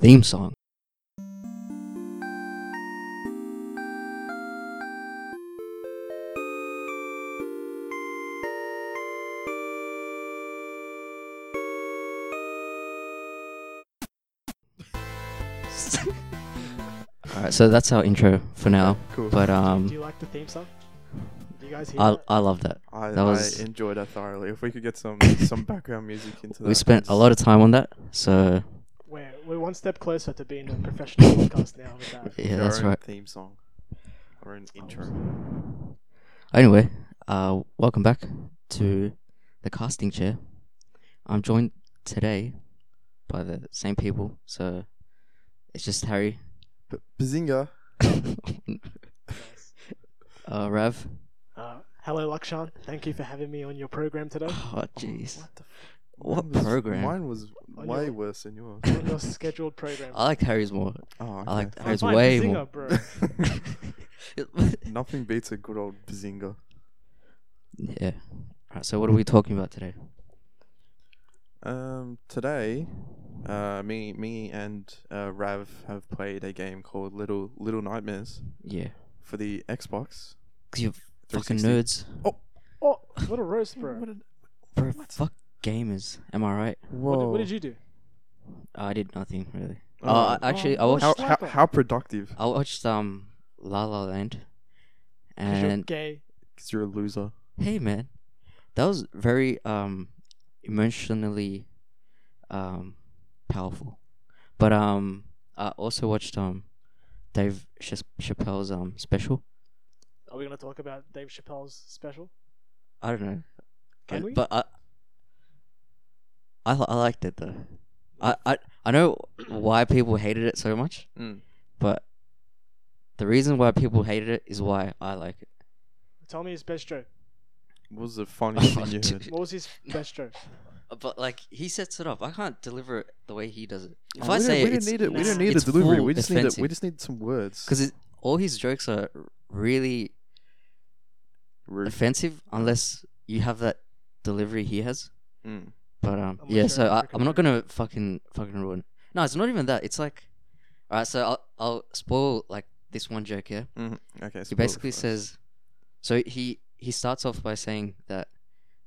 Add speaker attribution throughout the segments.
Speaker 1: theme song. All right, so that's our intro for now.
Speaker 2: Cool.
Speaker 1: But
Speaker 3: Do
Speaker 1: um,
Speaker 3: you like the theme song? Do you guys hear
Speaker 1: I
Speaker 3: that?
Speaker 1: I love that.
Speaker 2: I,
Speaker 1: That was-
Speaker 2: I enjoyed that thoroughly. If we could get some some background music into that.
Speaker 1: We spent a lot of time on that, so
Speaker 3: We're, we're one step closer to being a professional podcast now with that.
Speaker 1: Yeah, that's
Speaker 2: our own
Speaker 1: right.
Speaker 2: Theme song, our own intro.
Speaker 1: Anyway, uh, welcome back to the casting chair. I'm joined today by the same people, so it's just Harry,
Speaker 2: But Bazinga,
Speaker 3: Nice.
Speaker 1: uh, Rav.
Speaker 3: Uh, hello, Lakshan. Thank you for having me on your program today.
Speaker 1: Oh, jeez.
Speaker 2: what the? F-
Speaker 1: What
Speaker 2: mine was-
Speaker 1: program?
Speaker 2: Mine was
Speaker 3: On
Speaker 2: way
Speaker 3: your-
Speaker 2: worse than yours.
Speaker 3: on your scheduled program.
Speaker 1: I like Harry's more.
Speaker 2: Oh,
Speaker 1: I like
Speaker 2: okay.
Speaker 3: I'm
Speaker 1: Harry's
Speaker 3: fine,
Speaker 1: way
Speaker 3: Bazinga,
Speaker 1: more.
Speaker 3: bro.
Speaker 2: Nothing beats a good old Bazinga.
Speaker 1: yeah. Alright, so what are we talking about today?
Speaker 2: Um, today, uh, me, me and uh, Rav have played a game called Little Little Nightmares
Speaker 1: Yeah.
Speaker 2: for the Xbox.
Speaker 1: Cause you're fucking
Speaker 2: 360.
Speaker 1: nerds.
Speaker 3: Oh, little roast, bro.
Speaker 2: What, did,
Speaker 1: Bro,
Speaker 2: What?
Speaker 1: fuck gamers. Am I right?
Speaker 2: whoa.
Speaker 3: What, did- what did you do?
Speaker 1: I did nothing really.
Speaker 2: Oh.
Speaker 1: Oh, I, actually, I
Speaker 3: Oh,
Speaker 1: watched.
Speaker 2: how,
Speaker 3: Slacker.
Speaker 2: how, how productive?
Speaker 1: I watched um La La Land,
Speaker 3: 'Cause you're
Speaker 1: and
Speaker 3: gay.
Speaker 2: Because you're a loser.
Speaker 1: hey man, that was very um emotionally um powerful. But um, I also watched um Dave Ch- Chappelle's um special.
Speaker 3: Are we going to talk about Dave Chappelle's special?
Speaker 1: I don't know,
Speaker 3: Can
Speaker 1: I-
Speaker 3: we?
Speaker 1: But I, I li- I liked it though. I, I I know why people hated it so much,
Speaker 2: Mm.
Speaker 1: but the reason why people hated it is why I like it.
Speaker 3: Tell me his best joke.
Speaker 2: What was the funniest
Speaker 1: Oh,
Speaker 2: thing you heard?
Speaker 1: dude.
Speaker 3: What was his best joke?
Speaker 1: But like he sets it up, I can't deliver it the way he does it. If
Speaker 2: Oh,
Speaker 1: I
Speaker 2: we
Speaker 1: say
Speaker 2: don't, we
Speaker 1: it,
Speaker 2: don't need it. We
Speaker 3: it's-
Speaker 2: don't need a
Speaker 1: it's
Speaker 2: delivery.
Speaker 1: full
Speaker 2: We just need it.
Speaker 1: offensive.
Speaker 2: We just need some words.
Speaker 1: because all his jokes are really
Speaker 2: Rude.
Speaker 1: offensive unless you have that delivery he has.
Speaker 2: Mm.
Speaker 1: But um,
Speaker 3: I'm not
Speaker 1: yeah,
Speaker 3: sure
Speaker 1: so
Speaker 3: if
Speaker 1: I,
Speaker 3: I can
Speaker 1: I'm not
Speaker 3: do
Speaker 1: gonna fucking fucking ruin. No, it's not even that. It's like, alright, so I'll I'll spoil like this one joke here.
Speaker 2: Mhm. Okay.
Speaker 1: He
Speaker 2: spoil it
Speaker 1: basically
Speaker 2: for us.
Speaker 1: says, so he he starts off by saying that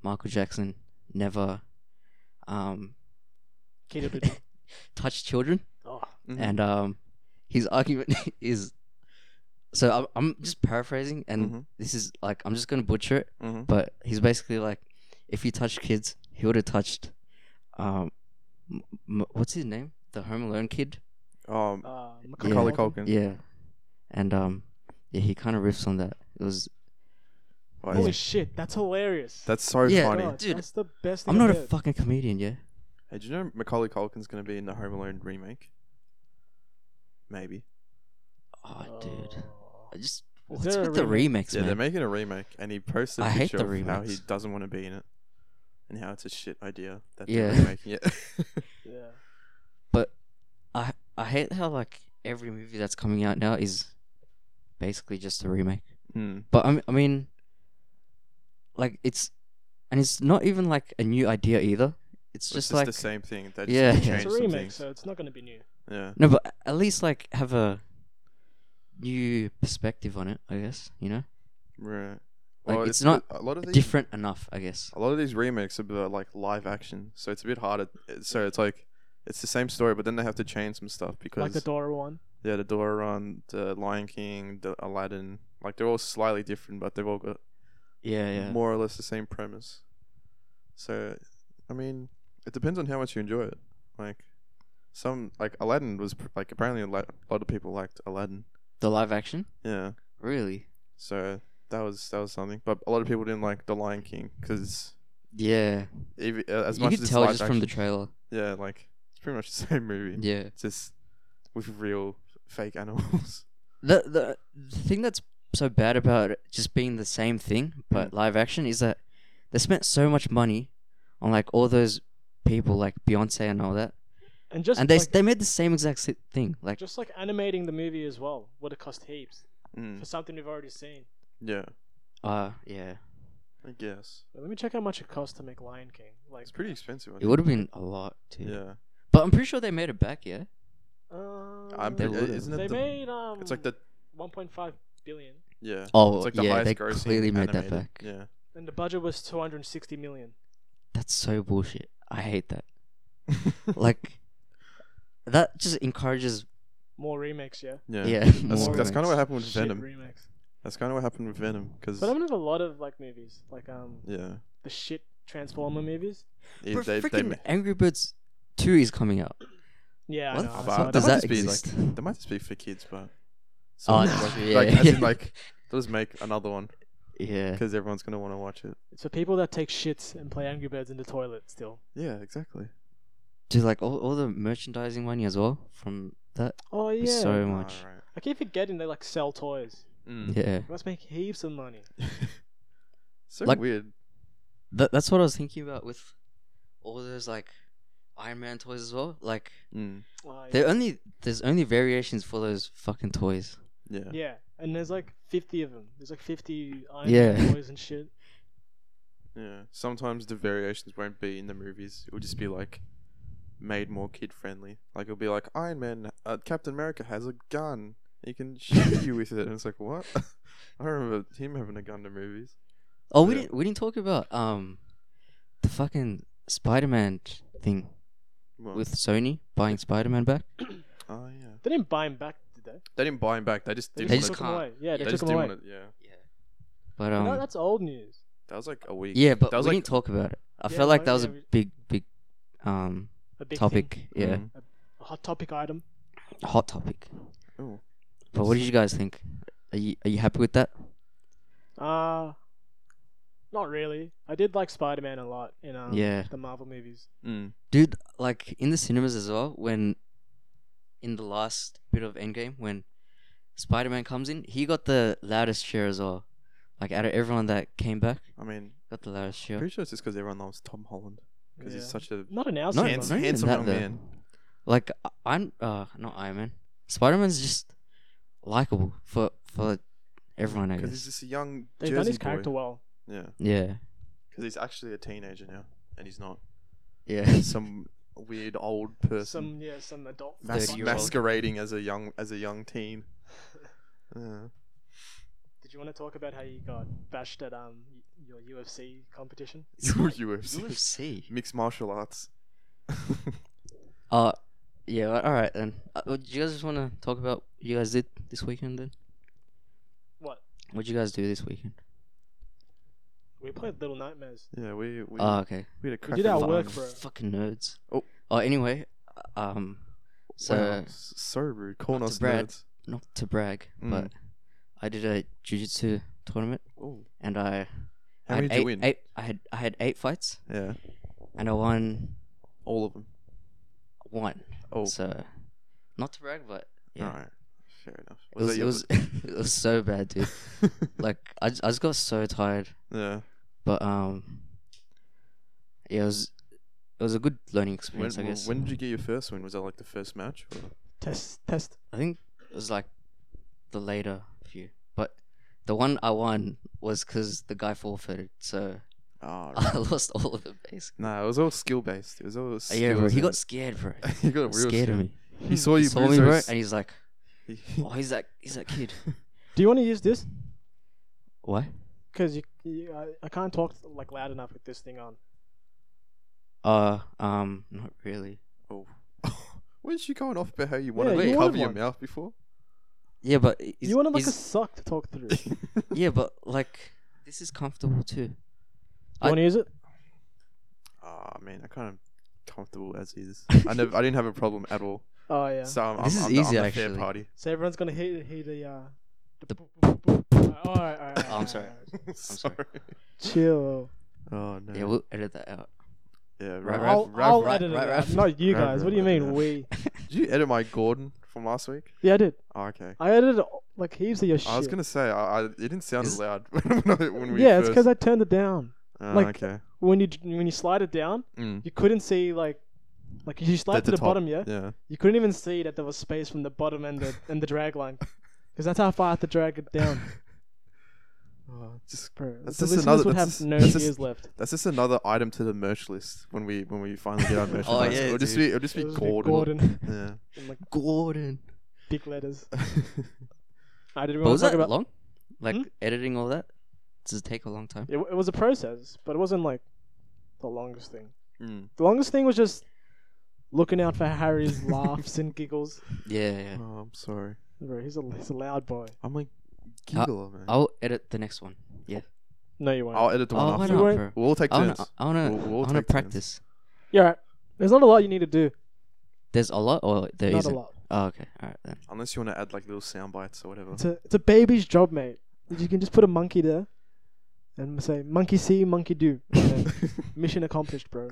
Speaker 1: Michael Jackson never um
Speaker 3: Kid of the-
Speaker 1: touched children.
Speaker 3: oh,
Speaker 2: Mhm.
Speaker 1: and um, his argument is so I'm, I'm just paraphrasing, and
Speaker 2: Mhm.
Speaker 1: this is like I'm just gonna butcher it,
Speaker 2: Mhm.
Speaker 1: but he's basically like, if he touched kids, he would have touched, um, m- m- what's his name, the Home Alone kid,
Speaker 2: um,
Speaker 3: uh,
Speaker 2: Macaulay
Speaker 3: Macaulay Culkin.
Speaker 2: Culkin.
Speaker 1: yeah, and um, yeah, he kind of riffs on that. It was
Speaker 2: Like,
Speaker 3: Holy shit, that's hilarious.
Speaker 2: That's so
Speaker 1: Yeah.
Speaker 2: funny.
Speaker 3: God,
Speaker 1: Dude,
Speaker 3: That's the best thing
Speaker 1: I'm not a
Speaker 3: I've heard.
Speaker 1: fucking comedian, yeah.
Speaker 2: Hey, do you know Macaulay Culkin's going to be in the Home Alone remake? Maybe.
Speaker 1: Oh, dude, I just what's
Speaker 3: there a
Speaker 1: with the
Speaker 3: remake?
Speaker 1: remakes,
Speaker 2: Yeah, they're
Speaker 1: man?
Speaker 2: making a remake, and he posted a
Speaker 1: I hate
Speaker 2: picture
Speaker 1: the
Speaker 2: of how he
Speaker 1: remakes.
Speaker 2: doesn't want to be in it, and how it's a shit idea that
Speaker 1: Yeah.
Speaker 2: they're remaking it.
Speaker 3: yeah.
Speaker 1: But I I hate how like every movie that's coming out now is basically just a remake.
Speaker 2: mm.
Speaker 1: But I mean, I mean, like it's, and it's not even like a new idea either. It's
Speaker 2: It's
Speaker 1: just
Speaker 2: just
Speaker 1: like
Speaker 2: the same thing. They just
Speaker 1: Yeah.
Speaker 2: yeah,
Speaker 1: It's a
Speaker 3: It's
Speaker 2: changed
Speaker 3: a
Speaker 2: some
Speaker 3: remake,
Speaker 2: things.
Speaker 3: so it's not going to be new.
Speaker 2: Yeah.
Speaker 1: no, but at least like have a new perspective on it. I guess you know,
Speaker 2: Right.
Speaker 1: Like,
Speaker 2: Well,
Speaker 1: it's
Speaker 2: a
Speaker 1: not
Speaker 2: bit- a lot of these
Speaker 1: different enough. I guess.
Speaker 2: a lot of these remakes are about, like live action, so it's a bit harder. So it's like it's the same story, but then they have to change some stuff because
Speaker 3: Like the Dora one.
Speaker 2: yeah, the Doran, the Lion King, the Aladdin, like they're all slightly different, but they've all got
Speaker 1: Yeah, yeah.
Speaker 2: more or less the same premise. So, I mean, it depends on how much you enjoy it. Like some like Aladdin was pr- like apparently a lot a lot of people liked Aladdin.
Speaker 1: The live action,
Speaker 2: Yeah,
Speaker 1: really?
Speaker 2: so that was that was something, but a lot of people didn't like the Lion King because.
Speaker 1: Yeah.
Speaker 2: Even, uh, as
Speaker 1: you
Speaker 2: much
Speaker 1: could
Speaker 2: as it's
Speaker 1: tell
Speaker 2: live
Speaker 1: just from the
Speaker 2: action-
Speaker 1: trailer.
Speaker 2: Yeah, like it's pretty much the same movie.
Speaker 1: Yeah.
Speaker 2: It's just with real fake animals.
Speaker 1: The the the thing that's so bad about it just being the same thing
Speaker 2: Mm.
Speaker 1: but live action is that they spent so much money on like all those people like Beyonce and all that.
Speaker 3: And just
Speaker 1: and they
Speaker 3: like,
Speaker 1: they made the same exact si- thing. Like
Speaker 3: just like animating the movie as well would have cost heaps for
Speaker 2: Mm.
Speaker 3: something we've already seen.
Speaker 2: Yeah,
Speaker 1: uh yeah,
Speaker 2: I guess
Speaker 3: But let me check how much it cost to make Lion King. Like
Speaker 2: it's pretty expensive. I
Speaker 1: it
Speaker 2: think.
Speaker 1: would have been a lot too.
Speaker 2: Yeah,
Speaker 1: But I'm pretty sure they made it back. Yeah.
Speaker 2: I'm
Speaker 1: They
Speaker 2: pretty,
Speaker 1: would've.
Speaker 2: isn't it
Speaker 3: uh, They
Speaker 2: the,
Speaker 3: made um.
Speaker 2: It's like the
Speaker 3: 1.5 billion,
Speaker 2: yeah.
Speaker 1: Oh,
Speaker 2: it's like the
Speaker 1: yeah,
Speaker 2: highest
Speaker 1: they
Speaker 2: grossing
Speaker 1: completely made that
Speaker 2: animated-
Speaker 1: back.
Speaker 2: Yeah.
Speaker 3: and the budget was 260 million.
Speaker 1: That's so bullshit. I hate that. Like, that just encourages
Speaker 3: More remakes, yeah.
Speaker 2: yeah.
Speaker 1: yeah.
Speaker 2: That's,
Speaker 1: more
Speaker 2: that's kind of what
Speaker 1: remakes.
Speaker 2: happened with
Speaker 3: Shit
Speaker 2: Venom.
Speaker 3: remakes.
Speaker 2: That's kind of what happened with Venom because
Speaker 3: But I mean, there's a lot of like movies, like um,
Speaker 2: yeah,
Speaker 3: the shit Transformer movies.
Speaker 2: It-
Speaker 1: Bro,
Speaker 2: they, they
Speaker 1: freaking
Speaker 2: ma-
Speaker 1: Angry Birds Two is coming out.
Speaker 3: Yeah,
Speaker 1: What
Speaker 3: I
Speaker 1: the
Speaker 3: know. I
Speaker 1: fuck
Speaker 2: but
Speaker 3: saw
Speaker 2: that
Speaker 1: does
Speaker 2: might
Speaker 1: that
Speaker 2: just be,
Speaker 1: exist?
Speaker 2: They might just be for kids, but
Speaker 1: Oh,
Speaker 2: like,
Speaker 1: no.
Speaker 2: like,
Speaker 1: Yeah,
Speaker 2: like, as in,
Speaker 1: yeah.
Speaker 2: like they'll just make another one
Speaker 1: Yeah.
Speaker 2: because everyone's gonna want to watch it.
Speaker 3: It's for people that take shits and play Angry Birds in the toilet still.
Speaker 2: Yeah, exactly.
Speaker 1: Do like all, all the merchandising money as well from that?
Speaker 3: Oh yeah.
Speaker 1: It's so much.
Speaker 2: All right.
Speaker 3: I keep forgetting they like sell toys.
Speaker 2: Mm.
Speaker 1: Yeah.
Speaker 3: They must make heaps of money.
Speaker 2: so
Speaker 1: Like-
Speaker 2: weird.
Speaker 1: That that's what I was thinking about with all those like Iron Man toys as well. Like
Speaker 2: Mm.
Speaker 3: Like,
Speaker 1: they only there's only variations for those fucking toys.
Speaker 2: Yeah.
Speaker 3: yeah, and there's like 50 of them. There's like 50 Iron
Speaker 1: Yeah.
Speaker 3: Man toys and shit.
Speaker 2: Yeah. Sometimes the variations won't be in the movies. It will just be like made more kid friendly. Like it'll be like Iron Man, uh, Captain America has a gun. He can shoot you with it, and it's like what? I remember him having a gun to movies.
Speaker 1: Oh, we
Speaker 2: Yeah.
Speaker 1: didn't we didn't talk about um the fucking Spider Man thing
Speaker 2: Well,
Speaker 1: with Sony buying Spider Man back.
Speaker 2: oh yeah,
Speaker 3: They didn't buy him back, did they?
Speaker 2: they didn't buy him back. They just
Speaker 3: They,
Speaker 2: didn't.
Speaker 1: They
Speaker 2: wanna-
Speaker 3: just
Speaker 1: just
Speaker 3: took him away. Yeah, they,
Speaker 1: They
Speaker 2: just
Speaker 3: took him
Speaker 2: didn't
Speaker 3: away.
Speaker 2: wanna- yeah,
Speaker 1: Yeah. But
Speaker 3: No,
Speaker 1: um
Speaker 3: that's old news.
Speaker 2: that was like a week.
Speaker 1: yeah, but
Speaker 2: that
Speaker 1: we
Speaker 2: was like
Speaker 1: didn't talk about it. I
Speaker 3: Yeah,
Speaker 1: felt like
Speaker 3: but-
Speaker 1: that was
Speaker 3: yeah,
Speaker 1: a
Speaker 3: we-
Speaker 1: big big um
Speaker 3: A big
Speaker 1: topic.
Speaker 3: thing.
Speaker 1: Yeah,
Speaker 2: Mm.
Speaker 3: A hot topic item.
Speaker 1: hot topic.
Speaker 2: Ooh.
Speaker 1: But what did you guys think? Are you are you happy with that?
Speaker 3: Uh not really. I did like Spider Man a lot in um,
Speaker 1: Yeah.
Speaker 3: the Marvel movies.
Speaker 2: Mm.
Speaker 1: dude like in the cinemas as well when in the last bit of endgame when spider-man comes in he got the loudest share as well like out of everyone that came back
Speaker 2: I mean,
Speaker 1: got the loudest share
Speaker 2: pretty sure it's just because everyone loves Tom Holland because
Speaker 3: Yeah.
Speaker 2: he's such a
Speaker 3: Not an hour
Speaker 1: Not- not
Speaker 2: handsome,
Speaker 1: even
Speaker 2: handsome
Speaker 1: that,
Speaker 2: young
Speaker 1: though.
Speaker 2: man.
Speaker 1: like i'm uh not iron man spider-man's just likable for for everyone i
Speaker 2: Because he's
Speaker 1: guess
Speaker 2: just a young
Speaker 3: They've
Speaker 2: Jersey
Speaker 3: done his
Speaker 2: boy.
Speaker 3: character well.
Speaker 2: Yeah,
Speaker 1: yeah
Speaker 2: because he's actually a teenager now, and he's not
Speaker 1: yeah
Speaker 2: some weird old person
Speaker 3: Some yeah, some adult.
Speaker 2: mas-
Speaker 1: 30 year old.
Speaker 2: masquerading as a young as a young teen. Yeah.
Speaker 3: Did you want to talk about how you got bashed at um y- your UFC competition?
Speaker 2: Your UFC,
Speaker 1: UFC.
Speaker 2: mixed martial arts.
Speaker 1: Uh, yeah. a- All right then. Uh, uh, do you guys just want to talk about what you guys did this weekend? Then
Speaker 3: What?
Speaker 1: what did you guys do this weekend?
Speaker 3: We played Little Nightmares.
Speaker 2: yeah, we we,
Speaker 1: Oh, uh, okay.
Speaker 2: we had a crack
Speaker 3: did
Speaker 2: at
Speaker 3: our
Speaker 2: the
Speaker 3: work,
Speaker 2: time.
Speaker 3: bro.
Speaker 1: Fucking nerds.
Speaker 2: Oh.
Speaker 1: Oh, anyway, um, so
Speaker 2: Wow, s- so rude. Calling
Speaker 1: not
Speaker 2: us
Speaker 1: to brag.
Speaker 2: nerds.
Speaker 1: not to brag,
Speaker 2: Mm.
Speaker 1: but I did a jiu-jitsu tournament
Speaker 2: Ooh.
Speaker 1: and I I
Speaker 2: How many
Speaker 1: had
Speaker 2: did you
Speaker 1: eight,
Speaker 2: win?
Speaker 1: eight I had I had eight fights
Speaker 2: Yeah,
Speaker 1: and I won
Speaker 2: all of them.
Speaker 1: one.
Speaker 2: Oh,
Speaker 1: So not to brag, but yeah.
Speaker 2: all right, fair enough.
Speaker 1: It was it was, it was so bad, dude.
Speaker 2: was
Speaker 1: like I just, I just got so tired,
Speaker 2: yeah.
Speaker 1: but um yeah, it was it was a good learning
Speaker 2: When,
Speaker 1: experience, I guess. um,
Speaker 2: when did you get your first win? Was that like the first match? Or?
Speaker 3: Test test.
Speaker 1: I think it was like the later few, but the one I won was because the guy forfeited, so
Speaker 2: Oh,
Speaker 1: I lost all of it basically.
Speaker 2: nah, it was all skill based. It was all skill.
Speaker 1: Uh, yeah, bro, he got scared, bro.
Speaker 2: he got real
Speaker 1: scared of me.
Speaker 2: He saw you,
Speaker 1: he saw me,
Speaker 2: bruise
Speaker 1: bro,
Speaker 2: those-
Speaker 1: and he's like,
Speaker 2: he-
Speaker 1: "Oh, he's that, he's that kid."
Speaker 3: Do you want to use this?
Speaker 1: what?
Speaker 3: Because you, you I, I can't talk like loud enough with this thing on.
Speaker 1: Uh, um, not really.
Speaker 2: oh. Weren't you going off about how you wanted
Speaker 3: Yeah,
Speaker 2: to
Speaker 3: you
Speaker 2: cover
Speaker 3: wanted
Speaker 2: your
Speaker 3: one.
Speaker 2: mouth before?
Speaker 1: Yeah, but he's,
Speaker 3: you want to like a
Speaker 1: he's-
Speaker 3: suck to talk through. you
Speaker 1: yeah, but like this is comfortable too. I-
Speaker 3: want to use it?
Speaker 2: Ah man, I kind of comfortable as is. I never, I didn't have a problem at all.
Speaker 3: Oh yeah. So,
Speaker 2: So I'm, I'm,
Speaker 1: This is
Speaker 2: I'm the- I'm
Speaker 1: easy,
Speaker 2: the fair
Speaker 1: actually.
Speaker 2: party.
Speaker 3: everyone's gonna hear hear the uh. The
Speaker 1: The
Speaker 3: boop, boop, boop, boop. Alright, alright, alright,
Speaker 1: I'm sorry.
Speaker 3: alright.
Speaker 2: Oh, Sorry.
Speaker 3: Chill.
Speaker 2: Oh no.
Speaker 1: Yeah, we'll edit that out.
Speaker 2: yeah
Speaker 1: Right,
Speaker 2: Rav,
Speaker 1: Rav,
Speaker 3: I'll,
Speaker 2: Rav,
Speaker 3: I'll
Speaker 2: Rav-
Speaker 3: edit
Speaker 1: Rav,
Speaker 3: it.
Speaker 1: Rav.
Speaker 3: out. Not you
Speaker 2: Rav,
Speaker 3: guys.
Speaker 2: Rav,
Speaker 3: what do you
Speaker 2: Rav,
Speaker 3: mean
Speaker 2: Rav.
Speaker 3: we?
Speaker 2: Did you edit my Gordon from last week?
Speaker 3: Yeah, I did.
Speaker 2: Oh, okay.
Speaker 3: I edited like heaps of your shit.
Speaker 2: I was gonna say I, I it didn't sound as
Speaker 1: Is-
Speaker 2: loud when, I, when we
Speaker 3: yeah, it's because
Speaker 2: first.
Speaker 3: I turned it down.
Speaker 2: Ah,
Speaker 3: like-
Speaker 2: okay.
Speaker 3: When you when you slide it down,
Speaker 2: Mm.
Speaker 3: you couldn't see like like you slide
Speaker 2: At
Speaker 3: to the,
Speaker 2: top.
Speaker 3: bottom, yeah?
Speaker 2: Yeah.
Speaker 3: You couldn't even see that there was space from the bottom and the and the drag line, because that's how far I had to drag it down.
Speaker 2: Oh, just
Speaker 3: Bro,
Speaker 2: That's
Speaker 3: the
Speaker 2: just
Speaker 3: listeners
Speaker 2: another-
Speaker 3: would
Speaker 2: that's
Speaker 3: have
Speaker 2: just-
Speaker 3: no
Speaker 2: that's just-
Speaker 3: ears left.
Speaker 2: That's just another item to the merch list when we when we finally get our merchandise.
Speaker 1: Oh, yeah,
Speaker 2: it'll just
Speaker 1: dude.
Speaker 2: be it'll just be
Speaker 3: It'll just
Speaker 2: Gordon.
Speaker 3: Gordon.
Speaker 2: Yeah.
Speaker 3: And, like,
Speaker 1: Gordon.
Speaker 3: big letters. I didn't
Speaker 1: But
Speaker 3: want
Speaker 1: was
Speaker 3: to talk
Speaker 1: that
Speaker 3: about.
Speaker 1: long? Like
Speaker 3: Hmm?
Speaker 1: editing all that? Does it take a long time?
Speaker 3: It, w- it was a process, but it wasn't like the longest thing.
Speaker 2: Mm.
Speaker 3: The longest thing was just looking out for Harry's laughs and giggles.
Speaker 1: Yeah, yeah. Uh,
Speaker 2: Oh, I'm sorry.
Speaker 3: Bro, he's a he's a loud boy.
Speaker 2: I'm like giggle, man. I'll,
Speaker 1: I'll edit the next one. Yeah.
Speaker 3: No, you won't.
Speaker 2: edit the one
Speaker 1: Oh, why
Speaker 2: after.
Speaker 1: not,
Speaker 3: You won't-
Speaker 1: bro?
Speaker 2: We'll take
Speaker 1: I
Speaker 2: turns.
Speaker 1: wanna, I wanna,
Speaker 2: We'll- we'll
Speaker 1: I wanna
Speaker 2: take turns.
Speaker 1: practice.
Speaker 3: You're right. There's not a lot you need to do.
Speaker 1: There's a lot, or there
Speaker 3: not
Speaker 1: not
Speaker 3: a lot.
Speaker 1: Oh, okay. All right then.
Speaker 2: Unless you want to add like little sound bites or whatever.
Speaker 3: It's a it's a baby's job, mate. You can just put a monkey there, and say monkey see, monkey do. And then mission accomplished, bro.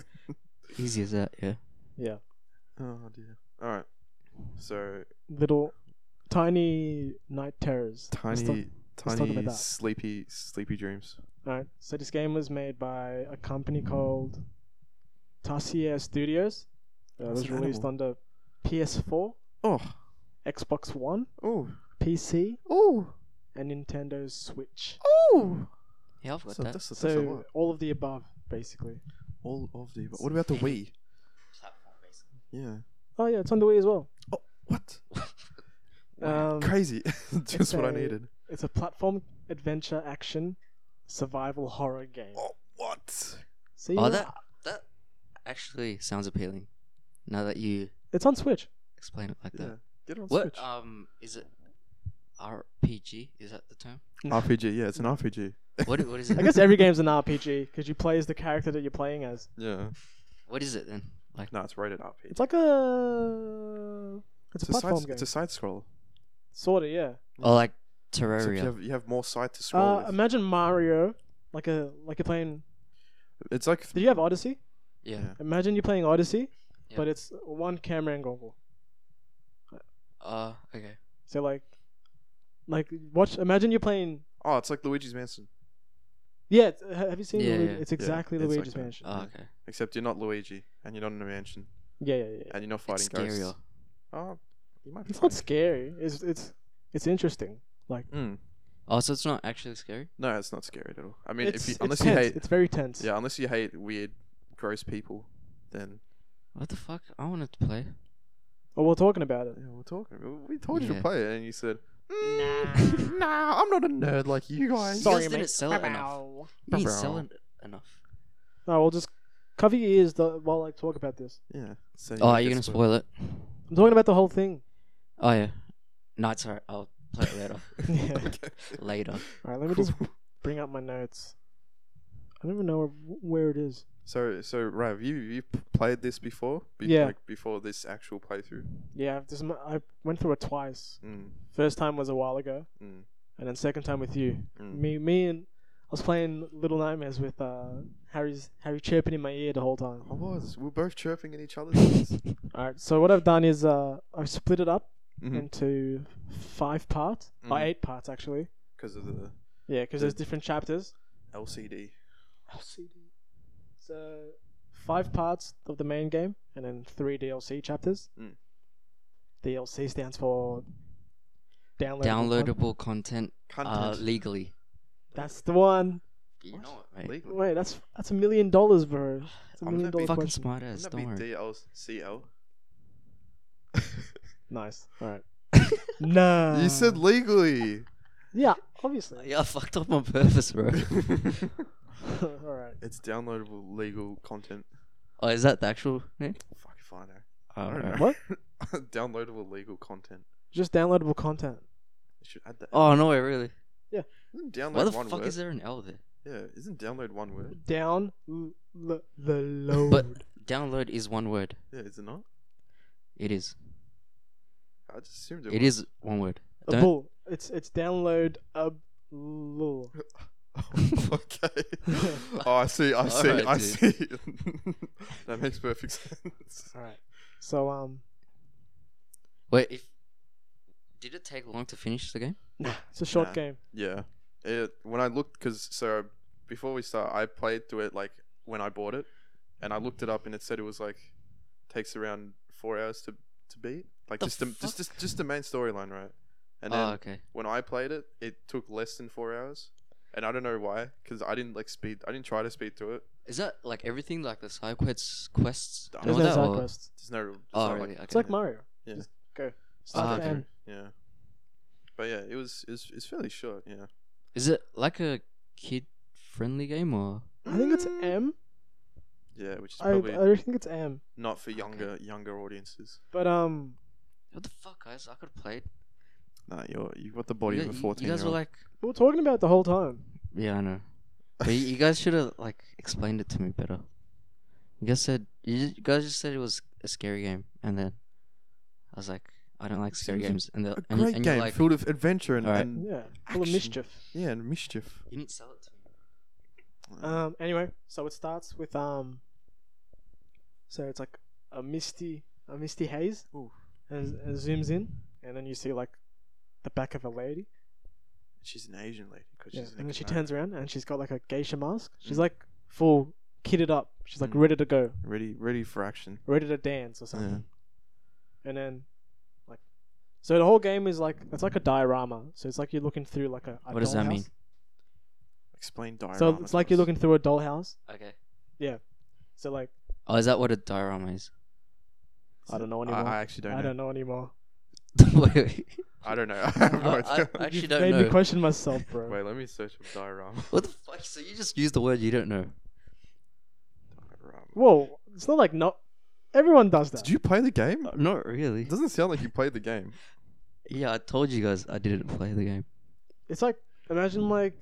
Speaker 1: Easy as that. Yeah.
Speaker 3: Yeah.
Speaker 2: oh dear. All right. So
Speaker 3: Little tiny night terrors. Let's talk-
Speaker 2: tiny,
Speaker 3: talk about
Speaker 2: tiny,
Speaker 3: that.
Speaker 2: sleepy, sleepy dreams.
Speaker 3: Alright, so this game was made by a company called Tarsier Studios. Uh, it
Speaker 2: That's
Speaker 3: was
Speaker 2: an
Speaker 3: released under PS4,
Speaker 2: Oh,
Speaker 3: Xbox One,
Speaker 2: oh,
Speaker 3: PC,
Speaker 2: oh,
Speaker 3: and Nintendo Switch.
Speaker 2: oh.
Speaker 1: Yeah, I've got
Speaker 2: So
Speaker 1: that.
Speaker 2: that's, that's a
Speaker 3: So
Speaker 2: lot.
Speaker 3: all of the above, basically.
Speaker 2: All of the. What about the Wii? Yeah.
Speaker 3: Oh yeah, it's on the Wii as well.
Speaker 2: Oh, what? Wow,
Speaker 3: Um,
Speaker 2: Crazy. Just what I
Speaker 3: a-
Speaker 2: needed.
Speaker 3: it's a platform adventure action survival horror game.
Speaker 2: Oh, what?
Speaker 3: See,
Speaker 1: Oh,
Speaker 3: yeah,
Speaker 1: that that actually sounds appealing. Now that you
Speaker 3: it's on Switch.
Speaker 1: explain it like
Speaker 2: Yeah.
Speaker 1: that.
Speaker 2: Get on
Speaker 1: What
Speaker 2: Switch.
Speaker 1: um is it? RPG is that the term?
Speaker 2: RPG. Yeah, it's an RPG.
Speaker 1: What what is it?
Speaker 3: I guess every game's an RPG because you play as the character that you're playing as.
Speaker 2: Yeah.
Speaker 1: What is it then? Like
Speaker 2: No, it's rated RPG.
Speaker 3: It's like a it's, a
Speaker 2: a
Speaker 3: platform
Speaker 2: side.
Speaker 3: game,
Speaker 2: It's a side scroll.
Speaker 3: sort of yeah.
Speaker 1: or Oh, like
Speaker 2: Except you
Speaker 1: Terraria.
Speaker 2: have you have more side to scroll.
Speaker 3: Uh,
Speaker 2: with.
Speaker 3: imagine Mario, like a like you're playing.
Speaker 2: It's like
Speaker 3: Did you have Odyssey?
Speaker 1: Yeah.
Speaker 2: yeah.
Speaker 3: Imagine you're playing Odyssey,
Speaker 1: Yeah.
Speaker 3: but it's one camera angle.
Speaker 1: Uh okay.
Speaker 3: So like, like watch. Imagine you're playing.
Speaker 2: oh, it's like Luigi's Mansion.
Speaker 3: Yeah, it's- ha- have you seen?
Speaker 1: Yeah,
Speaker 3: Luigi?
Speaker 1: yeah.
Speaker 3: It's exactly
Speaker 2: it's like
Speaker 3: Luigi's
Speaker 2: that.
Speaker 3: Mansion.
Speaker 1: Oh,
Speaker 2: Yeah.
Speaker 1: okay.
Speaker 2: Except you're not Luigi, and you're not in a mansion,
Speaker 3: yeah, yeah, yeah.
Speaker 2: and you're not
Speaker 1: It's
Speaker 2: fighting
Speaker 1: scarier.
Speaker 2: ghosts. Oh, you might be.
Speaker 3: It's not
Speaker 2: fine.
Speaker 3: scary. It's it's it's interesting. Like
Speaker 2: Mm.
Speaker 1: Oh, so it's not actually scary.
Speaker 2: No, it's not scary at all. I mean,
Speaker 3: it's,
Speaker 2: if you,
Speaker 3: it's
Speaker 2: unless you
Speaker 3: tense.
Speaker 2: hate,
Speaker 3: it's very tense.
Speaker 2: yeah, unless you hate weird, gross people, then
Speaker 1: What the fuck? I wanted to play.
Speaker 3: Well, we're talking about it.
Speaker 2: yeah, we're talking. we- We told you to
Speaker 1: Yeah.
Speaker 2: play it, and you said, "Mm, "Nah, I'm not a nerd like you guys."
Speaker 1: Sorry, didn't mate. sell it enough. You
Speaker 2: Bro.
Speaker 1: didn't sell it enough.
Speaker 3: No, we'll just cover your ears though, while I talk about this.
Speaker 2: Yeah. So
Speaker 1: Oh, are
Speaker 2: make
Speaker 1: you
Speaker 2: us
Speaker 1: gonna spoil it?
Speaker 3: I'm talking about the whole thing.
Speaker 1: Oh yeah. No, it's alright. I'll play it later.
Speaker 3: yeah.
Speaker 2: Okay.
Speaker 1: later.
Speaker 3: All right, let me just bring up my notes. I don't even know where, where it is.
Speaker 2: So, so Rav, you you p- played this before? Be-
Speaker 3: Yeah.
Speaker 2: Like before this actual playthrough.
Speaker 3: Yeah, I've just, I went through it twice.
Speaker 2: Mm,
Speaker 3: First time was a while ago,
Speaker 2: mm,
Speaker 3: and then second time with you.
Speaker 2: mm.
Speaker 3: Me, me, and I was playing Little Nightmares with uh, Harry's Harry chirping in my ear the whole time.
Speaker 2: I was. We are both chirping in each other's ears.
Speaker 3: All right, so what I've done is uh, I've split it up
Speaker 2: Mhm.
Speaker 3: into five parts, or
Speaker 2: Mhm.
Speaker 3: eight parts actually.
Speaker 2: Because of the
Speaker 3: Yeah, because
Speaker 2: The-
Speaker 3: there's different chapters.
Speaker 2: LCD.
Speaker 1: Uh,
Speaker 3: LCD. So five parts of the main game, and then three DLC chapters.
Speaker 2: Mm.
Speaker 3: DLC stands for downloadable. con-
Speaker 1: Downloadable content, uh,
Speaker 2: Content.
Speaker 1: legally.
Speaker 3: That's the one.
Speaker 1: You
Speaker 2: What?
Speaker 1: know it, mate.
Speaker 2: Legal.
Speaker 3: Wait, that's that's a million dollars, bro. It's a
Speaker 2: I'm
Speaker 3: million
Speaker 2: gonna be
Speaker 3: dollar
Speaker 1: Fucking
Speaker 3: question.
Speaker 1: smart ass.
Speaker 2: Wouldn't
Speaker 1: Don't
Speaker 2: that
Speaker 1: worry.
Speaker 2: be DLCL?
Speaker 3: Uh. Nice. All right. no.
Speaker 2: you said legally.
Speaker 3: yeah, obviously.
Speaker 1: yeah, I fucked up on purpose, bro.
Speaker 3: All right.
Speaker 2: it's downloadable legal content.
Speaker 1: oh,
Speaker 2: oh
Speaker 1: is that the actual name?
Speaker 2: Fuck if I know.
Speaker 1: Oh,
Speaker 2: I don't know.
Speaker 1: alright.
Speaker 3: What?
Speaker 2: downloadable legal content.
Speaker 3: Just downloadable content.
Speaker 2: You should add that.
Speaker 1: Oh no, way, really?
Speaker 2: Isn't download
Speaker 1: Why the
Speaker 2: one
Speaker 1: fuck
Speaker 2: word?
Speaker 1: is there an L there?
Speaker 2: Yeah, isn't download one word?
Speaker 3: Down l- l- the load.
Speaker 1: But download is one word.
Speaker 2: Yeah, is it not?
Speaker 1: It is.
Speaker 2: I just assumed it.
Speaker 1: It is one word.
Speaker 3: a
Speaker 1: Don't-
Speaker 3: bull. It's it's download a l-
Speaker 2: was. okay. oh, I see. I see.
Speaker 1: Alright,
Speaker 2: I
Speaker 1: dude.
Speaker 2: see. that makes perfect sense.
Speaker 3: All right. So um,
Speaker 1: Wait, if did it take long to finish the game?
Speaker 3: nah, it's a short
Speaker 2: Nah.
Speaker 3: game.
Speaker 2: Yeah. It, when I looked, because so before we start, I played through it like when I bought it, and I looked it up, and it said it was like takes around four hours to to beat, like
Speaker 1: The
Speaker 2: just the, just, just just the main storyline, right? And then
Speaker 1: oh, okay.
Speaker 2: when I played it, it took less than four hours, and I don't know why, because I didn't like speed, I didn't try to speed through it.
Speaker 1: Is that like everything, like the side quests, quests? and
Speaker 2: There's
Speaker 1: all
Speaker 3: There's no
Speaker 1: that,
Speaker 3: side
Speaker 1: or-
Speaker 3: quests.
Speaker 2: There's no. There's
Speaker 1: Oh,
Speaker 2: no,
Speaker 1: really?
Speaker 2: Like,
Speaker 1: Okay.
Speaker 3: It's like Mario.
Speaker 2: Yeah.
Speaker 3: Just go.
Speaker 2: Oh,
Speaker 3: Start to
Speaker 1: okay.
Speaker 3: end.
Speaker 2: Yeah. But yeah, it was it's it's fairly short. Yeah.
Speaker 1: Is it like a kid friendly game or
Speaker 3: I think it's
Speaker 2: Mm,
Speaker 3: M.
Speaker 2: Yeah, which is
Speaker 3: I,
Speaker 2: probably
Speaker 3: I think it's M.
Speaker 2: not for younger younger audiences.
Speaker 3: But um,
Speaker 1: what the fuck, guys? I could have played.
Speaker 2: Nah, you're you got the body
Speaker 1: you,
Speaker 2: of a
Speaker 1: gu- you-
Speaker 2: fourteen
Speaker 1: you
Speaker 2: year
Speaker 1: guys were
Speaker 2: old.
Speaker 1: like,
Speaker 3: we were talking about it the whole time.
Speaker 1: yeah, I know. But you, you guys should have like explained it to me better. You guys said you, ju- you guys just said it was a scary game, and then I was like, I don't like scary
Speaker 2: Seems a-
Speaker 1: games. And the
Speaker 2: a
Speaker 1: and, you-
Speaker 2: great
Speaker 1: and
Speaker 2: game
Speaker 1: you're like,
Speaker 2: filled with adventure and,
Speaker 1: Alright.
Speaker 2: and
Speaker 3: Yeah, full of
Speaker 2: Action.
Speaker 3: mischief.
Speaker 2: yeah and mischief.
Speaker 1: you didn't sell it to me.
Speaker 3: Um. Anyway, so it starts with um. So it's like a misty, a misty haze,
Speaker 2: Ooh.
Speaker 3: and it zooms in, and then you see like the back of a lady,
Speaker 2: she's an Asian lady because
Speaker 3: yeah.
Speaker 2: she's an
Speaker 3: and then she
Speaker 2: economic-
Speaker 3: turns around and she's got like a geisha mask. She's
Speaker 2: Mm.
Speaker 3: like full kitted up. She's like
Speaker 2: Mm.
Speaker 3: ready to go,
Speaker 2: ready ready for action.
Speaker 3: ready to dance or something.
Speaker 2: Yeah.
Speaker 3: and then like so the whole game is like it's like a diorama so it's like you're looking through like a, a
Speaker 1: What does that mean?
Speaker 3: dollhouse.
Speaker 2: Explain diorama.
Speaker 3: so it's
Speaker 2: to
Speaker 3: like you're
Speaker 2: us.
Speaker 3: looking through a dollhouse
Speaker 1: Okay.
Speaker 3: so like
Speaker 1: Oh, is that what a diorama is?
Speaker 3: i don't know
Speaker 2: I-
Speaker 3: anymore
Speaker 2: I,
Speaker 3: i,
Speaker 2: actually don't. know.
Speaker 3: don't know anymore
Speaker 1: wait, wait.
Speaker 2: I don't know. I have no
Speaker 1: I- I-
Speaker 2: idea.
Speaker 1: I actually
Speaker 3: You've
Speaker 1: don't
Speaker 3: made me
Speaker 1: know.
Speaker 3: question myself bro
Speaker 2: Wait, let me search up diorama.
Speaker 1: What the fuck? So you just used the word you don't know.
Speaker 2: diorama.
Speaker 3: whoa it's not like not everyone does that
Speaker 2: Did you play the game?
Speaker 1: Uh, Not really.
Speaker 2: It doesn't sound like you played the game.
Speaker 1: Yeah, I told you guys I didn't play the game.
Speaker 3: it's like
Speaker 2: Mm.
Speaker 3: imagine like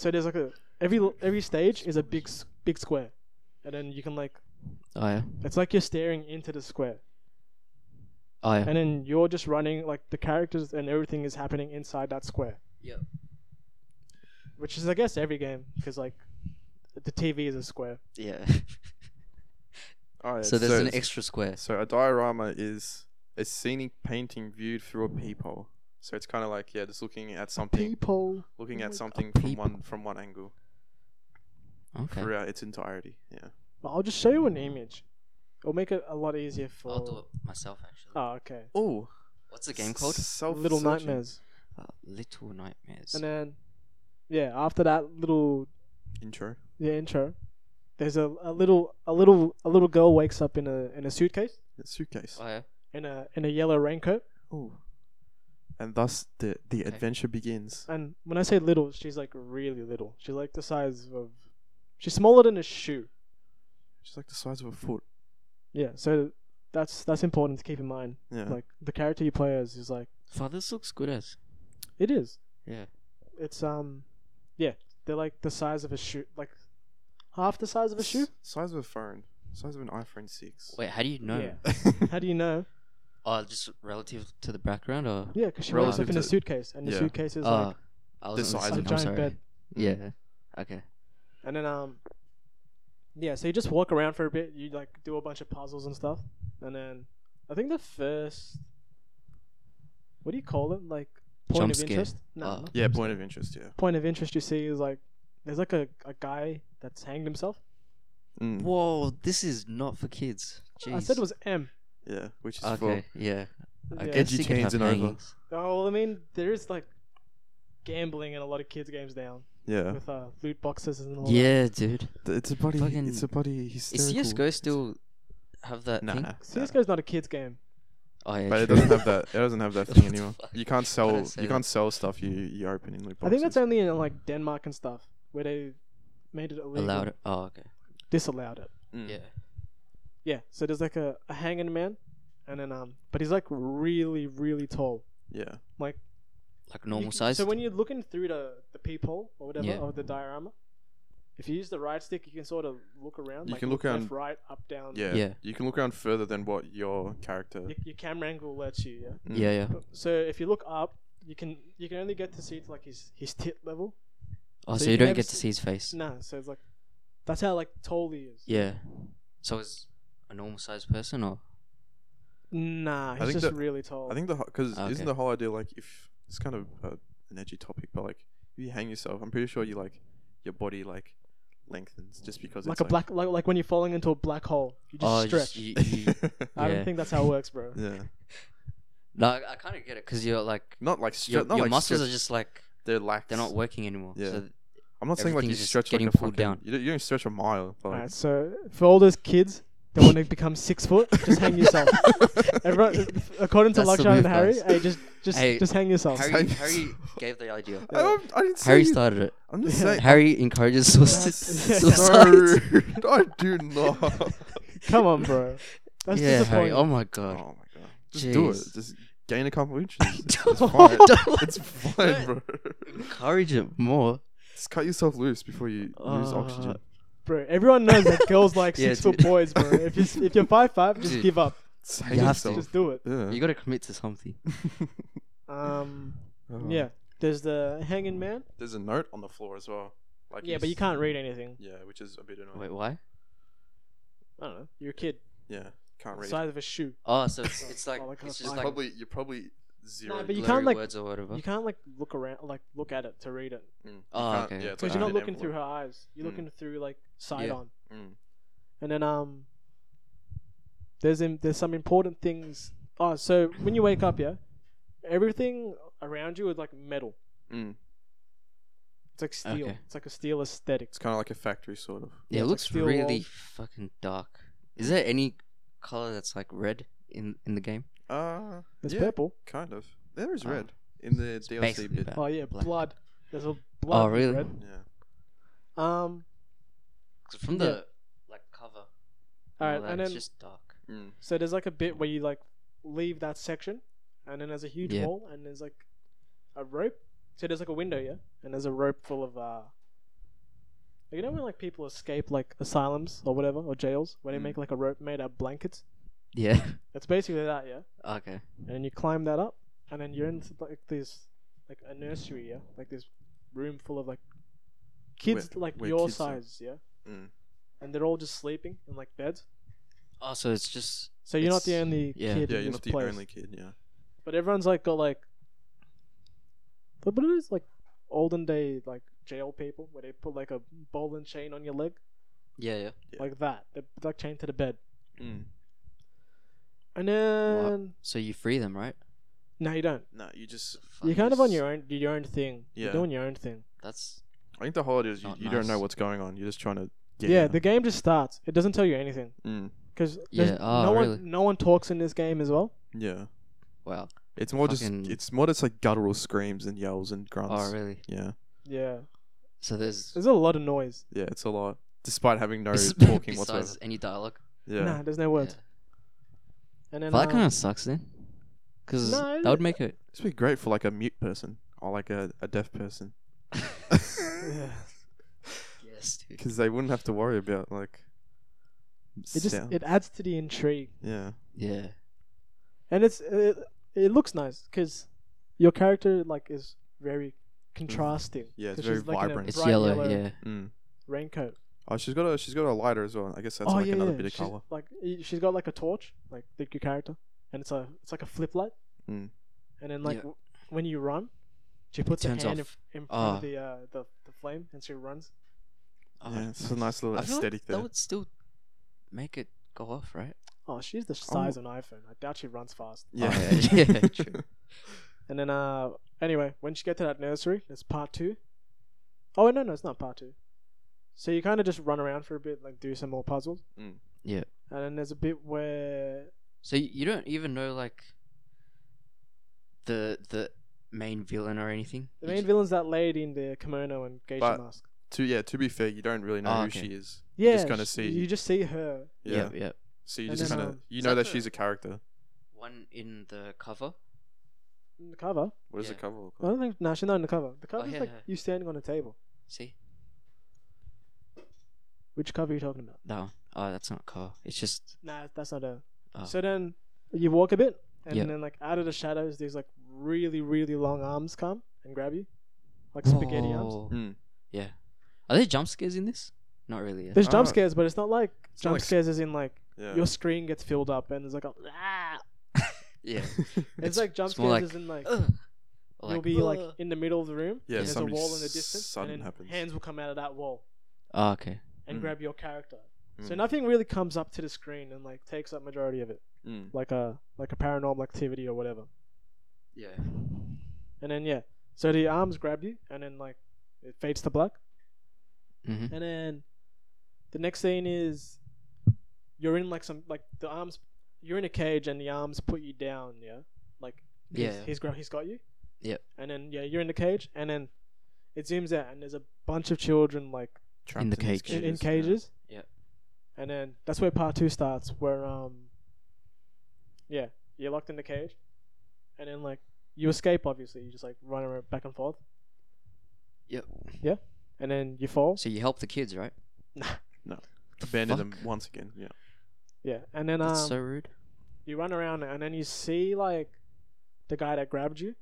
Speaker 3: so there's like a every every stage is a big s- big square and then you can like
Speaker 1: Oh yeah.
Speaker 3: it's like you're staring into the square
Speaker 1: Oh yeah.
Speaker 3: and then you're just running like the characters and everything is happening inside that square
Speaker 1: Yep.
Speaker 3: which is I guess every game because like the TV is a square.
Speaker 1: Yeah.
Speaker 2: Oh, yeah,
Speaker 1: so there's an
Speaker 2: it's-
Speaker 1: extra square.
Speaker 2: So a diorama is a scenic painting viewed through a peephole. So it's kind of like yeah, just looking at something,
Speaker 3: People.
Speaker 2: looking
Speaker 1: Like
Speaker 2: at
Speaker 1: a
Speaker 2: something from
Speaker 1: peep-
Speaker 2: one from one angle
Speaker 1: Okay.
Speaker 2: throughout its entirety. Yeah.
Speaker 3: But I'll just show you an image. It'll make it a lot easier for.
Speaker 1: I'll do it myself actually.
Speaker 3: Oh, okay.
Speaker 2: Oh,
Speaker 1: What's the game called?
Speaker 3: Little Nightmares,
Speaker 1: Uh, Little Nightmares.
Speaker 3: and then yeah, after that little
Speaker 2: Intro.
Speaker 3: yeah intro, there's a, a little a little a little girl wakes up in a in a suitcase
Speaker 2: Yeah, suitcase.
Speaker 1: oh yeah.
Speaker 3: in a in a yellow raincoat,
Speaker 2: Oh. And thus the the
Speaker 1: Okay.
Speaker 2: adventure begins.
Speaker 3: and when I say little, she's like really little. She's like the size of, she's smaller than a shoe.
Speaker 2: She's like the size of a foot.
Speaker 3: Yeah, so that's that's important to keep in mind.
Speaker 2: Yeah.
Speaker 3: Like the character you play as is like
Speaker 1: Wow, this looks good as.
Speaker 3: it is.
Speaker 1: Yeah.
Speaker 3: It's um, yeah, they're like the size of a shoe, like half the size of a shoe.
Speaker 2: S- Size of a phone. Size of an iPhone six.
Speaker 1: Wait, how do you know?
Speaker 3: Yeah. How do you know?
Speaker 1: Oh, just relative to the background or?
Speaker 3: Yeah, because she wakes up
Speaker 2: Relative
Speaker 3: in a
Speaker 2: to-
Speaker 3: suitcase, and the
Speaker 2: yeah. Uh,
Speaker 3: suitcase is
Speaker 1: Oh,
Speaker 3: like
Speaker 1: I
Speaker 2: the
Speaker 1: was
Speaker 2: size
Speaker 3: a
Speaker 2: I'm
Speaker 3: giant
Speaker 1: sorry.
Speaker 3: bed.
Speaker 2: Mm.
Speaker 1: Yeah. Okay.
Speaker 3: And then um, yeah, so you just walk around for a bit. You like do a bunch of puzzles and stuff, and then I think the first, what do you call it? Like point
Speaker 1: Jump
Speaker 3: of
Speaker 1: scare.
Speaker 3: interest. No,
Speaker 1: Oh.
Speaker 3: not
Speaker 2: Yeah, point of interest, yeah.
Speaker 3: point of interest you see is like there's like a, a guy that's hanged himself.
Speaker 2: Mm.
Speaker 1: Whoa, this is not for kids. Jeez.
Speaker 3: I said it was M.
Speaker 2: Yeah, which is
Speaker 1: Okay. Yeah.
Speaker 3: Yeah.
Speaker 1: I guess
Speaker 2: Edgy
Speaker 1: you can
Speaker 2: chains
Speaker 1: have
Speaker 2: and over.
Speaker 1: hangings.
Speaker 3: Oh, well, I mean, there is like gambling in a lot of kids' games now
Speaker 2: for yeah.
Speaker 3: with uh, loot boxes and all that.
Speaker 1: Yeah, dude.
Speaker 2: Th- It's a bloody
Speaker 1: Fucking-
Speaker 2: it's a bloody
Speaker 1: Is
Speaker 2: hysterical.
Speaker 1: CS:GO still have that
Speaker 2: Nah,
Speaker 1: thing?
Speaker 2: nah, nah.
Speaker 3: CS:GO's not a kids' game.
Speaker 1: Oh yeah.
Speaker 2: But it
Speaker 1: true.
Speaker 2: doesn't have that. It doesn't have that thing
Speaker 1: What the
Speaker 2: anymore.
Speaker 1: fuck?
Speaker 2: You can't
Speaker 1: Why
Speaker 2: sell.
Speaker 1: did I
Speaker 2: You
Speaker 1: say
Speaker 2: can't sell stuff you you open in loot boxes.
Speaker 3: I think that's only in like Denmark and stuff where they made it illegal.
Speaker 1: allowed it. Oh okay.
Speaker 3: Disallowed it.
Speaker 2: Mm.
Speaker 1: Yeah.
Speaker 3: Yeah. So there's like a, a hanging man, and then um, but he's like really really tall.
Speaker 2: Yeah.
Speaker 1: Like
Speaker 3: You
Speaker 1: normal
Speaker 3: c-
Speaker 1: size.
Speaker 3: So when you're looking through the the peephole or whatever
Speaker 1: Yeah.
Speaker 3: or the diorama, if you use the right stick, you can sort of look around.
Speaker 2: You
Speaker 3: like
Speaker 2: can look
Speaker 3: left,
Speaker 2: around-
Speaker 3: right, up, down.
Speaker 2: yeah,
Speaker 1: Yeah.
Speaker 2: You can look around further than what your character.
Speaker 3: Your, your camera angle lets you. Yeah.
Speaker 2: Mm.
Speaker 1: Yeah, yeah.
Speaker 3: But- So if you look up, you can you can only get to see it like his his tit level.
Speaker 1: Oh, so,
Speaker 3: So you
Speaker 1: you
Speaker 3: can
Speaker 1: don't
Speaker 3: never
Speaker 1: get to
Speaker 3: see-
Speaker 1: see his face.
Speaker 3: Nah. So it's like that's how like tall he is.
Speaker 1: Yeah. So is a normal sized person or
Speaker 3: Nah. He's
Speaker 2: think
Speaker 3: just
Speaker 2: that-
Speaker 3: really tall.
Speaker 2: I think the because
Speaker 1: Okay.
Speaker 2: isn't the whole idea like if it's kind of uh, an edgy topic, but like if you hang yourself, I'm pretty sure you like your body like lengthens just because
Speaker 3: like
Speaker 2: it's
Speaker 3: a black like like when you're falling into a black hole, you just
Speaker 1: oh
Speaker 3: stretch.
Speaker 1: just- you, you,
Speaker 3: I
Speaker 1: yeah.
Speaker 3: don't think that's how it works, bro.
Speaker 2: yeah,
Speaker 1: no, I, I kind of get it because you're like
Speaker 2: not like stre-
Speaker 1: your,
Speaker 2: not
Speaker 1: your
Speaker 2: like
Speaker 1: muscles
Speaker 2: stretch-
Speaker 1: are just like
Speaker 2: they're lax.
Speaker 1: they're not working anymore.
Speaker 2: Yeah.
Speaker 1: So
Speaker 2: I'm not saying like you
Speaker 1: everything's just
Speaker 2: stretch like
Speaker 1: getting
Speaker 2: a
Speaker 1: pulled
Speaker 2: fucking,
Speaker 1: down.
Speaker 2: You don't, you don't stretch a mile. But, like,
Speaker 3: Alright, so for all those kids They want to become six foot. Just hang yourself. Everyone, according to
Speaker 1: That's the
Speaker 3: Lakshman and
Speaker 1: move,
Speaker 3: Harry,
Speaker 1: guys.
Speaker 3: hey, just just
Speaker 1: Hey,
Speaker 3: just hang yourself.
Speaker 1: Harry,
Speaker 2: Oh, Same.
Speaker 1: Harry gave the idea.
Speaker 2: I, don't- I didn't say
Speaker 1: Harry
Speaker 2: you-
Speaker 1: started it.
Speaker 2: I'm just
Speaker 3: Yeah.
Speaker 2: saying.
Speaker 1: Harry encourages suicide.
Speaker 2: That's
Speaker 1: suicide.
Speaker 2: so rude. I do not. oh
Speaker 3: Come on, bro. That's
Speaker 1: yeah, Harry.
Speaker 3: disappointing.
Speaker 1: Oh my
Speaker 2: my
Speaker 1: god.
Speaker 2: god. Just do it.
Speaker 1: Jeez.
Speaker 2: Just gain a couple inches. It's fine.
Speaker 1: Don't-
Speaker 2: It's fine, bro.
Speaker 1: encourage it more.
Speaker 2: Just cut yourself loose before you lose
Speaker 1: Uh,
Speaker 2: oxygen.
Speaker 3: Bro, everyone knows that girls like
Speaker 1: Yeah,
Speaker 3: six foot
Speaker 1: dude.
Speaker 3: boys, bro. If you if you're five five, just
Speaker 1: Dude.
Speaker 3: give up.
Speaker 2: Save
Speaker 1: you have to.
Speaker 2: yourself.
Speaker 3: Just do it.
Speaker 2: Yeah.
Speaker 1: You gotta commit to something.
Speaker 3: Um,
Speaker 2: Oh.
Speaker 3: yeah. There's the hanging man.
Speaker 2: There's a note on the floor as well. Like
Speaker 3: Yeah, but you
Speaker 2: s-
Speaker 3: can't read anything.
Speaker 2: Yeah, which is a bit annoying.
Speaker 1: Wait, why?
Speaker 3: I don't know. You're a kid,
Speaker 2: Yeah, can't read.
Speaker 3: size of a shoe.
Speaker 1: Oh, so it's, it's like
Speaker 3: Oh, I can't
Speaker 1: it's just
Speaker 3: find
Speaker 1: like
Speaker 2: probably you're probably zero.
Speaker 3: No, but you
Speaker 1: blurry
Speaker 3: can't, like-
Speaker 1: words or whatever.
Speaker 3: You can't like look around, like look at it to read it,
Speaker 2: Mm, you
Speaker 1: Oh,
Speaker 2: can't-
Speaker 1: okay.
Speaker 2: Yeah, it's
Speaker 3: because
Speaker 2: like
Speaker 3: you're
Speaker 2: an
Speaker 3: not looking through
Speaker 2: envelope.
Speaker 3: her eyes. You're
Speaker 2: Mm.
Speaker 3: looking through like
Speaker 1: Hmm.
Speaker 3: side
Speaker 1: Yeah.
Speaker 3: on.
Speaker 2: Mm.
Speaker 3: And then um, there's im- there's some important things. Oh, so when you wake up, yeah, everything around you is like metal.
Speaker 2: Mm.
Speaker 3: It's like steel.
Speaker 1: Okay.
Speaker 3: It's like a steel aesthetic.
Speaker 2: It's kind of like a factory sort of.
Speaker 1: yeah,
Speaker 3: Yeah,
Speaker 1: it
Speaker 3: it's like
Speaker 1: looks
Speaker 3: steel
Speaker 1: really
Speaker 3: walls.
Speaker 1: fucking dark. Is there any color that's like red in in the game?
Speaker 2: Uh,
Speaker 3: It's
Speaker 2: yeah,
Speaker 3: purple.
Speaker 2: kind of. There is
Speaker 1: Oh.
Speaker 2: red in the DLC
Speaker 1: basically
Speaker 2: bit.
Speaker 1: that.
Speaker 3: Oh yeah,
Speaker 1: Black.
Speaker 3: blood. There's a blood.
Speaker 1: Oh, really?
Speaker 3: red.
Speaker 2: Yeah.
Speaker 3: Um.
Speaker 1: 'Cause from
Speaker 3: Yeah.
Speaker 1: the like cover,
Speaker 3: All
Speaker 1: all
Speaker 3: right,
Speaker 1: that,
Speaker 3: and
Speaker 1: it's
Speaker 3: then
Speaker 1: just dark.
Speaker 2: Mm.
Speaker 3: so there's like a bit where you like leave that section, and then there's a huge
Speaker 1: Yeah.
Speaker 3: wall, and there's like a rope. So there's like a window, yeah, and there's a rope full of uh. You know when like people escape like asylums or whatever or jails, where they
Speaker 2: Mm.
Speaker 3: make like a rope made out of blankets.
Speaker 1: Yeah.
Speaker 3: It's basically that, yeah.
Speaker 1: okay.
Speaker 3: And then you climb that up, and then you're in like this, like a nursery, yeah, like this room full of like kids
Speaker 2: Where-
Speaker 3: like
Speaker 2: where
Speaker 3: your
Speaker 2: kids are.
Speaker 3: size, yeah.
Speaker 2: Mm.
Speaker 3: and they're all just sleeping in like beds.
Speaker 1: Oh, so it's just
Speaker 3: So you're not the
Speaker 1: It's-
Speaker 3: only
Speaker 1: yeah.
Speaker 3: kid
Speaker 2: Yeah,
Speaker 3: in
Speaker 2: you're
Speaker 3: this
Speaker 2: not the
Speaker 3: place.
Speaker 2: only kid. Yeah.
Speaker 3: But everyone's like got like, but but it is like olden day like jail people where they put like a ball and chain on your leg
Speaker 1: yeah, yeah.
Speaker 2: Yeah.
Speaker 3: like that. They're like chained to the bed.
Speaker 2: Mm.
Speaker 3: And then
Speaker 1: So you free them, right?
Speaker 3: no, you don't.
Speaker 2: No, you just.
Speaker 1: Fuck,
Speaker 3: You're kind of on
Speaker 1: it's-
Speaker 3: your own. Your own thing.
Speaker 2: Yeah.
Speaker 3: You're doing your own thing.
Speaker 1: That's
Speaker 2: I think the holiday is you,
Speaker 1: Not
Speaker 2: you don't know
Speaker 1: nice.
Speaker 2: what's going on. You're just trying to.
Speaker 3: Yeah.
Speaker 2: Get out.
Speaker 3: the game just starts. It doesn't tell you anything
Speaker 2: Mm.
Speaker 3: because
Speaker 1: Yeah, oh,
Speaker 3: no
Speaker 1: really?
Speaker 3: one no one talks in this game as well.
Speaker 2: Yeah.
Speaker 1: wow.
Speaker 2: It's more
Speaker 1: Fucking-
Speaker 2: just. It's more just like guttural screams and yells and grunts.
Speaker 1: Oh, really?
Speaker 2: Yeah.
Speaker 3: Yeah,
Speaker 1: So there's
Speaker 3: there's a lot of noise.
Speaker 2: Yeah, it's a lot. Despite having no
Speaker 1: bes-
Speaker 2: talking
Speaker 1: besides
Speaker 2: whatsoever.
Speaker 1: any dialogue.
Speaker 2: Yeah.
Speaker 3: Nah, there's no words.
Speaker 1: Yeah.
Speaker 3: And then
Speaker 1: But that
Speaker 3: um,
Speaker 1: kind of sucks then, because
Speaker 3: No,
Speaker 1: that would make it.
Speaker 2: This would be great for like a mute person or like a, a deaf person.
Speaker 3: yeah.
Speaker 1: Yes, dude.
Speaker 2: Because they wouldn't have to worry about like.
Speaker 3: It just
Speaker 2: sound.
Speaker 3: it adds to the intrigue,
Speaker 2: yeah.
Speaker 1: Yeah.
Speaker 3: and it's it, it looks nice because your character like is very contrasting.
Speaker 2: Yeah, it's
Speaker 3: 'cause
Speaker 2: very
Speaker 3: she's, like, in a
Speaker 2: vibrant.
Speaker 1: It's
Speaker 3: bright
Speaker 1: yellow, Yeah.
Speaker 2: Mm.
Speaker 3: raincoat.
Speaker 2: Oh, she's got a she's got a lighter as well. I guess that's
Speaker 3: oh
Speaker 2: like
Speaker 3: yeah,
Speaker 2: another
Speaker 3: yeah.
Speaker 2: bit of
Speaker 3: she's,
Speaker 2: color.
Speaker 3: Like y- she's got like a torch, like the your character, and it's a it's like a flip light.
Speaker 2: Mm.
Speaker 3: And then like
Speaker 1: Yeah.
Speaker 3: w- when you run, she puts her
Speaker 1: turns
Speaker 3: hand
Speaker 1: off.
Speaker 3: in, in front
Speaker 1: Ah.
Speaker 3: of the, uh, the the flame, and she runs.
Speaker 1: Oh,
Speaker 2: yeah, it's a nice little
Speaker 1: I feel like
Speaker 2: aesthetic there.
Speaker 1: That would still make it go off, right?
Speaker 3: Oh, she's the size of an iPhone. I doubt she runs fast.
Speaker 2: Yeah.
Speaker 1: Oh, yeah, yeah, true.
Speaker 3: And then uh, anyway, once you get to that nursery, it's part two. Oh no, no, it's not part two. So you kind of just run around for a bit, like do some more puzzles.
Speaker 2: Mm.
Speaker 1: Yeah.
Speaker 3: And then there's a bit where
Speaker 1: So y- you don't even know like the the main villain or anything.
Speaker 3: the
Speaker 1: You
Speaker 3: main
Speaker 1: ju-
Speaker 3: villain's that lady in the kimono and geisha
Speaker 2: But-
Speaker 3: mask.
Speaker 2: to yeah, to be fair, you don't really know
Speaker 1: Oh,
Speaker 2: who
Speaker 1: okay.
Speaker 2: she is.
Speaker 3: Yeah,
Speaker 2: just kinda
Speaker 3: sh-
Speaker 2: see-
Speaker 3: You just see her.
Speaker 2: Yeah.
Speaker 1: yeah, yeah.
Speaker 2: So you
Speaker 3: And
Speaker 2: just
Speaker 3: then,
Speaker 2: kind of
Speaker 3: um,
Speaker 2: you
Speaker 1: Is
Speaker 2: know
Speaker 1: that
Speaker 2: that
Speaker 1: the-
Speaker 2: she's a character.
Speaker 1: One in the cover.
Speaker 3: In the cover.
Speaker 2: What does
Speaker 1: Yeah.
Speaker 2: the cover look
Speaker 3: I
Speaker 2: like?
Speaker 3: don't think. No, she's not in the cover. The cover's
Speaker 1: Oh, yeah,
Speaker 3: like
Speaker 1: yeah.
Speaker 3: you standing on a table.
Speaker 1: See
Speaker 3: Which cover are you talking about?
Speaker 1: that one. Oh, that's not a cover. It's just
Speaker 3: Nah, that's not her.
Speaker 1: Oh.
Speaker 3: So then you walk a bit, and
Speaker 1: Yeah.
Speaker 3: then like out of the shadows, these like really really long arms come and grab you,
Speaker 1: Oh.
Speaker 3: like spaghetti arms.
Speaker 1: Whoa.
Speaker 2: Mm.
Speaker 1: Yeah. Are there jump scares in this? Not really. Yeah.
Speaker 3: There's jump
Speaker 2: Ah.
Speaker 3: scares, but it's not like
Speaker 2: It's not
Speaker 3: jump
Speaker 2: like s-
Speaker 3: scares as in like
Speaker 2: Yeah.
Speaker 3: your screen gets filled up and there's like a ah.
Speaker 1: yeah.
Speaker 3: It's, like jump
Speaker 1: it's more like,
Speaker 3: scares as in like
Speaker 1: Ugh. Or
Speaker 3: you'll
Speaker 1: like,
Speaker 3: be like
Speaker 1: "Ugh."
Speaker 3: in the middle of the room.
Speaker 2: Yeah,
Speaker 3: There's a
Speaker 2: something
Speaker 3: wall in the distance, and
Speaker 2: sudden
Speaker 3: then
Speaker 2: happens.
Speaker 3: hands will come out of that wall
Speaker 1: Oh, okay.
Speaker 3: and
Speaker 2: Mm.
Speaker 3: grab your character. So
Speaker 2: Mm.
Speaker 3: nothing really comes up to the screen and like takes up majority of it,
Speaker 2: Mm.
Speaker 3: like a like a paranormal activity or whatever.
Speaker 1: Yeah.
Speaker 3: And then yeah, so the arms grab you, and then like it fades to black.
Speaker 1: Mm-hmm.
Speaker 3: And then the next scene is you're in like some like the arms, you're in a cage and the arms put you down. Yeah, like
Speaker 1: Yeah.
Speaker 3: he's he's, gra- he's got you.
Speaker 1: Yep.
Speaker 3: And then yeah, you're in the cage, and then it zooms out, and there's a bunch of children like
Speaker 2: Trapped
Speaker 1: the
Speaker 2: these
Speaker 1: cage.
Speaker 3: in, in
Speaker 2: yeah.
Speaker 3: cages.
Speaker 1: Yeah.
Speaker 3: And then that's where part two starts, where um, yeah, you're locked in the cage, and then like you escape. Obviously, you just like run around back and forth,
Speaker 1: Yep.
Speaker 3: and then you fall.
Speaker 1: So you help the kids, right?
Speaker 2: Abandon them
Speaker 1: Fuck.
Speaker 2: once again. Yeah.
Speaker 3: Yeah, and then um,
Speaker 1: That's so rude.
Speaker 3: you run around, and then you see like the guy that grabbed you.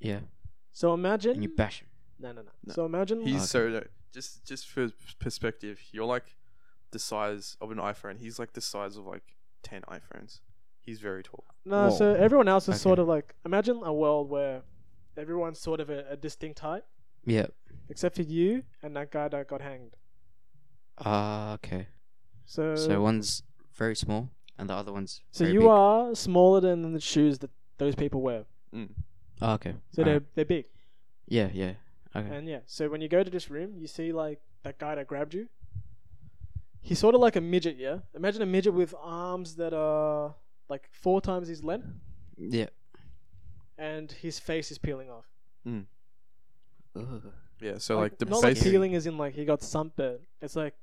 Speaker 1: Yeah.
Speaker 3: So imagine
Speaker 1: And you bash him.
Speaker 3: no, no, no,
Speaker 2: No.
Speaker 3: So imagine
Speaker 2: He's
Speaker 1: Okay.
Speaker 2: so no, just just for perspective, you're like the size of an iPhone. He's like the size of like ten iPhones. He's very tall.
Speaker 3: No,
Speaker 1: Whoa.
Speaker 3: so everyone else is
Speaker 1: Okay.
Speaker 3: sort of like imagine a world where everyone's sort of a, a distinct type,
Speaker 1: Yeah.
Speaker 3: except for you and that guy that got hanged.
Speaker 1: Ah, okay.
Speaker 3: So
Speaker 1: So
Speaker 3: so,
Speaker 1: one's very small and the other one's very
Speaker 3: Uh, you
Speaker 1: big.
Speaker 3: are smaller than the shoes that those people wear.
Speaker 2: Mm.
Speaker 1: Ah, okay.
Speaker 3: So they're
Speaker 1: Alright.
Speaker 3: they're big.
Speaker 1: Yeah, yeah. Okay.
Speaker 3: And yeah, so when you go to this room, you see like that guy that grabbed you. He's sort of like a midget, yeah. Imagine a midget with arms that are like four times his length,
Speaker 1: yeah.
Speaker 3: and his face is peeling off.
Speaker 1: Ugh.
Speaker 2: Yeah. So like, the
Speaker 3: not
Speaker 2: basic,
Speaker 3: like peeling is in like he got sunburned. It's like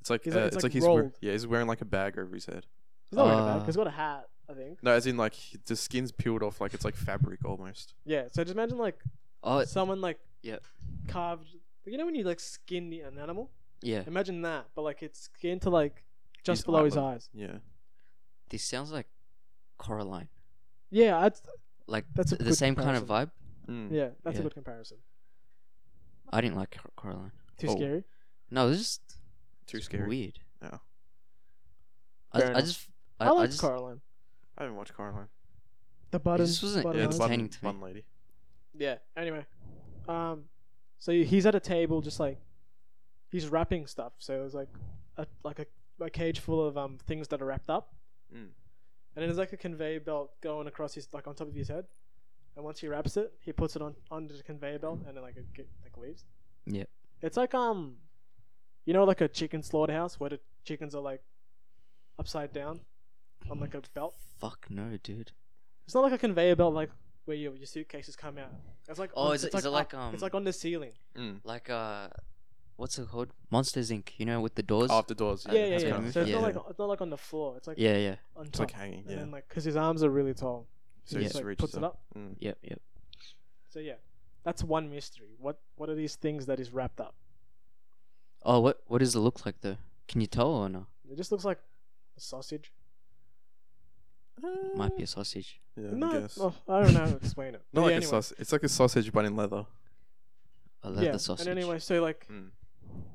Speaker 2: it's like
Speaker 3: he's
Speaker 2: uh,
Speaker 3: like-
Speaker 2: it's, like, he's wear-
Speaker 3: rolled.
Speaker 2: yeah he's wearing like a bag over his head.
Speaker 3: he's not wearing a
Speaker 2: Uh.
Speaker 1: Ah.
Speaker 3: bag. He's got a hat, I think.
Speaker 2: No, as in like he- the skin's peeled off, like it's like fabric almost.
Speaker 3: Yeah, so just imagine like
Speaker 1: Oh,
Speaker 3: someone like
Speaker 1: yeah.
Speaker 3: carved. You know when you like skin the- an animal?
Speaker 1: yeah.
Speaker 3: Imagine that, but like it's skin to like just
Speaker 2: His
Speaker 3: below
Speaker 2: eye
Speaker 3: his
Speaker 2: level.
Speaker 3: eyes.
Speaker 2: Yeah.
Speaker 1: This sounds like Coraline.
Speaker 3: Yeah, I'd,
Speaker 1: Like
Speaker 3: That's a
Speaker 1: th- the
Speaker 3: good
Speaker 1: same kind of vibe.
Speaker 2: Mm.
Speaker 3: yeah, that's a
Speaker 1: Yeah.
Speaker 3: good comparison.
Speaker 1: I didn't like Cor- Coraline.
Speaker 3: Too
Speaker 2: Oh.
Speaker 3: scary.
Speaker 1: No, it's just
Speaker 2: Too
Speaker 1: it's
Speaker 2: scary.
Speaker 1: Weird.
Speaker 2: Yeah.
Speaker 1: I,
Speaker 3: Fair
Speaker 1: I
Speaker 3: enough.
Speaker 1: just I,
Speaker 3: I, like
Speaker 1: just
Speaker 3: Caroline.
Speaker 2: I haven't watched Coraline.
Speaker 3: The button.
Speaker 1: just wasn't-
Speaker 3: button
Speaker 2: yeah,
Speaker 1: Nice.
Speaker 2: the
Speaker 3: eyes.
Speaker 2: button,
Speaker 1: Entertaining to me.
Speaker 2: button lady.
Speaker 3: Yeah. Anyway, um, so he's at a table, just like he's wrapping stuff. So it was like a like a, a cage full of um things that are wrapped up,
Speaker 2: Mm.
Speaker 3: and then there's like a conveyor belt going across his like on top of his head, and once he wraps it, he puts it on under the conveyor belt, and then like it get, like leaves.
Speaker 1: Yeah.
Speaker 3: It's like um, you know, like a chicken slaughterhouse where the chickens are like upside down on like a belt.
Speaker 1: Fuck no, dude.
Speaker 3: It's not like a conveyor belt like where your, your suitcases come out. It's like
Speaker 1: Oh,
Speaker 3: on-
Speaker 1: is it-
Speaker 3: it's
Speaker 1: is it like,
Speaker 3: up-
Speaker 1: um,
Speaker 3: it's like on the ceiling.
Speaker 2: Mm.
Speaker 1: Like uh, what's it called? Monsters Inc. You know, with the doors.
Speaker 2: Oh, off the doors.
Speaker 3: Yeah, yeah,
Speaker 1: Uh, that's
Speaker 3: yeah.
Speaker 1: kind of-
Speaker 3: So it's
Speaker 1: yeah.
Speaker 3: not like it's not like on the floor. It's like
Speaker 1: yeah, yeah,
Speaker 3: on
Speaker 2: It's
Speaker 3: top.
Speaker 2: like hanging.
Speaker 3: and
Speaker 2: Yeah.
Speaker 3: then like because his arms are really tall,
Speaker 2: So
Speaker 1: Yeah.
Speaker 2: he
Speaker 3: he
Speaker 1: just
Speaker 2: just
Speaker 3: like,
Speaker 2: reaches
Speaker 3: puts it up.
Speaker 2: Mm.
Speaker 1: yep, yep.
Speaker 3: So yeah, that's one mystery. What what are these things that is wrapped up?
Speaker 1: Oh, what what does it look like though? Can you tell or no?
Speaker 3: It just looks like a sausage.
Speaker 1: Might be a sausage.
Speaker 2: Yeah, I
Speaker 3: no,
Speaker 2: guess.
Speaker 3: oh, I don't know how to explain it.
Speaker 2: Not
Speaker 3: But
Speaker 2: like
Speaker 3: yeah,
Speaker 2: a
Speaker 3: anyway.
Speaker 2: sausage. It's like a sausage, but in leather.
Speaker 1: I love
Speaker 3: yeah.
Speaker 1: the sausage.
Speaker 3: And anyway, so like
Speaker 2: Mm.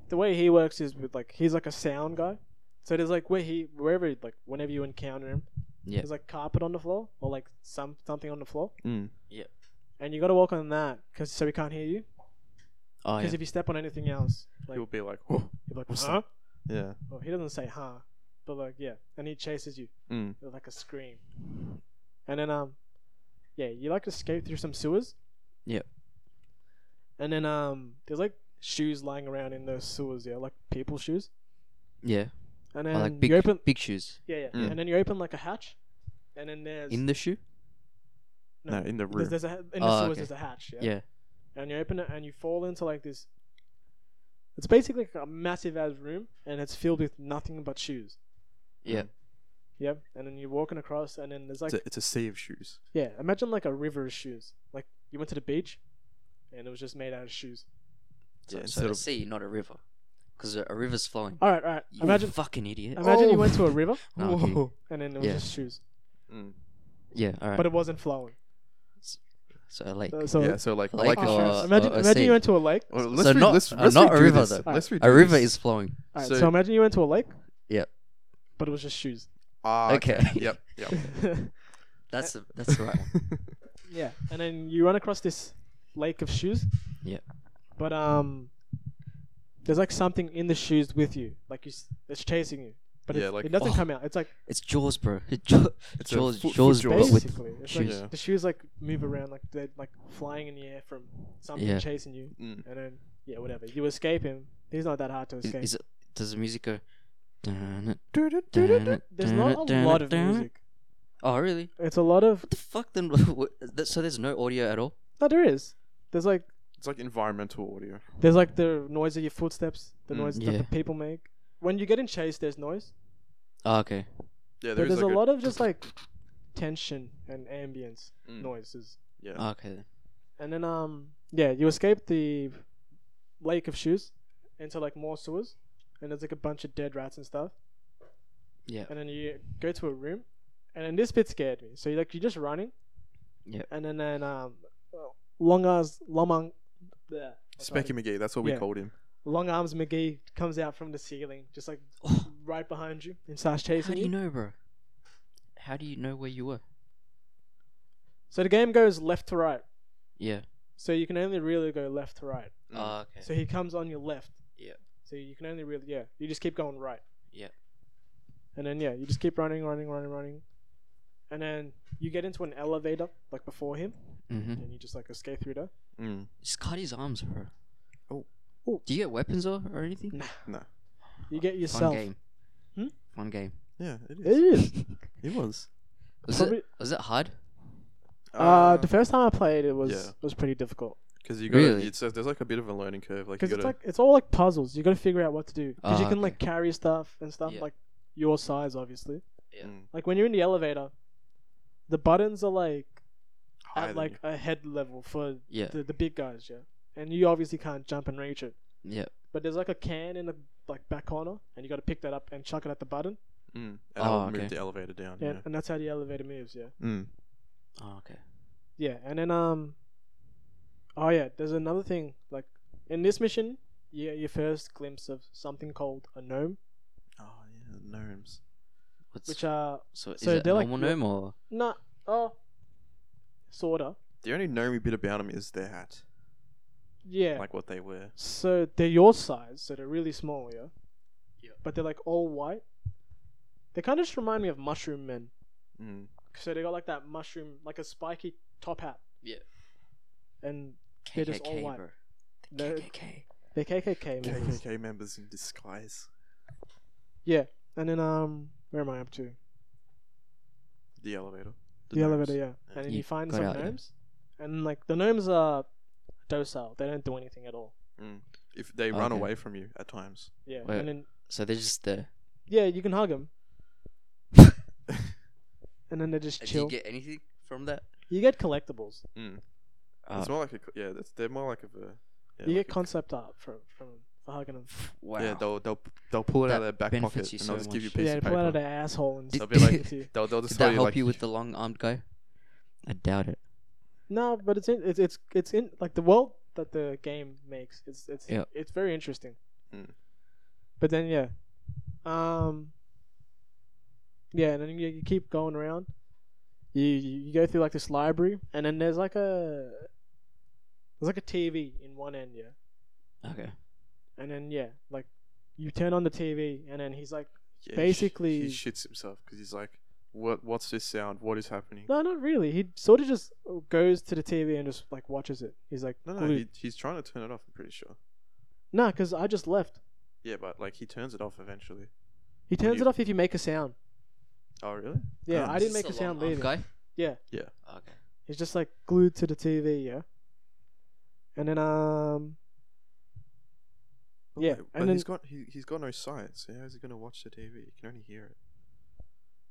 Speaker 3: the way he works is with like he's like a sound guy. So there's like where he wherever like whenever you encounter him,
Speaker 1: Yeah.
Speaker 3: there's like carpet on the floor or like some something on the floor,
Speaker 2: Mm.
Speaker 3: and you got to walk on that because so he can't hear you.
Speaker 1: oh yeah.
Speaker 3: Because if you step on anything else, like
Speaker 2: He'll be like, Whoa.
Speaker 3: he'll be like,
Speaker 2: What's
Speaker 3: huh?
Speaker 2: yeah.
Speaker 3: Well, he doesn't say huh, but like yeah, and he chases you
Speaker 2: Mm.
Speaker 3: with like a scream, and then um, yeah, you like escape through some sewers.
Speaker 1: Yep.
Speaker 3: And then um, there's like shoes lying around in those sewers, yeah, like people's shoes.
Speaker 1: Yeah.
Speaker 3: And
Speaker 1: I
Speaker 3: then
Speaker 1: like big
Speaker 3: you open,
Speaker 1: big shoes.
Speaker 3: yeah, yeah,
Speaker 2: Mm.
Speaker 3: and then you open like a hatch, and then there's
Speaker 1: In the shoe?
Speaker 2: No,
Speaker 3: No,
Speaker 2: in the
Speaker 3: there's,
Speaker 2: room.
Speaker 3: there's a ha- in the
Speaker 1: Oh,
Speaker 3: sewers
Speaker 1: okay.
Speaker 3: there's a hatch, yeah?
Speaker 1: Yeah.
Speaker 3: and you open it and you fall into like this. It's basically like a massive ass room, and it's filled with nothing but shoes.
Speaker 1: Yeah.
Speaker 3: Yep. And then you're walking across, and then there's like,
Speaker 2: it's, a, it's a sea of shoes.
Speaker 3: yeah, imagine like a river of shoes. Like you went to the beach, and it was just made out of shoes.
Speaker 1: So,
Speaker 2: Yeah,
Speaker 1: so
Speaker 2: instead
Speaker 1: a
Speaker 2: of-
Speaker 1: sea, not a river. Because a, a river's flowing.
Speaker 3: All right, all right.
Speaker 1: You
Speaker 3: Imagine,
Speaker 1: fucking idiot.
Speaker 3: imagine you
Speaker 1: Oh.
Speaker 3: went to a river,
Speaker 1: No, I'm kidding.
Speaker 3: and then it was
Speaker 1: Yeah.
Speaker 3: just shoes,
Speaker 2: Mm.
Speaker 1: Yeah, alright.
Speaker 3: but it wasn't flowing.
Speaker 1: so a lake.
Speaker 3: Uh, So,
Speaker 2: yeah, so like,
Speaker 1: Like
Speaker 2: like
Speaker 1: a-
Speaker 2: is-
Speaker 1: uh,
Speaker 3: imagine,
Speaker 1: uh, a
Speaker 3: imagine
Speaker 1: sea.
Speaker 3: you went to a lake.
Speaker 2: Well, let's
Speaker 1: so
Speaker 2: re-
Speaker 1: not,
Speaker 2: let's,
Speaker 1: uh,
Speaker 2: let's
Speaker 1: not a
Speaker 2: redo
Speaker 1: river
Speaker 2: this.
Speaker 1: though.
Speaker 2: Let's redo
Speaker 1: a river
Speaker 2: this.
Speaker 1: is flowing.
Speaker 3: All right,
Speaker 2: so-
Speaker 3: so, imagine you went to a lake.
Speaker 1: Yep.
Speaker 3: But it was just shoes.
Speaker 2: Ah, okay.
Speaker 1: Okay.
Speaker 2: yep. Yep.
Speaker 1: That's the that's the right one.
Speaker 3: yeah, and then you run across this lake of shoes.
Speaker 1: Yeah.
Speaker 3: But um, there's like something in the shoes with you, like you, s- it's chasing you, but
Speaker 2: Yeah,
Speaker 3: it's,
Speaker 2: like-
Speaker 3: it doesn't
Speaker 1: Oh.
Speaker 3: come out. It's like
Speaker 1: It's Jaws, bro. Jaws,
Speaker 2: It's a
Speaker 1: Jaws,
Speaker 2: foot-
Speaker 1: Jaws,
Speaker 2: foot
Speaker 1: but
Speaker 2: jaws.
Speaker 1: with
Speaker 3: basically, it's like
Speaker 1: shoes.
Speaker 2: Yeah.
Speaker 3: the shoes like move around, like they're like flying in the air from something
Speaker 1: Yeah.
Speaker 3: chasing you,
Speaker 2: Mm.
Speaker 3: and then yeah, whatever. You escape him. He's not that hard to
Speaker 1: Is,
Speaker 3: escape.
Speaker 1: is it, does the music go?
Speaker 3: There's not a lot of music.
Speaker 1: Oh, really?
Speaker 3: It's a lot of
Speaker 1: What the fuck then? what- that- so there's no audio at all?
Speaker 3: no. There is. There's like
Speaker 2: It's like environmental audio.
Speaker 3: there's like the noise of your footsteps, the
Speaker 2: Mm,
Speaker 3: noise
Speaker 1: yeah.
Speaker 3: that the people make. When you get in chase, there's noise,
Speaker 1: Oh, okay.
Speaker 2: Yeah,
Speaker 3: but
Speaker 2: there is
Speaker 3: there's
Speaker 2: like
Speaker 3: a lot of just like tension and ambience
Speaker 2: Mm,
Speaker 3: noises.
Speaker 2: Yeah.
Speaker 1: Oh, Okay then.
Speaker 3: And then um yeah, you escape the lake of shoes into like more sewers, and there's like a bunch of dead rats and stuff.
Speaker 1: Yeah.
Speaker 3: and then you go to a room, and then this bit scared me. So you like you're just running,
Speaker 1: Yep.
Speaker 3: and then then um, long arms, long arm, bleh, what's
Speaker 2: Specky
Speaker 3: that?
Speaker 2: McGee, that's what we
Speaker 3: Yeah.
Speaker 2: called him.
Speaker 3: long arms McGee comes out from the ceiling, just like
Speaker 1: Oh,
Speaker 3: right behind you, and starts
Speaker 1: how
Speaker 3: chasing
Speaker 1: do
Speaker 3: you.
Speaker 1: you know, bro? How do you know where you were?
Speaker 3: So the game goes left to right.
Speaker 1: Yeah.
Speaker 3: So you can only really go left to right.
Speaker 2: Mm.
Speaker 1: Oh, okay.
Speaker 3: So he comes on your left.
Speaker 1: Yeah.
Speaker 3: So you can only really yeah. You just keep going right.
Speaker 1: Yeah.
Speaker 3: And then yeah, you just keep running, running, running, running, and then you get into an elevator like before him,
Speaker 1: mm-hmm.
Speaker 3: and you just like escape through there.
Speaker 2: Mm.
Speaker 1: It's Cardi's arms, bro.
Speaker 2: Oh.
Speaker 3: Oh.
Speaker 1: Do you get weapons or, or anything?
Speaker 3: Nah.
Speaker 2: No.
Speaker 3: You get
Speaker 1: Fun
Speaker 3: yourself.
Speaker 1: game.
Speaker 3: Hmm?
Speaker 1: Fun game.
Speaker 2: Yeah, it
Speaker 3: It
Speaker 2: is.
Speaker 3: is.
Speaker 2: It was.
Speaker 1: Was
Speaker 3: Probably-
Speaker 1: it was it hard?
Speaker 3: uh, the first time I played it was
Speaker 2: yeah.
Speaker 3: was pretty difficult
Speaker 2: Because Um, you got
Speaker 1: Really?
Speaker 2: it's there's like a bit of a learning curve. Like you
Speaker 3: because
Speaker 2: got
Speaker 3: it's like it's all like puzzles. You got to figure out what to do because you
Speaker 1: Ah,
Speaker 3: can like carry stuff and stuff
Speaker 1: Yeah.
Speaker 3: like your size, obviously.
Speaker 1: Yeah.
Speaker 2: mm,
Speaker 3: Like when you're in the elevator, the buttons are like at like a head level for
Speaker 1: Yeah.
Speaker 3: the, the big guys, yeah. And you obviously can't jump and reach it,
Speaker 1: Yeah.
Speaker 3: but there's like a can in the like back corner, and you got to pick that up and chuck it at the button,
Speaker 2: mm. and
Speaker 1: Oh,
Speaker 2: I'll
Speaker 1: okay.
Speaker 2: move the elevator down.
Speaker 3: yeah. and that's how the elevator moves, yeah.
Speaker 2: Yeah. Mm.
Speaker 1: Oh, okay.
Speaker 3: Yeah, and then um, oh yeah, there's another thing. Like in this mission, you get your first glimpse of something called a gnome,
Speaker 2: Oh yeah, gnomes.
Speaker 1: What's
Speaker 3: which are
Speaker 1: so is
Speaker 3: so
Speaker 1: it a
Speaker 3: they're like
Speaker 1: normal
Speaker 3: your-
Speaker 1: gnome or
Speaker 3: not oh, sorta.
Speaker 2: The only gnomey bit about him is their hat,
Speaker 3: Yeah.
Speaker 2: like what they wear.
Speaker 3: so they're your size, so they're really small, yeah.
Speaker 1: Yeah.
Speaker 3: But they're like all white. They kind of just remind me of mushroom men.
Speaker 2: Mm.
Speaker 3: So they got like that mushroom, like a spiky top hat.
Speaker 1: Yeah.
Speaker 3: And They're just all
Speaker 1: KKK,
Speaker 3: white.
Speaker 1: bro? The
Speaker 3: No.
Speaker 1: KKK.
Speaker 3: they're KKK. members.
Speaker 2: KKK members in disguise.
Speaker 3: Yeah. And then um, where am I up to?
Speaker 2: The elevator.
Speaker 3: the elevator, yeah.
Speaker 2: Yeah.
Speaker 3: And then
Speaker 1: Uh, You
Speaker 3: you find
Speaker 1: got
Speaker 3: some
Speaker 1: out, yeah.
Speaker 3: gnomes, and like the gnomes are docile; they don't do anything at all.
Speaker 2: If they run
Speaker 1: Okay.
Speaker 2: away from you at times.
Speaker 3: Yeah,
Speaker 1: Wait.
Speaker 3: and then
Speaker 1: So they're just there.
Speaker 3: yeah, you can hug them, and then they just
Speaker 1: And Do
Speaker 3: chill.
Speaker 1: you get anything from that?
Speaker 3: collectibles.
Speaker 2: Mm.
Speaker 1: Uh,
Speaker 2: it's more like a co- yeah. That's they're more like of a. Yeah,
Speaker 3: you
Speaker 2: like
Speaker 3: get
Speaker 2: a-
Speaker 3: concept art from from for hugging them.
Speaker 1: wow.
Speaker 2: Yeah, they'll they'll they'll pull it out of their
Speaker 1: That
Speaker 2: back
Speaker 1: benefits
Speaker 2: pocket
Speaker 1: you
Speaker 2: and
Speaker 1: so
Speaker 2: they'll just give you a
Speaker 1: much.
Speaker 2: piece
Speaker 3: yeah,
Speaker 2: of
Speaker 3: they pull
Speaker 2: paper.
Speaker 3: out of their asshole and
Speaker 1: Did-
Speaker 2: They'll
Speaker 3: stuff.
Speaker 2: be like,
Speaker 3: to you.
Speaker 2: they'll, they'll just
Speaker 1: Did
Speaker 2: tell
Speaker 1: that
Speaker 2: you,
Speaker 1: help
Speaker 2: like,
Speaker 1: you with the long armed guy? I doubt it.
Speaker 3: No, but it's in, it's it's it's in like the world that the game makes. It's it's
Speaker 1: Yeah.
Speaker 3: it's very interesting.
Speaker 2: Mm.
Speaker 3: But then yeah, um, yeah, and then you, you keep going around. You you you go through like this library, and then there's like a there's like a TV in one end, yeah,
Speaker 1: Okay.
Speaker 3: and then yeah, like you turn on the TV, and then he's like,
Speaker 2: Yeah, he sh-
Speaker 3: basically-
Speaker 2: he shits himself because he's like, what What's this sound? What is happening?
Speaker 3: no, not really. He sort of just goes to the TV and just like watches it. He's like,
Speaker 2: No, no,
Speaker 3: glued.
Speaker 2: he, he's trying to turn it off. I'm pretty sure.
Speaker 3: nah, because I just left.
Speaker 2: Yeah, but like he turns it off eventually.
Speaker 3: He turns
Speaker 2: you-
Speaker 3: it off if you make a sound.
Speaker 2: Oh, really?
Speaker 3: Yeah,
Speaker 2: Oh,
Speaker 3: I
Speaker 2: this
Speaker 3: didn't make a sound leaving.
Speaker 1: Guy?
Speaker 3: Yeah.
Speaker 2: Yeah.
Speaker 1: Okay.
Speaker 3: He's just like glued to the TV, yeah. And then um,
Speaker 2: Oh,
Speaker 3: Yeah,
Speaker 2: wait, but
Speaker 3: and
Speaker 2: he's
Speaker 3: then-
Speaker 2: got he he's got no sight. So how's he gonna watch the TV? He can only hear it.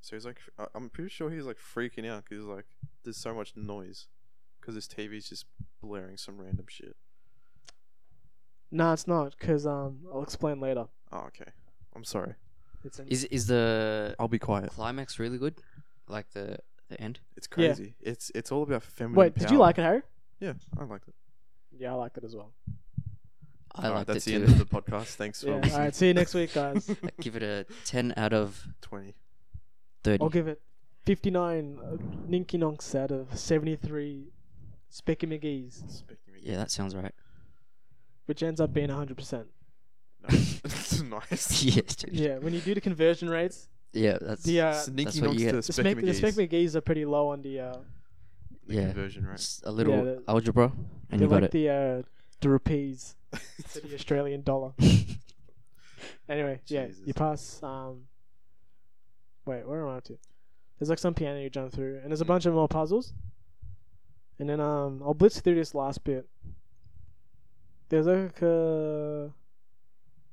Speaker 2: So he's like, I- I'm pretty sure he's like freaking out because like there's so much noise because this TV's just blaring some random shit.
Speaker 3: nah, it's not, cause um, I'll explain later.
Speaker 2: Oh, okay. I'm sorry.
Speaker 3: It's in,
Speaker 1: Is is the
Speaker 2: I'll be quiet.
Speaker 1: climax really good? Like the the end?
Speaker 2: It's
Speaker 3: Yeah.
Speaker 2: crazy. It's it's all about feminine
Speaker 3: wait,
Speaker 2: power.
Speaker 3: did you like it, Harry?
Speaker 2: Yeah, I liked it.
Speaker 3: Yeah, I liked it as well.
Speaker 1: I
Speaker 2: Alright,
Speaker 1: liked
Speaker 2: that's
Speaker 1: it
Speaker 2: the
Speaker 1: too.
Speaker 2: end of the podcast. Thanks for
Speaker 3: Yeah. All
Speaker 2: listening.
Speaker 3: right, see you next week, guys.
Speaker 1: Like, give it a ten out of
Speaker 2: Twenty.
Speaker 1: thirty.
Speaker 3: I'll give it fifty-nine uh, ninky nonks out of seventy-three Specky McGee's,
Speaker 2: Speaking of
Speaker 1: Yeah, that sounds right.
Speaker 3: which ends up being hundred percent.
Speaker 2: nice. nice.
Speaker 1: yeah, dude.
Speaker 3: Yeah, when you do the conversion rates,
Speaker 1: Yeah, that's
Speaker 3: the uh,
Speaker 2: Sneaky
Speaker 1: what you
Speaker 2: knocks
Speaker 1: get.
Speaker 2: to
Speaker 3: the Speck
Speaker 2: Specky
Speaker 3: the Speck
Speaker 2: McGee's.
Speaker 3: McGee's are pretty low on the uh,
Speaker 2: The
Speaker 1: Yeah.
Speaker 2: conversion rate.
Speaker 1: s- a little
Speaker 3: Yeah, that-
Speaker 1: algebra, and
Speaker 3: they're
Speaker 1: you got
Speaker 3: like
Speaker 1: it.
Speaker 3: the uh, the rupees to the Australian dollar. Anyway, yeah, you
Speaker 2: Jesus.
Speaker 3: pass. Um, wait, where am I up to? There's like some piano you jump through, and there's a bunch of more puzzles. And then um, I'll blitz through this last bit. There's like a,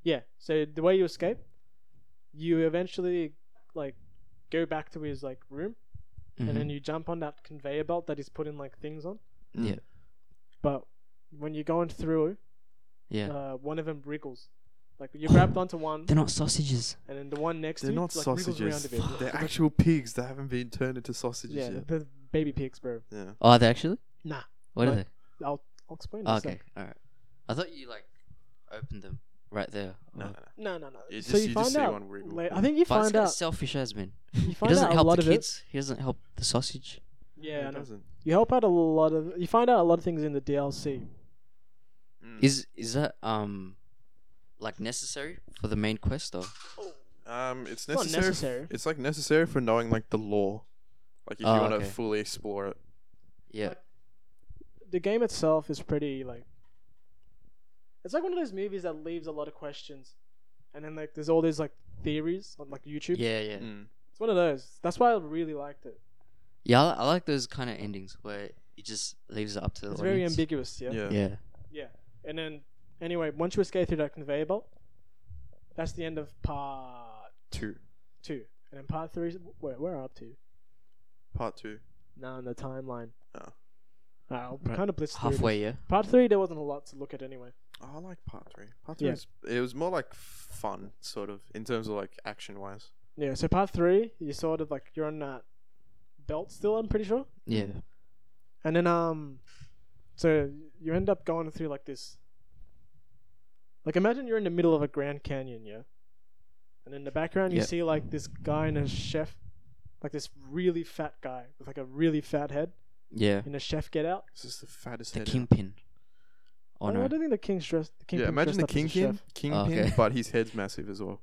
Speaker 3: yeah. So the way you escape, you eventually like go back to his like room,
Speaker 1: Mm-hmm.
Speaker 3: and then you jump on that conveyor belt that he's putting like things on.
Speaker 1: Yeah.
Speaker 3: But when you're going through,
Speaker 1: yeah.
Speaker 3: uh, one of them wriggles. Like you grabbed onto one,
Speaker 1: They're not sausages.
Speaker 3: and then the one next
Speaker 2: They're
Speaker 3: to you
Speaker 2: not
Speaker 3: like, wriggles
Speaker 2: sausages.
Speaker 3: around a bit.
Speaker 2: They're actual pigs that haven't been turned into sausages
Speaker 3: yeah,
Speaker 2: yet.
Speaker 3: the baby pigs, bro.
Speaker 2: Yeah.
Speaker 1: Oh, are they actually?
Speaker 3: Nah,
Speaker 1: What are
Speaker 3: Like,
Speaker 1: they?
Speaker 3: I'll explain.
Speaker 1: Oh,
Speaker 3: this.
Speaker 1: okay, all right. I thought you like opened them right there.
Speaker 2: No, no,
Speaker 1: Oh.
Speaker 2: no.
Speaker 3: No, no, no.
Speaker 2: You
Speaker 3: so
Speaker 2: just-
Speaker 3: you,
Speaker 2: you just
Speaker 3: find
Speaker 2: see
Speaker 3: out.
Speaker 2: one wriggle.
Speaker 3: la- I think
Speaker 1: But
Speaker 3: you
Speaker 1: it's
Speaker 3: find
Speaker 1: kinda
Speaker 3: out.
Speaker 1: selfish as man.
Speaker 3: You
Speaker 1: He
Speaker 3: find
Speaker 1: doesn't
Speaker 3: out a
Speaker 1: help
Speaker 3: lot
Speaker 1: the
Speaker 3: of it.
Speaker 1: kids. He doesn't help the sausage.
Speaker 3: Yeah, I
Speaker 2: it
Speaker 3: know.
Speaker 2: doesn't.
Speaker 3: you help out a lot of. You find out a lot of things in the DLC.
Speaker 2: Mm.
Speaker 1: Is is that um like necessary for the main quest or?
Speaker 2: Um, it's
Speaker 3: It's not
Speaker 2: necessary. f-
Speaker 3: necessary.
Speaker 2: It's like necessary for knowing like the law, like if
Speaker 1: Oh,
Speaker 2: you want to
Speaker 1: okay.
Speaker 2: fully explore it.
Speaker 1: Yeah.
Speaker 3: The game itself is pretty like. It's like one of those movies that leaves a lot of questions, and then like there's all these like theories on like YouTube.
Speaker 1: Yeah, yeah,
Speaker 2: Mm.
Speaker 3: It's one of those. That's why I really liked it.
Speaker 1: yeah. I, li- I like those kind of endings where it just leaves it up to the
Speaker 3: It's very
Speaker 1: audience.
Speaker 3: ambiguous. Yeah.
Speaker 2: Yeah.
Speaker 1: Yeah.
Speaker 3: Yeah. And then, anyway, once you escape through that conveyor belt, that's the end of part
Speaker 2: Two,
Speaker 3: two. And then part three, where we're up to
Speaker 2: part two.
Speaker 3: now in the timeline.
Speaker 2: Oh.
Speaker 3: Uh, I'll
Speaker 1: Right.
Speaker 3: kind of blitz through
Speaker 1: Halfway,
Speaker 3: this.
Speaker 1: yeah.
Speaker 3: Part three, there wasn't a lot to look at anyway.
Speaker 2: Oh, I like part three. Part three
Speaker 3: Yeah.
Speaker 2: is it was more like fun, sort of, in terms of like action wise.
Speaker 3: Yeah. So part three, you sort of like you're on that belt still. I'm pretty sure.
Speaker 1: Yeah.
Speaker 3: And then um, so you end up going through like this. Like imagine you're in the middle of a Grand Canyon, yeah. And in the background you
Speaker 1: Yeah.
Speaker 3: see like this guy and a chef, like this really fat guy with like a really fat head
Speaker 1: Yeah.
Speaker 3: in a chef get out.
Speaker 2: This is the fattest
Speaker 1: The
Speaker 2: head.
Speaker 1: kingpin. Oh
Speaker 3: I
Speaker 1: no.
Speaker 3: don't think the king's dressed. The
Speaker 2: yeah,
Speaker 3: kingpin's
Speaker 2: imagine
Speaker 3: dressed
Speaker 2: the
Speaker 3: up as a
Speaker 2: kingpin,
Speaker 3: chef.
Speaker 2: kingpin,
Speaker 1: Ah, okay.
Speaker 2: but his head's massive as well.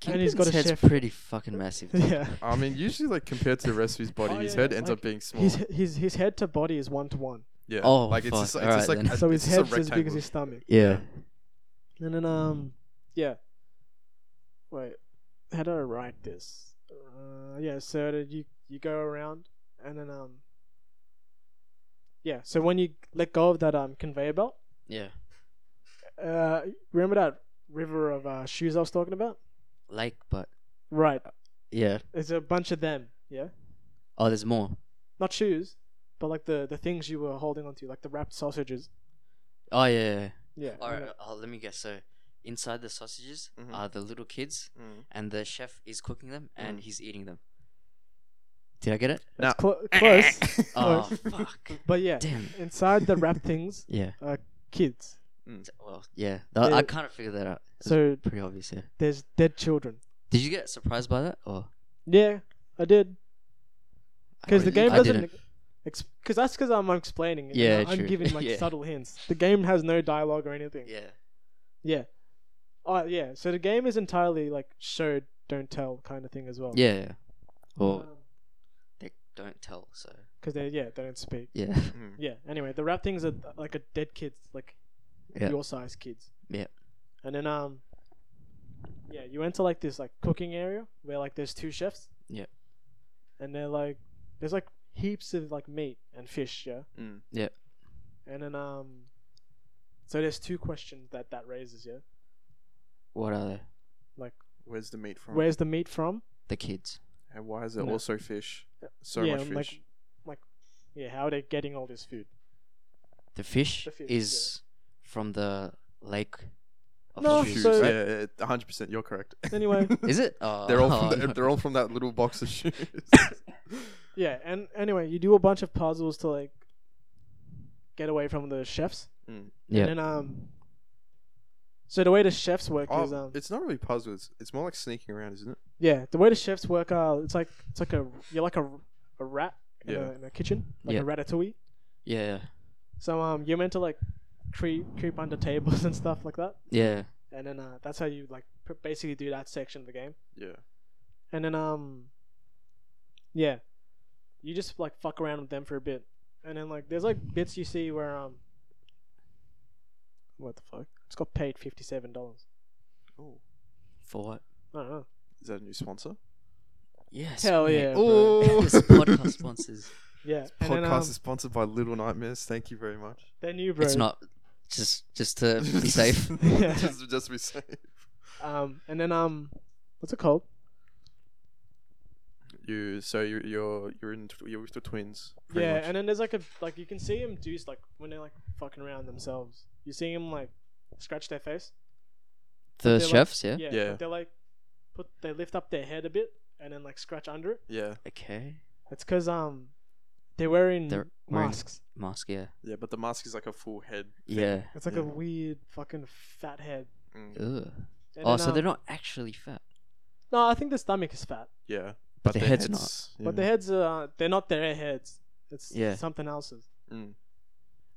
Speaker 1: Kingpin's
Speaker 3: And he's got a
Speaker 1: head's
Speaker 3: chef.
Speaker 1: pretty fucking massive.
Speaker 3: yeah.
Speaker 2: I mean, usually like compared to the rest of his body,
Speaker 3: Oh,
Speaker 2: his
Speaker 3: yeah,
Speaker 2: head
Speaker 3: yeah,
Speaker 2: ends
Speaker 3: like,
Speaker 2: up being small.
Speaker 3: His, his his head to body is one to one,
Speaker 2: yeah,
Speaker 1: Oh,
Speaker 2: like it's
Speaker 1: fuck,
Speaker 2: just, it's
Speaker 1: alright
Speaker 2: just like
Speaker 1: then.
Speaker 2: a,
Speaker 3: so his
Speaker 2: it's just a
Speaker 3: head's as big as
Speaker 2: rectangle.
Speaker 3: his stomach.
Speaker 1: Yeah.
Speaker 3: And then um, yeah. Wait, how do I write this? Uh, yeah, so that you you go around and then um. Yeah, so when you let go of that um conveyor belt,
Speaker 1: Yeah.
Speaker 3: uh, remember that river of uh, shoes I was talking about?
Speaker 1: Like, but
Speaker 3: Right,
Speaker 1: yeah.
Speaker 3: it's a bunch of them. Yeah,
Speaker 1: Oh, there's more.
Speaker 3: not shoes, but like the the things you were holding onto, like the wrapped sausages.
Speaker 1: Oh yeah. yeah, yeah.
Speaker 3: Yeah. Mm-hmm.
Speaker 1: All right.
Speaker 3: and, uh,
Speaker 1: Uh, let me guess. So, inside the sausages
Speaker 2: Mhm.
Speaker 1: are the little kids,
Speaker 2: Mm.
Speaker 1: and the chef is cooking them,
Speaker 3: Mm.
Speaker 1: and he's eating them. Did I get it?
Speaker 2: Now,
Speaker 3: Cl- close.
Speaker 1: Oh
Speaker 3: Close.
Speaker 1: fuck!
Speaker 3: But yeah,
Speaker 1: Damn.
Speaker 3: inside the wrapped things,
Speaker 1: Yeah.
Speaker 3: kids.
Speaker 1: Well, yeah. Tha- I
Speaker 3: Yeah.
Speaker 1: kind of figured that out. It's
Speaker 3: So
Speaker 1: pretty obvious. Yeah.
Speaker 3: there's dead children.
Speaker 1: Did you get surprised by that, or
Speaker 3: Yeah, I did. Because the
Speaker 1: Really?
Speaker 3: game
Speaker 1: I
Speaker 3: doesn't.
Speaker 1: didn't.
Speaker 3: Because that's because I'm explaining it.
Speaker 1: Yeah,
Speaker 3: and I'm
Speaker 1: true.
Speaker 3: giving like
Speaker 1: Yeah.
Speaker 3: subtle hints. The game has no dialogue or anything.
Speaker 1: Yeah.
Speaker 3: Yeah. Uh, yeah. So the game is entirely like show don't tell kind of thing as well.
Speaker 1: Yeah. yeah. Or
Speaker 3: Uh,
Speaker 1: they don't tell. So
Speaker 3: Because they yeah they don't speak.
Speaker 1: yeah.
Speaker 2: mm.
Speaker 3: Yeah. Anyway, the rap things are like a dead kids, like
Speaker 1: Yeah.
Speaker 3: your size kids.
Speaker 1: Yeah.
Speaker 3: And then um. Yeah, you enter like this like cooking area where like there's two chefs.
Speaker 1: Yeah.
Speaker 3: And they're like, there's like heaps of like meat and fish. Yeah.
Speaker 2: Mm.
Speaker 3: And then um so there's two questions that that raises, yeah.
Speaker 1: What are they?
Speaker 2: Where's the meat from?
Speaker 3: Where's the meat from?
Speaker 1: The kids.
Speaker 2: and why is there
Speaker 3: No.
Speaker 2: also fish? So
Speaker 3: yeah,
Speaker 2: much
Speaker 3: and, like-
Speaker 2: fish.
Speaker 3: Like yeah, how are they getting all this food?
Speaker 1: The fish,
Speaker 3: The fish, yeah.
Speaker 1: is from the lake. Of
Speaker 3: No,
Speaker 1: shoes.
Speaker 3: so-
Speaker 2: yeah, yeah, yeah, hundred percent. You're correct.
Speaker 3: Anyway,
Speaker 1: Is it? Oh,
Speaker 2: they're all from
Speaker 1: no.
Speaker 2: the, they're all from that little box of shoes.
Speaker 3: yeah, and anyway, you do a bunch of puzzles to like get away from the chefs.
Speaker 1: yeah.
Speaker 3: And then um so the way the chefs work is
Speaker 2: oh,
Speaker 3: um
Speaker 2: it's not really puzzles. It's more like sneaking around, isn't it?
Speaker 3: yeah, the way the chefs work are it's like it's like a you're like a, a rat in,
Speaker 2: Yeah.
Speaker 3: a, in a kitchen, like
Speaker 1: Yeah.
Speaker 3: a ratatouille.
Speaker 1: yeah.
Speaker 3: So um you're meant to like creep creep under tables and stuff like that.
Speaker 1: Yeah.
Speaker 3: and then uh, that's how you like pr- basically do that section of the game.
Speaker 2: Yeah.
Speaker 3: And then um, yeah, you just like fuck around with them for a bit, and then like there's like bits you see where um, what the fuck? It's got paid fifty seven dollars.
Speaker 2: Oh.
Speaker 1: For what?
Speaker 3: I don't know.
Speaker 2: Is that a new sponsor?
Speaker 1: Yes.
Speaker 3: Hell
Speaker 1: mate.
Speaker 3: yeah,
Speaker 2: bro.
Speaker 1: This podcast sponsors.
Speaker 3: Yeah.
Speaker 2: This
Speaker 3: And
Speaker 2: podcast
Speaker 3: then, um,
Speaker 2: is sponsored by Little Nightmares. Thank you very much.
Speaker 3: then you, bro.
Speaker 1: It's not. Just just to be safe.
Speaker 3: Yeah.
Speaker 2: just, just be safe.
Speaker 3: Um, and then um, what's it called?
Speaker 2: You so you you're you're in tw- you're with the twins. pretty
Speaker 3: yeah,
Speaker 2: much.
Speaker 3: and then there's like a like you can see them do s- like when they're like fucking around themselves. You see them like scratch their face.
Speaker 1: The
Speaker 3: They're
Speaker 1: chefs, yeah?
Speaker 3: Yeah.
Speaker 2: Yeah.
Speaker 3: but They're like put they lift up their head a bit and then like scratch under it.
Speaker 2: yeah,
Speaker 1: Okay.
Speaker 3: That's because um, they're wearing
Speaker 1: They're wearing-
Speaker 3: masks.
Speaker 1: Mask, yeah.
Speaker 2: yeah, but the mask is like a full head.
Speaker 1: Yeah.
Speaker 3: It's like
Speaker 2: Yeah.
Speaker 3: a weird fucking fat head.
Speaker 2: Mm,
Speaker 1: Ugh.
Speaker 3: And
Speaker 1: Oh,
Speaker 3: then,
Speaker 1: so they're
Speaker 3: um,
Speaker 1: not actually fat.
Speaker 3: No, I think the stomach is fat,
Speaker 2: yeah,
Speaker 1: But the
Speaker 2: their
Speaker 1: head's not.
Speaker 2: yeah.
Speaker 3: but the heads are they're not their heads. It's
Speaker 1: Yeah.
Speaker 3: something else's.
Speaker 2: Mm.
Speaker 3: And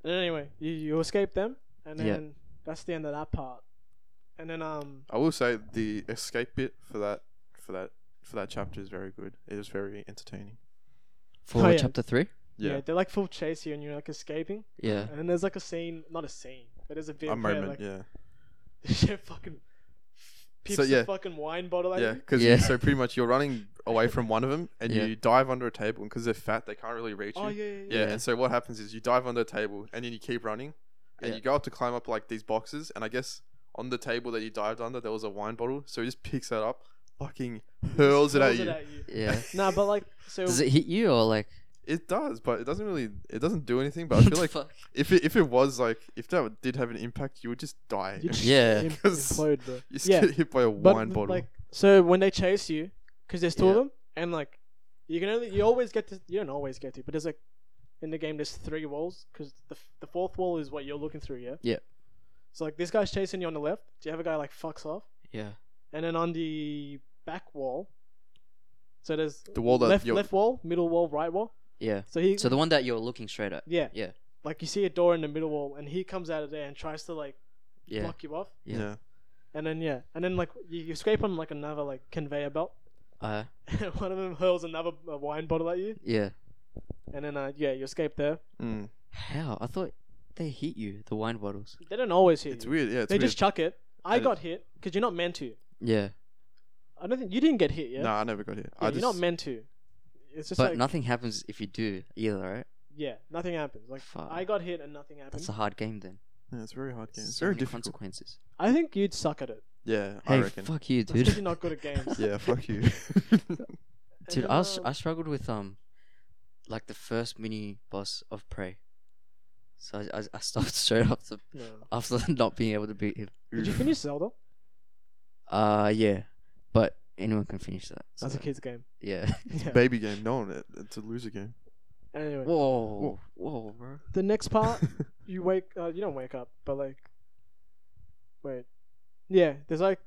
Speaker 3: then anyway, you, you escape them, and then
Speaker 1: Yeah.
Speaker 3: that's the end of that part. And then um,
Speaker 2: I will say the escape bit for that for that for that chapter is very good. It is very entertaining.
Speaker 1: For
Speaker 3: Oh, yeah.
Speaker 1: chapter three?
Speaker 3: yeah.
Speaker 2: Yeah,
Speaker 3: they're like full chase you, and you're like escaping.
Speaker 1: Yeah.
Speaker 3: And then there's like a scene, not a scene, but there's a bit
Speaker 2: a
Speaker 3: where
Speaker 2: moment.
Speaker 3: like
Speaker 2: yeah,
Speaker 3: shit fucking peeps
Speaker 2: yeah.
Speaker 3: the fucking wine bottle. At
Speaker 2: yeah,
Speaker 3: you.
Speaker 2: because
Speaker 1: Yeah.
Speaker 2: so pretty much you're running away from one of them and
Speaker 1: Yeah.
Speaker 2: you dive under a table and because they're fat they can't really reach you.
Speaker 3: Oh yeah, yeah, yeah.
Speaker 2: Yeah, and so what happens is you dive under a table and then you keep running and
Speaker 1: Yeah.
Speaker 2: you go up to climb up like these boxes and I guess on the table that you dived under there was a wine bottle, so he just picks that up, fucking hurls it at
Speaker 3: Throws
Speaker 2: you.
Speaker 1: Yeah.
Speaker 3: nah, but like so.
Speaker 1: Does it hit you or like
Speaker 2: It does, but it doesn't really it doesn't do anything, but I feel like if it, if it was like if that did have an impact, you would just die.
Speaker 3: you just
Speaker 1: Yeah.
Speaker 3: im-
Speaker 2: Because-
Speaker 3: implode, bro.
Speaker 2: you just
Speaker 3: yeah,
Speaker 2: get hit by a
Speaker 3: but
Speaker 2: wine bottle.
Speaker 3: like so when they chase you, because there's two of
Speaker 1: Yeah.
Speaker 3: them, and like you can only you always get to you don't always get to, but there's like in the game there's three walls because the f- the fourth wall is what you're looking through. Yeah.
Speaker 1: Yeah.
Speaker 3: So like this guy's chasing you on the left. Do you have a guy like fucks off?
Speaker 1: Yeah.
Speaker 3: and then on the back wall. So there's
Speaker 2: the wall that
Speaker 3: left
Speaker 2: you're,
Speaker 3: left wall, middle wall, right wall.
Speaker 1: Yeah.
Speaker 3: So he
Speaker 1: So the one that you're looking straight at.
Speaker 3: yeah
Speaker 1: Yeah.
Speaker 3: like you see a door in the middle wall, and he comes out of there and tries to like
Speaker 1: Yeah.
Speaker 3: block you off,
Speaker 1: Yeah.
Speaker 2: yeah.
Speaker 3: and then yeah, and then like you, you escape on like another like conveyor belt.
Speaker 1: Uh
Speaker 3: and One of them hurls another uh, wine bottle at you,
Speaker 1: yeah.
Speaker 3: and then uh, yeah, you escape there.
Speaker 2: Mm.
Speaker 1: How? I thought they hit you, the wine bottles.
Speaker 3: They don't always hit
Speaker 2: It's
Speaker 3: you.
Speaker 2: weird, yeah. It's
Speaker 3: they
Speaker 2: weird.
Speaker 3: just chuck it. I
Speaker 2: And-
Speaker 3: got hit because you're not meant to.
Speaker 1: Yeah.
Speaker 3: I don't think you didn't get hit yet.
Speaker 2: No, I never got hit.
Speaker 3: yeah,
Speaker 2: I
Speaker 3: you're
Speaker 2: just,
Speaker 3: not meant to. It's just
Speaker 1: But
Speaker 3: like
Speaker 1: nothing happens if you do either, right?
Speaker 3: yeah, nothing happens. Like
Speaker 1: Fuck.
Speaker 3: I got hit and nothing happened.
Speaker 1: That's a hard game then.
Speaker 2: yeah, it's a very hard game. It's
Speaker 1: So
Speaker 2: very
Speaker 1: many
Speaker 2: difficult.
Speaker 1: consequences.
Speaker 3: I think you'd suck at it.
Speaker 2: Yeah, I
Speaker 1: Hey,
Speaker 2: reckon.
Speaker 1: fuck you,
Speaker 3: That's 'cause
Speaker 1: dude.
Speaker 3: you're not good at games.
Speaker 2: Yeah, fuck you.
Speaker 3: And
Speaker 1: Dude,
Speaker 3: then,
Speaker 1: I, was,
Speaker 3: um,
Speaker 1: I struggled with um, like the first mini boss of Prey. So I, I, I stopped straight after
Speaker 3: no.
Speaker 1: after not being able to beat him.
Speaker 3: Did you finish Zelda?
Speaker 1: Uh yeah, but anyone can finish that.
Speaker 3: That's
Speaker 1: so,
Speaker 3: a kid's game.
Speaker 1: Yeah.
Speaker 3: Yeah.
Speaker 2: Baby game. No, it- it's a loser game.
Speaker 3: Anyway,
Speaker 1: Whoa, whoa, bro.
Speaker 3: the next part, you wake. Uh, you don't wake up, but like, wait, yeah. There's like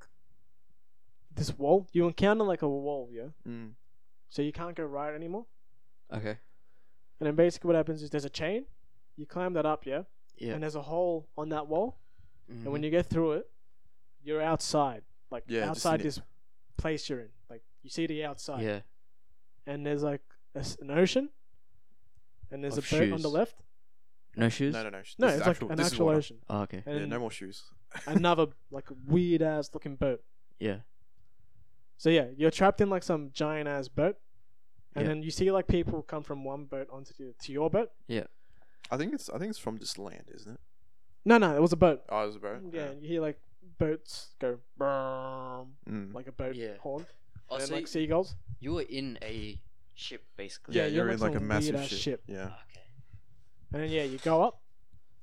Speaker 3: this wall. You encounter like a wall, yeah.
Speaker 2: Mm.
Speaker 3: So you can't go right anymore.
Speaker 1: Okay.
Speaker 3: And then basically what happens is there's a chain. You climb that up, yeah.
Speaker 1: Yeah. Mm-hmm.
Speaker 3: And there's a hole on that wall, and when you get through it, you're outside, like
Speaker 2: Mm-hmm. Yeah, just
Speaker 3: outside
Speaker 2: in it.
Speaker 3: this place you're in. Like you see the outside.
Speaker 1: yeah,
Speaker 3: and there's like a s an ocean, and there's
Speaker 1: Of
Speaker 3: a boat on the
Speaker 1: shoes.
Speaker 3: left.
Speaker 1: no shoes.
Speaker 2: No, no, no. sh-
Speaker 3: No,
Speaker 2: Oh, this is
Speaker 3: it's like
Speaker 2: actual-
Speaker 3: an
Speaker 2: this is
Speaker 3: actual
Speaker 2: water.
Speaker 3: ocean,
Speaker 1: Oh, okay.
Speaker 3: and
Speaker 2: Yeah,
Speaker 3: then
Speaker 2: no more shoes.
Speaker 3: another like weird ass looking boat.
Speaker 1: Yeah.
Speaker 3: So yeah, you're trapped in like some giant ass boat, and
Speaker 1: Yeah.
Speaker 3: then you see like people come from one boat onto the, to your boat.
Speaker 2: I think it's I think it's from just land, isn't it?
Speaker 3: No, no, it was a boat.
Speaker 2: Oh, it was a boat.
Speaker 3: Yeah, and you hear like boats go "Brrrm,"
Speaker 2: Mm.
Speaker 3: like a boat
Speaker 1: Yeah.
Speaker 3: horn,
Speaker 1: Oh,
Speaker 3: and
Speaker 1: so
Speaker 3: like
Speaker 1: you-
Speaker 3: seagulls.
Speaker 1: you were in a ship basically. Oh,
Speaker 2: yeah,
Speaker 3: you're
Speaker 2: you're
Speaker 3: like
Speaker 2: in like a
Speaker 3: some
Speaker 2: massive
Speaker 3: weird-ass
Speaker 2: ship.
Speaker 3: ship.
Speaker 2: Yeah.
Speaker 1: Okay.
Speaker 3: And then yeah, you go up.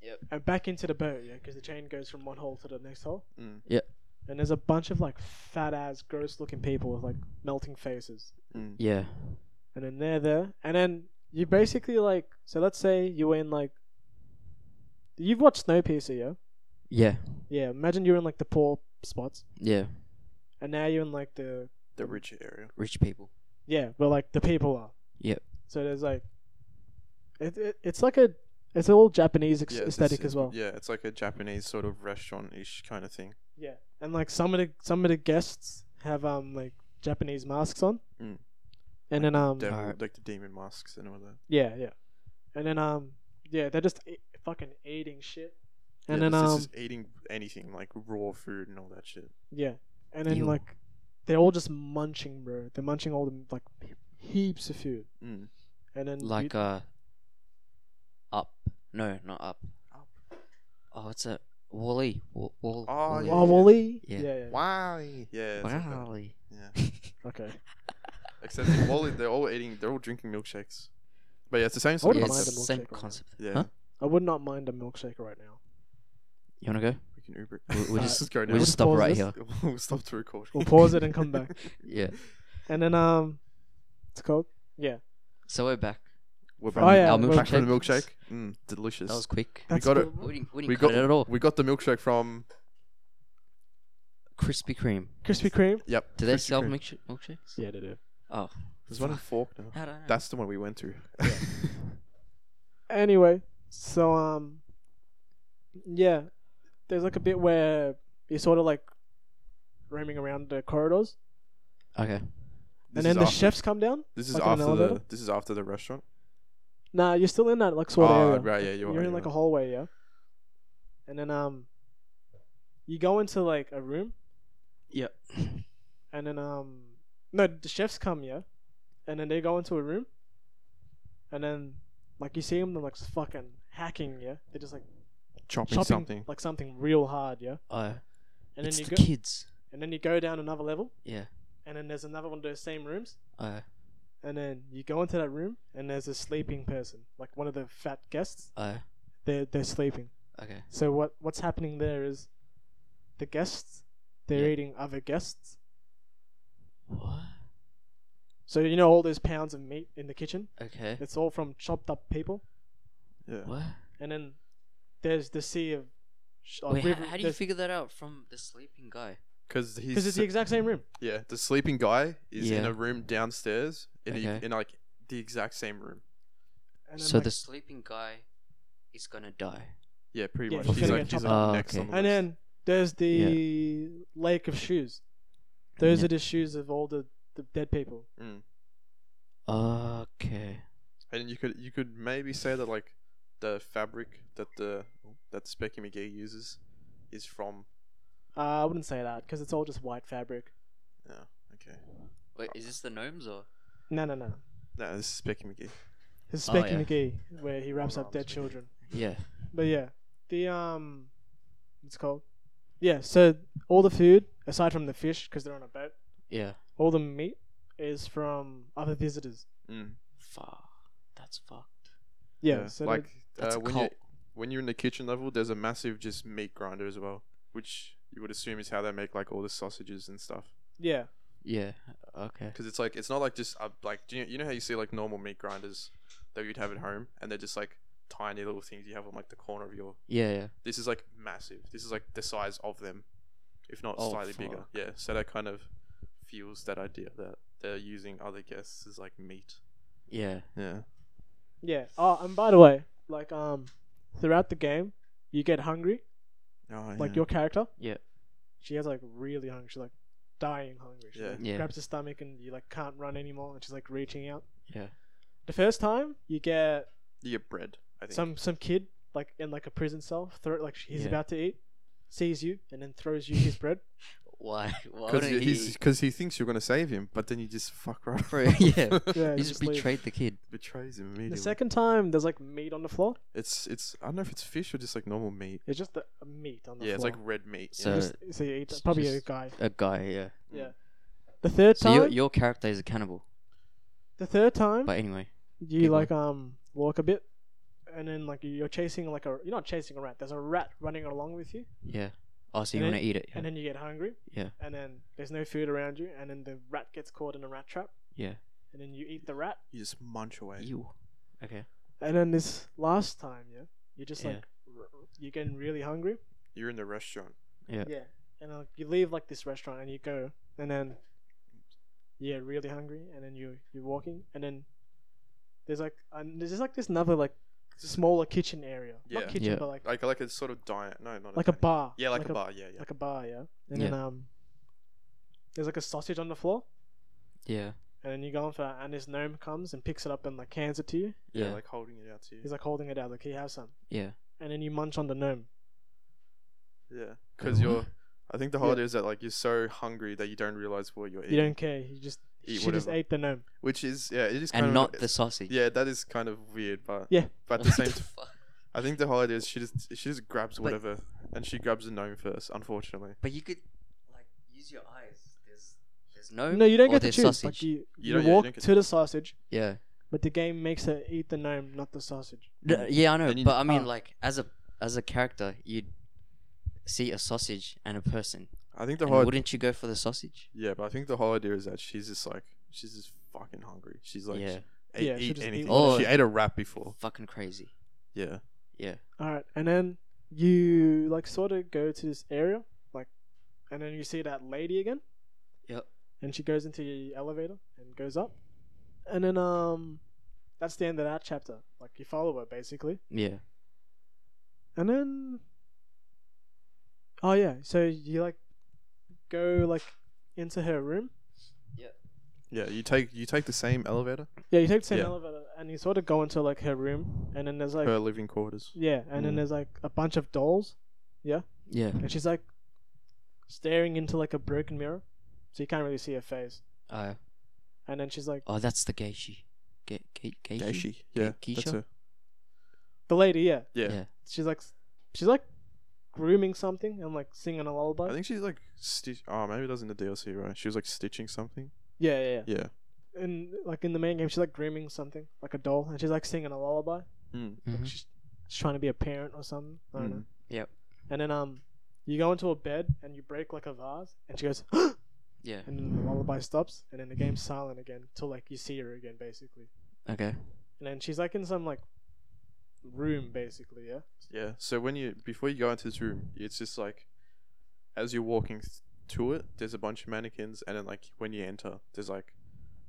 Speaker 1: Yep.
Speaker 3: And back into the boat, yeah, because the chain goes from one hole to the next hole.
Speaker 2: Mm.
Speaker 3: And there's a bunch of like fat ass, gross looking people with like melting faces.
Speaker 2: Mm.
Speaker 1: Yeah.
Speaker 3: And then they're there. And then you basically like so let's say you were in like you've watched Snowpiercer, yeah?
Speaker 1: Yeah.
Speaker 3: Yeah, imagine you're in like the poor spots.
Speaker 1: Yeah.
Speaker 3: And now you're in like the
Speaker 2: The rich area.
Speaker 1: Rich people.
Speaker 3: Yeah, where like the people are.
Speaker 1: Yep.
Speaker 3: So there's like it, it it's like a it's all Japanese ex-
Speaker 2: Yeah, it's-
Speaker 3: aesthetic
Speaker 2: it's-
Speaker 3: as well.
Speaker 2: Yeah, it's like a Japanese sort of restaurant-ish kind of thing.
Speaker 3: Yeah, and like some of the some of the guests have um like Japanese masks on,
Speaker 2: Mm.
Speaker 3: and then um
Speaker 2: Devil,
Speaker 1: Alright.
Speaker 2: Like the demon masks and all that.
Speaker 3: yeah yeah, and then um yeah they're just e- fucking eating shit, and
Speaker 2: yeah,
Speaker 3: then
Speaker 2: this
Speaker 3: um
Speaker 2: is just eating anything like raw food and all that shit.
Speaker 3: yeah, and then
Speaker 1: Ew.
Speaker 3: like they're all just munching, bro. They're munching all the like heaps of food,
Speaker 2: Mm.
Speaker 3: and then you-
Speaker 1: Like uh, up. No, not up.
Speaker 2: Up.
Speaker 1: Oh, it's a Wally. Wall. Wall.
Speaker 2: Oh,
Speaker 1: Wall-E.
Speaker 2: yeah.
Speaker 3: oh, Wally,
Speaker 1: uh, Yeah.
Speaker 3: yeah, yeah.
Speaker 2: Wow. Yeah. it's like that.
Speaker 1: Wall-E.
Speaker 2: yeah.
Speaker 3: okay.
Speaker 2: Except in Wally, they're all eating. They're all drinking milkshakes. But yeah, it's the same
Speaker 3: I
Speaker 2: sort
Speaker 3: wouldn't
Speaker 1: Yeah,
Speaker 2: of
Speaker 1: it's
Speaker 3: mind
Speaker 1: the same
Speaker 2: concept.
Speaker 3: them. milkshake right now.
Speaker 1: concept.
Speaker 2: Yeah.
Speaker 1: Huh?
Speaker 3: I would not mind a milkshake right now.
Speaker 1: You wanna go?
Speaker 2: We can Uber.
Speaker 1: We- we
Speaker 2: Nah,
Speaker 1: just-
Speaker 2: let's go
Speaker 1: We
Speaker 2: now.
Speaker 1: will just
Speaker 3: just
Speaker 1: stop
Speaker 3: pause
Speaker 1: right
Speaker 3: this.
Speaker 1: here.
Speaker 2: we'll stop to record.
Speaker 3: We'll pause it and come back.
Speaker 1: Yeah.
Speaker 3: And then um, it's called yeah.
Speaker 1: So we're back.
Speaker 2: We're
Speaker 1: From
Speaker 3: Oh, yeah,
Speaker 1: our
Speaker 3: we're-
Speaker 2: back from the
Speaker 1: milkshakes.
Speaker 2: milkshake. Mm, delicious.
Speaker 1: That was quick.
Speaker 3: That's
Speaker 2: got
Speaker 3: good.
Speaker 2: it.
Speaker 1: We didn't, we didn't
Speaker 2: we
Speaker 1: cut
Speaker 2: got
Speaker 1: it at all.
Speaker 2: we got the milkshake from
Speaker 1: Krispy Kreme.
Speaker 3: Krispy Kreme.
Speaker 2: yep.
Speaker 1: Do they
Speaker 2: Krispy
Speaker 1: sell
Speaker 2: Kreme.
Speaker 1: milkshake, milkshakes?
Speaker 3: Yeah, they do.
Speaker 1: Oh,
Speaker 2: There's one in Fork now.
Speaker 1: how do I know?
Speaker 2: That's the one we went to.
Speaker 3: Anyway, so um, yeah, there's like a bit where you're sort of like roaming around the corridors,
Speaker 1: okay.
Speaker 2: This
Speaker 3: and then
Speaker 2: is
Speaker 3: the
Speaker 2: after,
Speaker 3: chefs come down.
Speaker 2: This is
Speaker 3: like in an
Speaker 2: after the.
Speaker 3: elevator?
Speaker 2: This is after the restaurant.
Speaker 3: Nah, you're still in that like sort of
Speaker 2: Ah,
Speaker 3: area.
Speaker 2: right, yeah, you are,
Speaker 3: You're
Speaker 2: you
Speaker 3: in like
Speaker 2: are.
Speaker 3: a hallway, yeah. And then um, you go into like a room,
Speaker 1: Yep.
Speaker 3: and then um, no, the chefs come, yeah, and then they go into a room, and then like you see them, they're like fucking hacking, yeah. They're just like
Speaker 2: Chopping,
Speaker 3: chopping
Speaker 2: something.
Speaker 3: like something real hard, yeah.
Speaker 1: Uh,
Speaker 3: And
Speaker 1: it's
Speaker 3: then you
Speaker 1: the
Speaker 3: go,
Speaker 1: kids.
Speaker 3: and then you go down another level,
Speaker 1: Yeah.
Speaker 3: and then there's another one of those same rooms,
Speaker 1: Uh,
Speaker 3: and then you go into that room, and there's a sleeping person, like one of the fat guests.
Speaker 1: uh,
Speaker 3: They're they're sleeping.
Speaker 1: okay.
Speaker 3: So what what's happening there is, the guests, they're
Speaker 1: Yeah.
Speaker 3: eating other guests.
Speaker 1: What?
Speaker 3: So you know all those pounds of meat in the kitchen,
Speaker 1: Okay.
Speaker 3: it's all from chopped up people,
Speaker 2: Yeah.
Speaker 1: What?
Speaker 3: and then there's the sea of. Sh- of
Speaker 1: Wait, how,
Speaker 3: river-
Speaker 1: how do you
Speaker 3: there's-
Speaker 1: figure that out from the sleeping guy?
Speaker 2: Because he's.
Speaker 3: Because it's the exact same room.
Speaker 2: yeah, the sleeping guy is in
Speaker 1: Yeah.
Speaker 2: a room downstairs in, the-
Speaker 1: Okay.
Speaker 2: in like the exact same room.
Speaker 3: And then
Speaker 1: So
Speaker 3: like-
Speaker 1: the sleeping guy is gonna die.
Speaker 2: Yeah, pretty
Speaker 3: Yeah,
Speaker 2: much.
Speaker 3: he's
Speaker 2: He's
Speaker 3: gonna
Speaker 2: like,
Speaker 3: get
Speaker 2: he's
Speaker 3: chopped
Speaker 1: up.
Speaker 2: like
Speaker 1: Oh,
Speaker 2: next
Speaker 1: okay.
Speaker 2: on the
Speaker 3: And
Speaker 2: list.
Speaker 3: then there's the lake of shoes. Those
Speaker 1: Yeah.
Speaker 3: are the shoes of all the, the dead people.
Speaker 2: Mm.
Speaker 1: Okay.
Speaker 2: And then you could you could maybe say that like the fabric that the that Specky McGee uses is from.
Speaker 3: Uh, I wouldn't say that because it's all just white fabric.
Speaker 2: Yeah. Okay.
Speaker 1: Wait, is this the gnomes or?
Speaker 3: No, no, no.
Speaker 2: No, this is Specky McGee.
Speaker 3: His
Speaker 1: Oh,
Speaker 3: Specky
Speaker 1: yeah.
Speaker 3: McGee, where he wraps
Speaker 1: Oh,
Speaker 2: no,
Speaker 3: up dead
Speaker 2: Specky.
Speaker 3: children.
Speaker 1: Yeah.
Speaker 3: But yeah, the um, it's called. Yeah, so all the food aside from the fish because they're on a boat,
Speaker 1: Yeah.
Speaker 3: all the meat is from other visitors.
Speaker 2: Mm.
Speaker 1: Fuck. That's fucked.
Speaker 3: Yeah, so
Speaker 2: like
Speaker 3: like
Speaker 2: uh,
Speaker 1: That's a
Speaker 2: when you
Speaker 1: cult.
Speaker 2: when you're in the kitchen level, there's a massive just meat grinder as well, which you would assume is how they make like all the sausages and stuff.
Speaker 3: yeah,
Speaker 1: Yeah. Okay.
Speaker 2: Because it's like it's not like just uh, like do you, you know how you see like normal meat grinders that you'd have at home, and they're just like tiny little things you have on like the corner of your
Speaker 1: Yeah. Yeah.
Speaker 2: This is like massive. This is like the size of them, if not
Speaker 1: Oh,
Speaker 2: slightly bigger.
Speaker 1: fuck.
Speaker 2: Yeah. So that kind of fuels that idea that they're using other guests as like meat.
Speaker 1: Yeah.
Speaker 2: Yeah.
Speaker 3: yeah. Oh, and by the way, like um, throughout the game, you get hungry,
Speaker 2: Oh,
Speaker 3: like your character.
Speaker 1: Yeah.
Speaker 3: She has like really hungry. She's like dying hungry. She
Speaker 2: Yeah.
Speaker 3: like,
Speaker 1: Yeah.
Speaker 3: grabs her stomach and you like can't run anymore, and she's like reaching out.
Speaker 1: Yeah.
Speaker 3: The first time you get
Speaker 2: you get bread. I think.
Speaker 3: some some kid like in like a prison cell, throw like he's
Speaker 1: Yeah.
Speaker 3: about to eat, sees you and then throws you his bread.
Speaker 1: Why? Why
Speaker 2: because
Speaker 1: would he?
Speaker 2: he's because he thinks you're gonna save him, but then you just fuck right.
Speaker 1: Bro, yeah.
Speaker 3: Yeah,
Speaker 1: He's
Speaker 3: just leave.
Speaker 1: betrayed the kid.
Speaker 2: Betrays him
Speaker 3: The
Speaker 2: immediately.
Speaker 3: second time there's like meat on the floor.
Speaker 2: it's it's I don't know if it's fish or just like normal meat.
Speaker 3: It's just the meat on the
Speaker 2: Yeah, it's
Speaker 3: floor.
Speaker 2: like red meat.
Speaker 1: So-
Speaker 2: yeah.
Speaker 3: just, so you eat
Speaker 1: Uh, it's
Speaker 3: probably a
Speaker 1: just-
Speaker 3: guy.
Speaker 1: A guy. Yeah.
Speaker 3: Yeah. The third
Speaker 1: So
Speaker 3: time,
Speaker 1: your your character is a cannibal.
Speaker 3: the third time
Speaker 1: But anyway.
Speaker 3: you
Speaker 1: keep
Speaker 3: like um walk a bit, and then like you're chasing like a you're not chasing a rat. There's a rat running along with you.
Speaker 1: Yeah. Oh, so you
Speaker 3: And
Speaker 1: want
Speaker 3: then-
Speaker 1: to eat it? Yeah.
Speaker 3: and then you get hungry.
Speaker 1: Yeah.
Speaker 3: And then there's no food around you, and then the rat gets caught in a rat trap,
Speaker 1: yeah.
Speaker 3: and then you eat the rat.
Speaker 2: you just munch away.
Speaker 1: You. Okay.
Speaker 3: And then this last time, yeah, you're just
Speaker 1: Yeah.
Speaker 3: like r- you're getting really hungry.
Speaker 2: You're in the restaurant.
Speaker 1: Yeah.
Speaker 3: And like you leave like this restaurant, and you go, and then yeah, really hungry, and then you you're walking, and then there's like and there's just like this another like smaller kitchen area,
Speaker 2: Yeah.
Speaker 3: not kitchen,
Speaker 1: Yeah.
Speaker 3: but like
Speaker 2: Like like a sort of diet. No, not
Speaker 3: like a
Speaker 2: dining.
Speaker 3: bar.
Speaker 2: Yeah, like, a, bar. Yeah, yeah.
Speaker 3: Like a bar, yeah. And then um, there's like a sausage on the floor.
Speaker 1: Yeah.
Speaker 3: And then you go on for that, and this gnome comes and picks it up and like hands it to you.
Speaker 2: yeah,
Speaker 1: Yeah.
Speaker 2: like holding it out to you.
Speaker 3: He's like holding it out, like, "Here, have some."
Speaker 1: Yeah.
Speaker 3: And then you munch on the gnome.
Speaker 2: Yeah, because you're I think the whole idea is that like you're so hungry that you don't realize what you're eating,
Speaker 3: You don't care. You just
Speaker 2: Eat
Speaker 3: she just
Speaker 2: whatever.
Speaker 3: ate the gnome.
Speaker 2: which is yeah, it is kind
Speaker 1: and
Speaker 2: of
Speaker 1: not the sausage.
Speaker 2: yeah, that is kind of weird, but
Speaker 3: Yeah.
Speaker 2: but at the
Speaker 1: What
Speaker 2: same,
Speaker 1: the
Speaker 2: t-
Speaker 1: fuck?
Speaker 2: I think the whole idea is she just she just grabs whatever, and she grabs the gnome first. Unfortunately,
Speaker 1: But you could like use your eyes. There's there's no
Speaker 3: No, you don't
Speaker 1: or
Speaker 3: get to
Speaker 1: there's
Speaker 3: choose.
Speaker 1: sausage.
Speaker 3: Like you,
Speaker 2: You
Speaker 3: you,
Speaker 2: don't- yeah, you
Speaker 3: walk
Speaker 2: don't get
Speaker 3: to the sausage,
Speaker 1: yeah.
Speaker 3: but the game makes her eat the gnome, not the sausage.
Speaker 1: No, yeah, I know,
Speaker 2: And you- ah.
Speaker 1: but I mean,
Speaker 3: Oh.
Speaker 1: like as a as a character, you'd see a sausage and a person,
Speaker 2: I think the
Speaker 1: and
Speaker 2: whole
Speaker 1: wouldn't you go for the sausage?
Speaker 2: yeah, but I think the whole idea is that she's just like she's just fucking hungry. She's like
Speaker 1: yeah,
Speaker 2: ate,
Speaker 3: Yeah, she'll
Speaker 2: eat
Speaker 3: just eat
Speaker 2: anything.
Speaker 1: whatever.
Speaker 2: she ate a wrap before.
Speaker 1: fucking crazy.
Speaker 2: Yeah,
Speaker 1: Yeah,
Speaker 3: All right, and then you like sort of go to this area, like, and then you see that lady again.
Speaker 1: Yep.
Speaker 3: And she goes into the elevator and goes up, and then um, that's the end of that chapter. Like you follow her basically,
Speaker 1: yeah,
Speaker 3: and then oh yeah, so you like go like into her room.
Speaker 2: yeah. You take you take the same elevator,
Speaker 3: Yeah, you take the same
Speaker 2: Yeah.
Speaker 3: elevator and you sort of go into like her room, and then there's like
Speaker 2: her living quarters.
Speaker 3: yeah, and then
Speaker 2: Mm.
Speaker 3: there's like a bunch of dolls,
Speaker 1: yeah.
Speaker 3: and she's like staring into like a broken mirror, so you can't really see her face.
Speaker 1: Uh,
Speaker 3: And then she's like,
Speaker 1: oh, that's the geishi. Ge- ge- geishi?
Speaker 2: Geishi. Yeah,
Speaker 1: Ge-
Speaker 2: that's
Speaker 1: geisha?
Speaker 2: her.
Speaker 3: the lady, yeah,
Speaker 2: Yeah.
Speaker 1: Yeah.
Speaker 3: she's like, she's like grooming something and like singing a lullaby.
Speaker 2: I think she's like stitch. Oh, maybe it doesn't the DLC right. She was like stitching something.
Speaker 3: yeah, yeah, yeah.
Speaker 2: Yeah.
Speaker 3: And like in the main game, she's like grooming something, like a doll, and she's like singing a lullaby.
Speaker 2: Mm.
Speaker 1: Mhm.
Speaker 3: Like she's, she's trying to be a parent or something. I don't know.
Speaker 2: Mm.
Speaker 1: Yep.
Speaker 3: And then um, you go into a bed and you break like a vase, and she goes.
Speaker 1: Yeah.
Speaker 3: and then the lullaby stops, and then the game's silent again till like you see her again, basically.
Speaker 1: Okay.
Speaker 3: And then she's like in some like room, basically, yeah.
Speaker 2: Yeah. So when you before you go into this room, it's just like as you're walking th- to it, there's a bunch of mannequins, and then like when you enter, there's like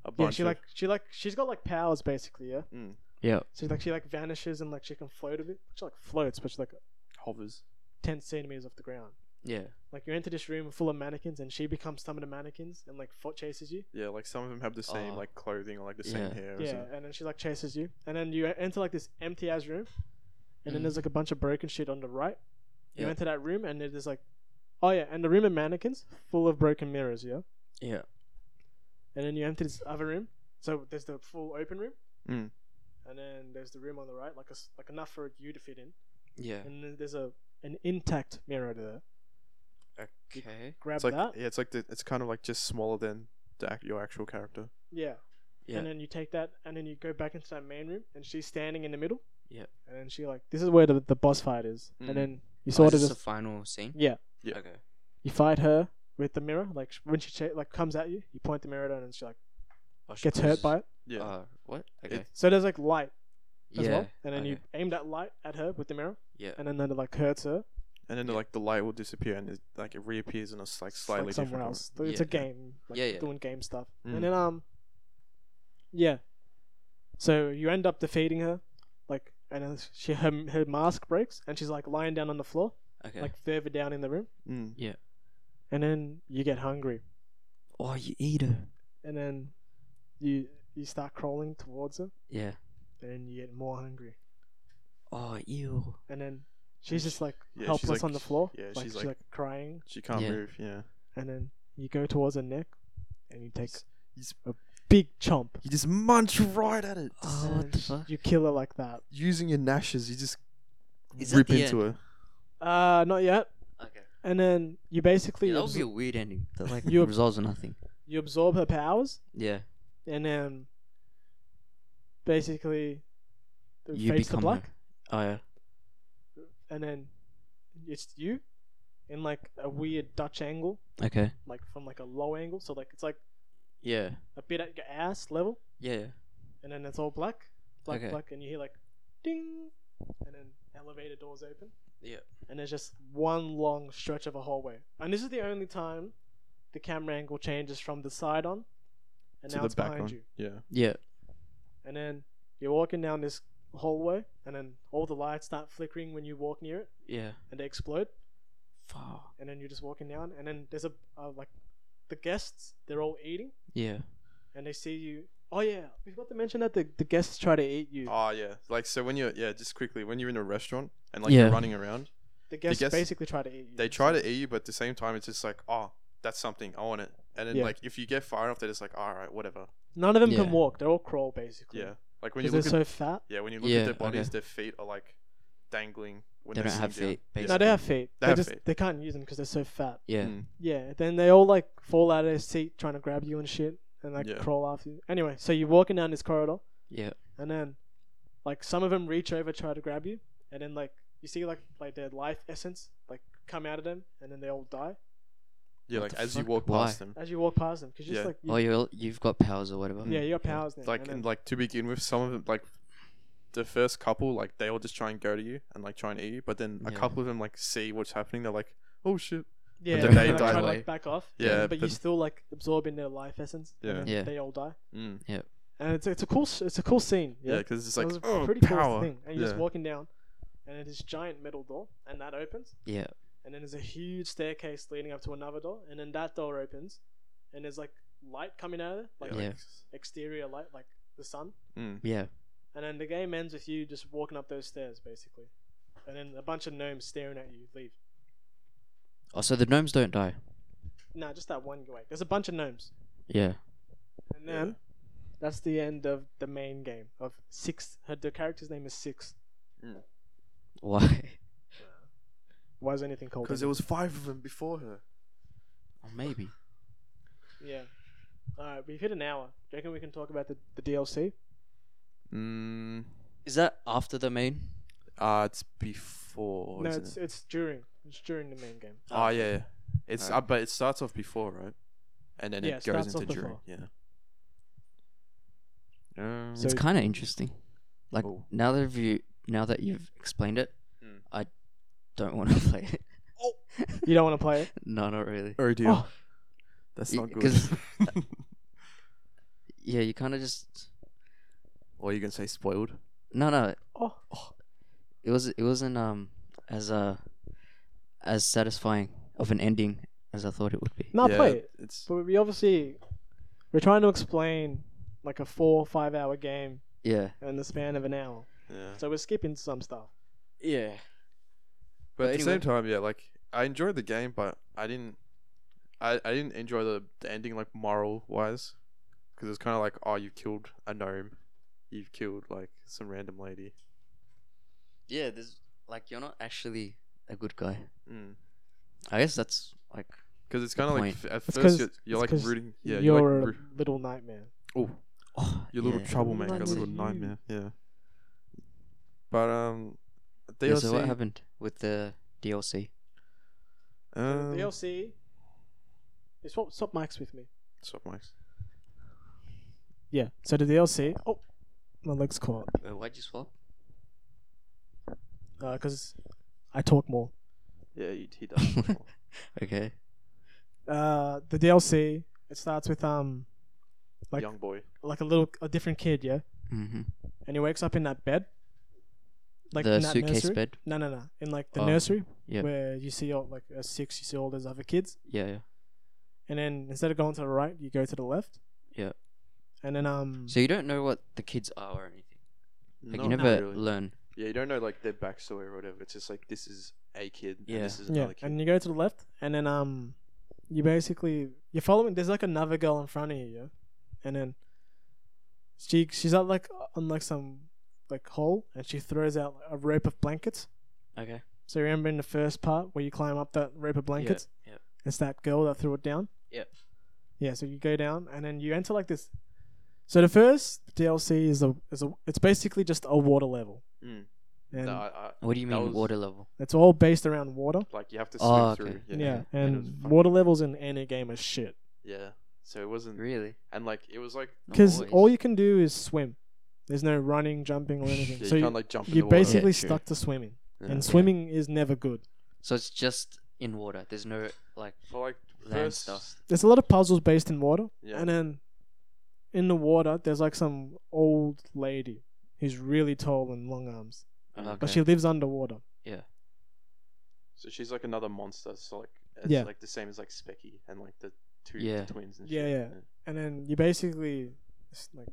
Speaker 2: a
Speaker 3: Yeah,
Speaker 2: bunch.
Speaker 3: she
Speaker 2: of,
Speaker 3: like she like she's got like powers, basically, yeah.
Speaker 2: mm,
Speaker 1: Yeah.
Speaker 3: So like she like vanishes and like she can float a bit. She like floats, but she's like
Speaker 2: hovers.
Speaker 3: ten centimeters off the ground.
Speaker 1: Yeah.
Speaker 3: Like you enter this room full of mannequins, and she becomes some of the mannequins and like fo- chases you.
Speaker 2: Yeah, like some of them have the same
Speaker 1: Uh,
Speaker 2: like clothing or like the same
Speaker 1: yeah.
Speaker 2: hair. Or
Speaker 3: Oh. Yeah,
Speaker 2: something.
Speaker 3: and then she like chases you, and then you e-, enter like this empty ass room, and then
Speaker 2: Mm-hmm.
Speaker 1: Mm.
Speaker 3: there's like a bunch of broken shit on the right. You
Speaker 1: Yeah.
Speaker 3: enter that room, and there's like, oh yeah, and the room of mannequins full of broken mirrors, yeah.
Speaker 1: Yeah.
Speaker 3: And then you enter this other room. So there's the full open room,
Speaker 2: Mm.
Speaker 3: and then there's the room on the right, like a s like enough for you to fit in,
Speaker 1: Yeah.
Speaker 3: and then there's a an intact mirror there.
Speaker 1: Okay.
Speaker 3: Grab
Speaker 2: It's like
Speaker 3: that,
Speaker 2: yeah, it's like the, it's kind of like just smaller than the act, your actual character.
Speaker 3: yeah.
Speaker 1: Yeah.
Speaker 3: And then you take that, and then you go back into that main room, and she's standing in the middle.
Speaker 1: Yeah.
Speaker 3: And then she like, this is where the the boss fight is,
Speaker 2: Mm.
Speaker 3: and then you
Speaker 1: Oh,
Speaker 3: sort of
Speaker 1: is this
Speaker 3: just
Speaker 1: the final scene?
Speaker 3: yeah,
Speaker 2: Yeah.
Speaker 1: Okay.
Speaker 3: you fight her with the mirror. Like sh- when she cha- like comes at you, you point the mirror at her, and she like
Speaker 1: Oh, she
Speaker 3: gets hurt
Speaker 1: closes-
Speaker 3: by it.
Speaker 2: Yeah.
Speaker 1: Uh, what? Okay.
Speaker 2: It-
Speaker 3: So there's like light as
Speaker 1: yeah.
Speaker 3: well, and then you
Speaker 1: okay.
Speaker 3: aim that light at her with the mirror,
Speaker 1: Yeah.
Speaker 3: and then that like hurts her.
Speaker 2: and then
Speaker 1: Yeah.
Speaker 2: like the light will disappear and it, like it reappears in a s- like
Speaker 3: It's,
Speaker 2: slightly
Speaker 3: like
Speaker 2: different.
Speaker 3: somewhere
Speaker 2: color.
Speaker 3: else. Th- It's a
Speaker 1: Yeah.
Speaker 3: game, like
Speaker 1: Yeah, yeah.
Speaker 3: doing game stuff.
Speaker 2: Mm.
Speaker 3: And then um, yeah. So you end up defeating her, like, and then she her her mask breaks, and she's like lying down on the floor,
Speaker 1: Okay.
Speaker 3: like further down in the room,
Speaker 2: Mm.
Speaker 3: and then you get hungry,
Speaker 1: oh, you eat her.
Speaker 3: and then you you start crawling towards her,
Speaker 1: Yeah.
Speaker 3: and then you get more hungry,
Speaker 1: Oh, ew.
Speaker 3: and then. She's just like
Speaker 2: Yeah, she's,
Speaker 3: helpless
Speaker 2: like-
Speaker 3: on the floor,
Speaker 2: yeah,
Speaker 3: like
Speaker 2: she's,
Speaker 3: she's
Speaker 2: like-
Speaker 3: like, crying,
Speaker 2: She can't
Speaker 1: Yeah.
Speaker 2: move. Yeah.
Speaker 3: and then you go towards her neck, and you take
Speaker 2: He's-
Speaker 3: a big chomp.
Speaker 2: You just munch right at it.
Speaker 1: Oh, what the fuck?
Speaker 3: You kill her like that.
Speaker 2: Using your gnashes, you just
Speaker 1: Is that
Speaker 2: rip
Speaker 1: the
Speaker 2: into her.
Speaker 3: Uh, not yet.
Speaker 1: Okay.
Speaker 3: And then you basically
Speaker 1: Yeah, that would be
Speaker 3: absor-
Speaker 1: a weird ending. That like
Speaker 3: You-
Speaker 1: resolves in nothing.
Speaker 3: you absorb her powers,
Speaker 1: Yeah.
Speaker 3: and then basically the
Speaker 1: You
Speaker 3: fades to
Speaker 1: become
Speaker 3: black,
Speaker 1: Oh yeah.
Speaker 3: and then it's you in like a weird Dutch angle,
Speaker 1: Okay.
Speaker 3: like from like a low angle. So like it's like
Speaker 1: Yeah.
Speaker 3: a bit at your ass level,
Speaker 1: Yeah.
Speaker 3: and then it's all black, black,
Speaker 1: Okay.
Speaker 3: black, and you hear like ding, and then elevator doors open.
Speaker 1: Yeah.
Speaker 3: and there's just one long stretch of a hallway. And this is the only time the camera angle changes from the side on, and
Speaker 2: to
Speaker 3: now
Speaker 2: the
Speaker 3: it's
Speaker 2: back
Speaker 3: behind
Speaker 2: one.
Speaker 3: you.
Speaker 2: Yeah.
Speaker 1: Yeah.
Speaker 3: And then you're walking down this hallway, and then all the lights start flickering when you walk near it,
Speaker 1: Yeah.
Speaker 3: and they explode.
Speaker 1: Fuck.
Speaker 3: And then you're just walking down, and then there's a uh, like the guests, they're all eating,
Speaker 1: Yeah.
Speaker 3: and they see you. Oh yeah, we forgot to mention that the, the guests try to eat you.
Speaker 2: Ah, Oh yeah. Like so when you're yeah, just quickly, when you're in a restaurant and like
Speaker 1: Yeah.
Speaker 2: you're running around
Speaker 3: The guests,
Speaker 2: guests-
Speaker 3: basically try to eat you.
Speaker 2: They try to eat you, but at the same time, it's just like, oh, that's something. I want it. And then,
Speaker 3: Yeah.
Speaker 2: like, if you get far enough, they're just like, all right, whatever.
Speaker 3: None of them
Speaker 1: Yeah.
Speaker 3: can walk. They all crawl basically.
Speaker 2: Yeah. Like, when you
Speaker 3: Because
Speaker 2: look
Speaker 3: they're
Speaker 2: at
Speaker 3: so fat.
Speaker 2: Yeah, when you look
Speaker 1: Yeah,
Speaker 2: at their
Speaker 1: okay.
Speaker 2: bodies, their feet are like dangling. When
Speaker 1: They
Speaker 2: they're
Speaker 1: don't have
Speaker 2: sitting
Speaker 1: feet,
Speaker 2: down. Yeah.
Speaker 3: No, they have feet.
Speaker 2: They
Speaker 3: They,
Speaker 2: have
Speaker 3: just
Speaker 2: feet.
Speaker 3: they can't use them because they're so fat.
Speaker 1: Yeah.
Speaker 2: Mm.
Speaker 3: Yeah. Then they all like fall out of their seat trying to grab you and shit, and like
Speaker 2: Yeah.
Speaker 3: crawl after you. Anyway, so you're walking down this corridor,
Speaker 1: Yeah.
Speaker 3: and then like some of them reach over try to grab you, and then like you see like like their life essence like come out of them, and then they all die
Speaker 2: Yeah,
Speaker 1: What
Speaker 2: like
Speaker 1: the
Speaker 2: as
Speaker 1: fuck?
Speaker 2: you walk
Speaker 1: Why?
Speaker 2: past them.
Speaker 3: as you walk past them. Cause just
Speaker 2: Yeah.
Speaker 3: like you,
Speaker 1: Oh, you you've got powers or whatever.
Speaker 3: yeah, you got powers now.
Speaker 2: Like
Speaker 3: and
Speaker 2: and
Speaker 3: then-
Speaker 2: like to begin with, some of them like the first couple, like they all just try and go to you and like try and eat you, but then a
Speaker 1: Yeah.
Speaker 2: couple of them like see what's happening, they're like, Oh shit.
Speaker 3: yeah,
Speaker 2: then
Speaker 3: and
Speaker 2: they
Speaker 3: then, like,
Speaker 2: die
Speaker 3: try to
Speaker 1: away.
Speaker 3: like back off.
Speaker 2: Yeah,
Speaker 3: but, you
Speaker 2: but-
Speaker 3: still like absorb in their life essence.
Speaker 2: Yeah.
Speaker 3: and then
Speaker 1: Yeah.
Speaker 3: they all die,
Speaker 2: Mm.
Speaker 3: and it's it's a cool s- it's a cool scene.
Speaker 2: Yeah, because it's like
Speaker 3: That was a
Speaker 2: oh,
Speaker 3: pretty
Speaker 2: power.
Speaker 3: cool thing. And you're just
Speaker 2: Yeah.
Speaker 3: walking down, and there's this giant metal door, and that opens,
Speaker 1: Yeah.
Speaker 3: and then there's a huge staircase leading up to another door, and then that door opens, and there's like light coming out of it, like
Speaker 1: Yeah.
Speaker 3: exterior light, like the sun,
Speaker 2: Mm.
Speaker 1: Yeah.
Speaker 3: and then the game ends with you just walking up those stairs, basically, and then a bunch of gnomes staring at you leave.
Speaker 1: Oh, so the gnomes don't die.
Speaker 3: Nah, just that one way. There's a bunch of gnomes,
Speaker 1: Yeah.
Speaker 3: and then that's the end of the main game of six. Her the character's name is Six.
Speaker 1: Why?
Speaker 3: Why is anything called?
Speaker 2: Because
Speaker 3: anything?
Speaker 2: there was five of them before her.
Speaker 1: Oh, maybe.
Speaker 3: Yeah. All right, we've hit an hour. Do you reckon we can talk about the, the DLC?
Speaker 2: Mm.
Speaker 1: Is that after the main?
Speaker 2: Uh it's before.
Speaker 3: no,
Speaker 2: isn't
Speaker 3: it's
Speaker 2: it?
Speaker 3: it's during it's during the main game.
Speaker 2: Oh yeah, yeah. It's
Speaker 1: Alright.
Speaker 2: uh, but it starts off before, right? And then
Speaker 3: Yeah,
Speaker 2: it
Speaker 3: it
Speaker 2: goes
Speaker 3: starts off
Speaker 2: into during.
Speaker 3: before.
Speaker 2: Yeah. Um,
Speaker 3: So-
Speaker 1: It's kind of interesting. Like
Speaker 2: Oh.
Speaker 1: now that you now that you've explained it,
Speaker 2: Mm.
Speaker 1: I don't want to play it.
Speaker 3: You don't want to play it?
Speaker 1: no, not really.
Speaker 2: oh dear,
Speaker 3: Oh,
Speaker 2: that's
Speaker 1: y-
Speaker 2: not good.
Speaker 1: 'cause- Yeah, you kind of just
Speaker 2: or you gonna say spoiled?
Speaker 1: no, no.
Speaker 3: oh,
Speaker 1: It was it wasn't um as uh as satisfying of an ending as I thought it would be.
Speaker 3: no,
Speaker 2: yeah,
Speaker 3: play it.
Speaker 2: It's
Speaker 3: But we obviously we're trying to explain like a four or five hour game
Speaker 1: Yeah.
Speaker 3: in the span of an hour,
Speaker 2: yeah.
Speaker 3: so we're skipping some stuff.
Speaker 1: Yeah.
Speaker 2: But at
Speaker 1: But
Speaker 2: the
Speaker 1: anyway.
Speaker 2: same time, yeah, like I enjoyed the game, but I didn't. I, I didn't enjoy the, the ending like moral wise, because it's kind of like oh you've killed a gnome, you've killed like some random lady.
Speaker 1: Yeah, there's like you're not actually a good guy.
Speaker 2: Because
Speaker 1: I guess that's like
Speaker 2: it's kind of like
Speaker 1: point.
Speaker 2: f- at
Speaker 3: It's
Speaker 2: first
Speaker 3: 'cause-
Speaker 2: you're, you're
Speaker 3: it's
Speaker 2: like
Speaker 3: 'cause
Speaker 2: rooting. Yeah,
Speaker 3: you're,
Speaker 2: you're, like,
Speaker 3: a
Speaker 2: roo-
Speaker 3: little nightmare.
Speaker 2: oh
Speaker 1: oh,
Speaker 2: Your little
Speaker 1: yeah.
Speaker 2: troublemaker,
Speaker 3: Nightmare.
Speaker 2: little
Speaker 3: You.
Speaker 2: nightmare. Yeah. But um, DLC.
Speaker 1: Yeah, so what happened with the DLC?
Speaker 2: Um,
Speaker 3: the DLC. You swap swap mics with me.
Speaker 2: Stop, Mike.
Speaker 3: Yeah. So the DLC. Oh, my legs caught.
Speaker 1: Uh, why'd you swap?
Speaker 3: Because uh, I talk more.
Speaker 2: Yeah, he, he does. before.
Speaker 1: Okay.
Speaker 3: Uh, the DLC. It starts with um, like
Speaker 2: Young boy.
Speaker 3: like a little a different kid, yeah.
Speaker 1: Mm-hmm.
Speaker 3: And he wakes up in that bed, like
Speaker 1: the
Speaker 3: in that
Speaker 1: suitcase
Speaker 3: nursery.
Speaker 1: bed.
Speaker 3: No, no, no. In like the
Speaker 1: Oh,
Speaker 3: nursery
Speaker 1: yeah.
Speaker 3: where you see all like at six, you see all those other kids,
Speaker 1: Yeah, yeah.
Speaker 3: and then instead of going to the right, you go to the left.
Speaker 1: Yeah.
Speaker 3: And then um,
Speaker 1: So you don't know what the kids are or anything. Like you
Speaker 2: Not
Speaker 1: never
Speaker 2: really.
Speaker 1: learn.
Speaker 2: Yeah, you don't know like their backstory or whatever. It's just like this is a kid.
Speaker 1: Yeah.
Speaker 2: And this is
Speaker 3: yeah,
Speaker 2: another kid.
Speaker 3: and you go to the left, and then um, you basically you're following. There's like another girl in front of you, yeah, and then she she's at like on like some like hole, and she throws out a rope of blankets.
Speaker 1: Okay.
Speaker 3: So you remember in the first part where you climb up that rope of blankets?
Speaker 1: yeah.
Speaker 3: It's that girl that threw it down?
Speaker 1: Yeah.
Speaker 3: Yeah, so you go down and then you enter like this. So the first DLC is a, is a it's basically just a water level.
Speaker 2: Mm.
Speaker 3: And
Speaker 2: No, I, I,
Speaker 1: What do you
Speaker 2: That
Speaker 1: mean
Speaker 2: was-
Speaker 1: water level?
Speaker 3: it's all based around water.
Speaker 2: like you have to swim
Speaker 1: Oh,
Speaker 2: through.
Speaker 1: okay.
Speaker 3: Yeah.
Speaker 2: it
Speaker 3: And
Speaker 2: was fucking-
Speaker 3: water levels in any game are shit.
Speaker 2: Yeah. So it wasn't.
Speaker 1: Really?
Speaker 2: And like it was like
Speaker 1: Not
Speaker 3: Because
Speaker 1: always.
Speaker 3: all you can do is swim. There's no running, jumping, or
Speaker 2: yeah,
Speaker 3: anything.
Speaker 2: you
Speaker 3: so
Speaker 2: can't
Speaker 3: you,
Speaker 2: like jump. in
Speaker 3: you're
Speaker 2: the water.
Speaker 3: basically
Speaker 1: Yeah, true.
Speaker 3: stuck to swimming.
Speaker 2: Yeah.
Speaker 3: And swimming is never good.
Speaker 1: So it's just in water. There's no like.
Speaker 2: for like
Speaker 1: land
Speaker 2: first
Speaker 1: stuff.
Speaker 3: there's a lot of puzzles based in water.
Speaker 2: Yeah.
Speaker 3: And then in the water, there's like some old lady who's really tall and long arms,
Speaker 1: Oh, Okay.
Speaker 3: but she lives underwater.
Speaker 2: So she's like another monster. So like it's
Speaker 3: Yeah.
Speaker 2: like the same as like Specky and like the two
Speaker 1: Yeah.
Speaker 2: the twins. And
Speaker 3: Yeah,
Speaker 2: shit.
Speaker 3: yeah. And then you basically, it's like,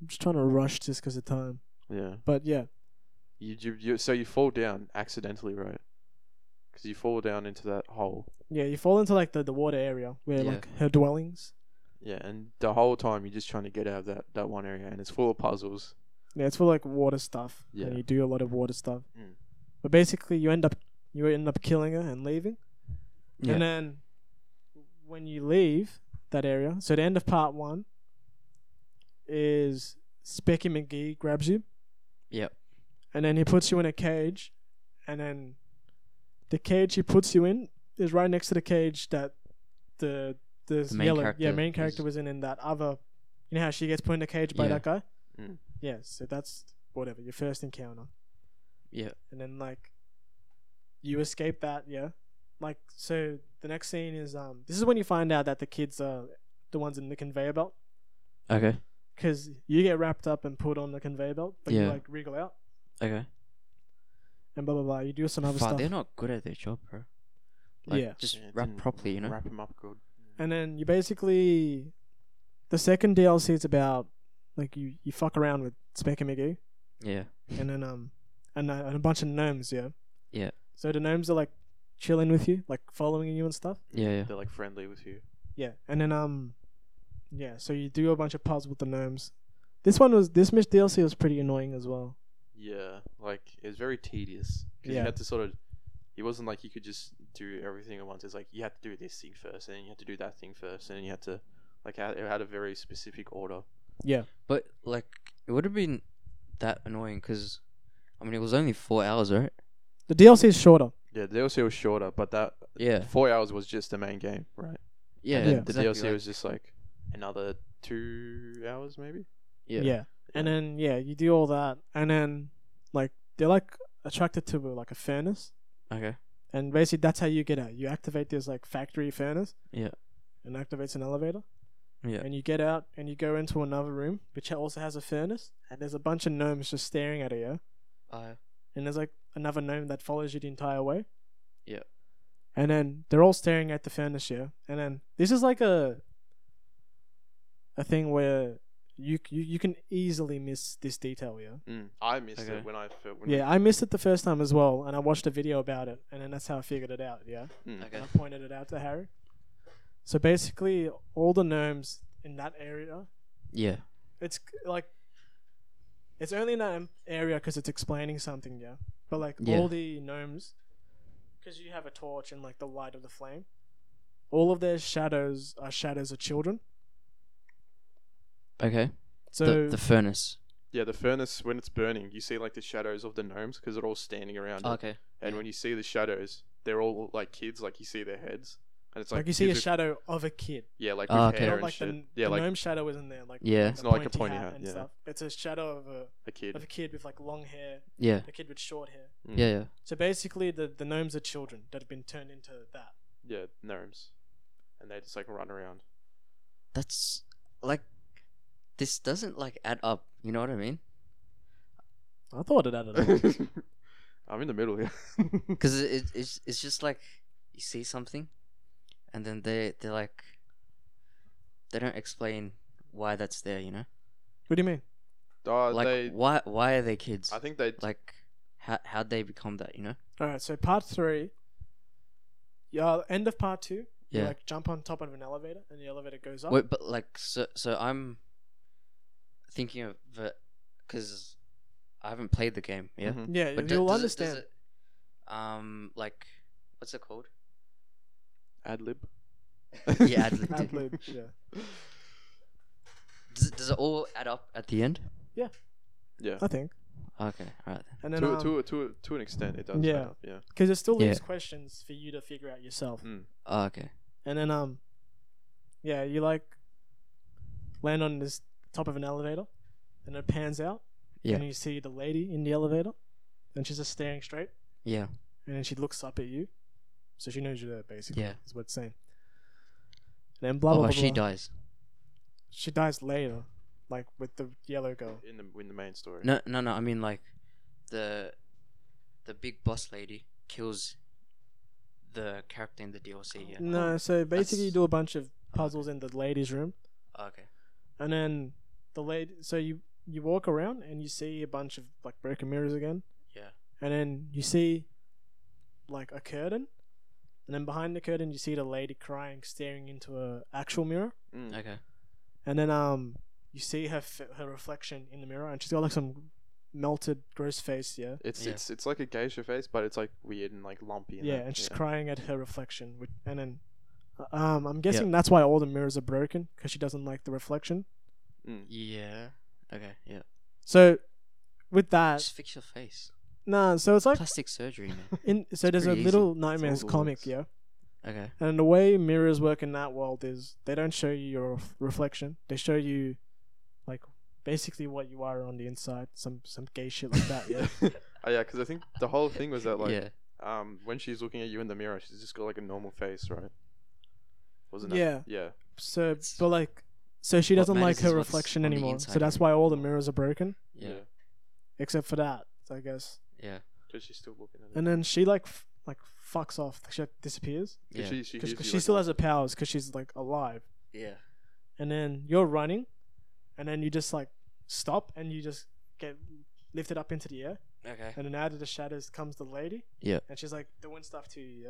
Speaker 3: I'm just trying to rush this because of time.
Speaker 2: Yeah.
Speaker 3: But yeah,
Speaker 2: You, you, you so you fall down accidentally, right? Because you fall down into that hole.
Speaker 3: Yeah, you fall into like the, the water area where
Speaker 1: Yeah.
Speaker 3: like her dwellings.
Speaker 2: Yeah, and the whole time you're just trying to get out of that, that one area, and it's full of puzzles.
Speaker 3: Yeah, it's for like water stuff.
Speaker 2: Yeah.
Speaker 3: And you do a lot of water stuff.
Speaker 2: Mm.
Speaker 3: But basically you end up you end up killing her and leaving.
Speaker 1: Yeah.
Speaker 3: And then when you leave that area, so the end of part one is Specky McGee grabs you.
Speaker 1: Yep.
Speaker 3: And then he puts you in a cage and then the cage he puts you in is right next to the cage that the the,
Speaker 1: The main
Speaker 3: yellow yeah
Speaker 1: character
Speaker 3: main
Speaker 1: is-
Speaker 3: character was in in that other you know how she gets put in a cage by
Speaker 1: Yeah.
Speaker 3: that guy
Speaker 2: Mm.
Speaker 3: yeah so that's whatever your first encounter
Speaker 1: Yeah.
Speaker 3: and then like you escape that yeah like so the next scene is um this is when you find out that the kids are the ones in the conveyor belt
Speaker 1: Okay.
Speaker 3: because you get wrapped up and put on the conveyor belt but you
Speaker 1: Yeah.
Speaker 3: like wriggle out
Speaker 1: Okay.
Speaker 3: and blah blah blah you do some other
Speaker 1: Fuck,
Speaker 3: stuff
Speaker 1: they're not good at their job, bro.
Speaker 3: Yeah.
Speaker 1: Just
Speaker 2: Yeah,
Speaker 1: rap
Speaker 2: didn't
Speaker 1: properly, you know.
Speaker 2: Wrap them up good.
Speaker 3: And then you basically the second DLC is about like you, you fuck around with Speck and McGee
Speaker 1: Yeah.
Speaker 3: and then um and a, and a bunch of gnomes, yeah.
Speaker 1: Yeah.
Speaker 3: So the gnomes are like chilling with you, like following you and stuff.
Speaker 1: Yeah. Yeah.
Speaker 2: They're like friendly with you.
Speaker 3: Yeah. And then um yeah, so you do a bunch of puzzles with the gnomes. This one was this Mish DLC was pretty annoying as well.
Speaker 2: Yeah, like it was very tedious because
Speaker 3: Yeah.
Speaker 2: you had to sort of. It wasn't like you could just do everything at once. It's like you had to do this thing first, and then you had to do that thing first, and then you had to like ha- it had a very specific order.
Speaker 1: But like, it would have been that annoying because, I mean, it was only four hours, right?
Speaker 3: The DLC is shorter.
Speaker 2: Yeah, the DLC was shorter, but that
Speaker 1: Yeah.
Speaker 2: four hours was just the main game, right?
Speaker 1: Yeah.
Speaker 3: then
Speaker 2: The
Speaker 1: exactly,
Speaker 2: DLC
Speaker 1: like-
Speaker 2: was just like another two hours, maybe.
Speaker 1: Yeah.
Speaker 3: yeah. And then yeah, you do all that and then like they're like attracted to like a furnace.
Speaker 1: Okay.
Speaker 3: And basically, that's how you get out. You activate this like factory furnace.
Speaker 1: Yeah.
Speaker 3: And activates an elevator.
Speaker 1: Yeah.
Speaker 3: And you get out and you go into another room, which also has a furnace. And there's a bunch of gnomes just staring at you. yeah?
Speaker 1: Uh,
Speaker 3: And there's like another gnome that follows you the entire way.
Speaker 1: Yeah.
Speaker 3: And then they're all staring at the furnace here. And then this is like a a thing where you you, you can easily miss this detail here.
Speaker 2: Mm. I missed
Speaker 1: Okay.
Speaker 2: it when I felt. When
Speaker 3: Yeah, I missed it the first time as well, and I watched a video about it, and then that's how I figured it out. Yeah.
Speaker 2: Mm.
Speaker 1: okay.
Speaker 3: and I pointed it out to Harry. So basically, all the gnomes in that area,
Speaker 1: Yeah.
Speaker 3: it's c- like, it's only in that em- area because it's explaining something, yeah. But like
Speaker 1: Yeah.
Speaker 3: all the gnomes, because you have a torch and like the light of the flame, all of their shadows are shadows of children.
Speaker 1: Okay.
Speaker 3: So
Speaker 1: the, the furnace.
Speaker 2: Yeah, the furnace when it's burning, you see like the shadows of the gnomes because they're all standing around. it.
Speaker 1: Oh, Okay.
Speaker 2: And when you see the shadows, they're all like kids. Like you see their heads, and it's
Speaker 3: like,
Speaker 2: like,
Speaker 3: you see a
Speaker 2: kids with-
Speaker 3: shadow of a kid,
Speaker 2: Yeah, like
Speaker 1: Oh,
Speaker 2: with
Speaker 1: okay.
Speaker 2: hair
Speaker 1: Not
Speaker 2: and
Speaker 3: like the,
Speaker 2: shit.
Speaker 3: n-
Speaker 2: yeah,
Speaker 3: the
Speaker 2: like
Speaker 3: gnome shadow isn't there, like
Speaker 1: Yeah.
Speaker 2: It's not like a pointy hat,
Speaker 3: and
Speaker 2: yeah.
Speaker 3: stuff. It's a shadow of a
Speaker 2: a kid.
Speaker 3: of a kid with like long hair,
Speaker 1: Yeah.
Speaker 3: a kid with short hair.
Speaker 2: Mm.
Speaker 1: Yeah. Yeah.
Speaker 3: So basically, the, the gnomes are children that have been turned into that.
Speaker 2: Yeah, gnomes, and they just like run around.
Speaker 1: That's like, this doesn't like add up. You know what I mean?
Speaker 3: I thought it added
Speaker 2: I'm in the middle here.
Speaker 1: Because it, it, it's it's just like you see something, and then they they like they don't explain why that's there. You know,
Speaker 3: what do you mean?
Speaker 2: Uh,
Speaker 1: like
Speaker 2: they,
Speaker 1: why why are they kids?
Speaker 2: I think they.
Speaker 1: like how how'd they become that? You know?
Speaker 3: All right, so part three. Yeah, end of part two. You
Speaker 1: Yeah.
Speaker 3: like jump on top of an elevator, and the elevator goes up.
Speaker 1: Wait, but like so so I'm thinking of the because I haven't played the game. Yeah,
Speaker 2: Mhm.
Speaker 3: yeah,
Speaker 1: but do-
Speaker 3: you'll
Speaker 1: does it- does
Speaker 3: understand.
Speaker 1: it, um, like what's it called?
Speaker 2: Ad lib.
Speaker 1: Yeah, ad lib.
Speaker 3: Ad lib, yeah.
Speaker 1: Does it, does it all add up at the end?
Speaker 2: Yeah.
Speaker 3: I think.
Speaker 1: Okay, all right. Then.
Speaker 3: And then
Speaker 2: To,
Speaker 3: um,
Speaker 2: to, to, to an extent, it does. add
Speaker 3: Yeah.
Speaker 2: up, yeah.
Speaker 3: because it still leaves
Speaker 1: Yeah.
Speaker 3: questions for you to figure out yourself.
Speaker 2: Mm.
Speaker 1: Oh, okay.
Speaker 3: And then um, yeah, you like land on this top of an elevator, and it pans out.
Speaker 1: Yeah.
Speaker 3: And you see the lady in the elevator, and she's just staring straight.
Speaker 1: Yeah.
Speaker 3: and then she looks up at you, so she knows you're there. Basically,
Speaker 1: Yeah.
Speaker 3: is what it's saying. And then blah blah
Speaker 1: oh,
Speaker 3: blah.
Speaker 1: she
Speaker 3: blah.
Speaker 1: dies.
Speaker 3: she dies later, like with the yellow girl.
Speaker 2: In the in the main story.
Speaker 1: Oh. No, no, no. I mean like the the big boss lady kills the character in the DLC. Yeah. Oh,
Speaker 3: No, so basically you
Speaker 1: that's-
Speaker 3: do a bunch of puzzles in the ladies' room,
Speaker 1: Oh, okay.
Speaker 3: and then the lady. So you you walk around and you see a bunch of like broken mirrors again.
Speaker 1: Yeah.
Speaker 3: and then you see like a curtain, and then behind the curtain you see the lady crying, staring into a actual mirror,
Speaker 2: Mm.
Speaker 1: Okay.
Speaker 3: and then um you see her f- her reflection in the mirror, and she's got like some melted, gross face, yeah,
Speaker 2: It's
Speaker 1: Yeah.
Speaker 2: it's it's like a geisha face, but it's like weird and like lumpy. And
Speaker 3: yeah,
Speaker 2: that.
Speaker 3: and she's crying at her reflection, which, and then. uh, Um, I'm guessing that's why all the mirrors are broken because she doesn't like the reflection.
Speaker 1: Yeah. Okay. Yeah.
Speaker 3: So, with that,
Speaker 1: Just fix your face.
Speaker 3: nah. So it's like
Speaker 1: Plastic surgery, man.
Speaker 3: in so there's a
Speaker 1: pretty easy.
Speaker 3: little nightmares
Speaker 2: the
Speaker 3: comic,
Speaker 2: works.
Speaker 3: yeah.
Speaker 1: Okay.
Speaker 3: And the way mirrors work in that world is they don't show you your ref- reflection. They show you, like, basically what you are on the inside. Some some gay shit like that. Yeah.
Speaker 2: Oh, yeah, because I think the whole thing was that like
Speaker 1: yeah.
Speaker 2: um when she's looking at you in the mirror, she's just got like a normal face, right? Wasn't
Speaker 3: Yeah.
Speaker 2: it? Yeah.
Speaker 3: so,
Speaker 1: It's-
Speaker 3: but like, so she
Speaker 1: What
Speaker 3: doesn't like
Speaker 1: matters
Speaker 3: her
Speaker 1: is what's
Speaker 3: reflection
Speaker 1: on the
Speaker 3: anymore.
Speaker 1: inside,
Speaker 3: So that's
Speaker 1: right?
Speaker 3: why all the mirrors are broken,
Speaker 1: Yeah.
Speaker 2: Yeah.
Speaker 3: except for that, I guess.
Speaker 1: Yeah.
Speaker 2: Because she's still looking at it.
Speaker 3: And then she like f- like fucks off. She like, disappears
Speaker 1: Yeah.
Speaker 2: She, she,
Speaker 3: because
Speaker 2: gives you,
Speaker 3: she
Speaker 2: like,
Speaker 3: still
Speaker 2: a-
Speaker 3: has her powers because she's like alive.
Speaker 1: yeah.
Speaker 3: and then you're running, and then you just like stop and you just get lifted up into the air,
Speaker 1: Okay.
Speaker 3: and then out of the shadows comes the lady.
Speaker 1: Yeah.
Speaker 3: And she's like doing stuff to you. Yeah.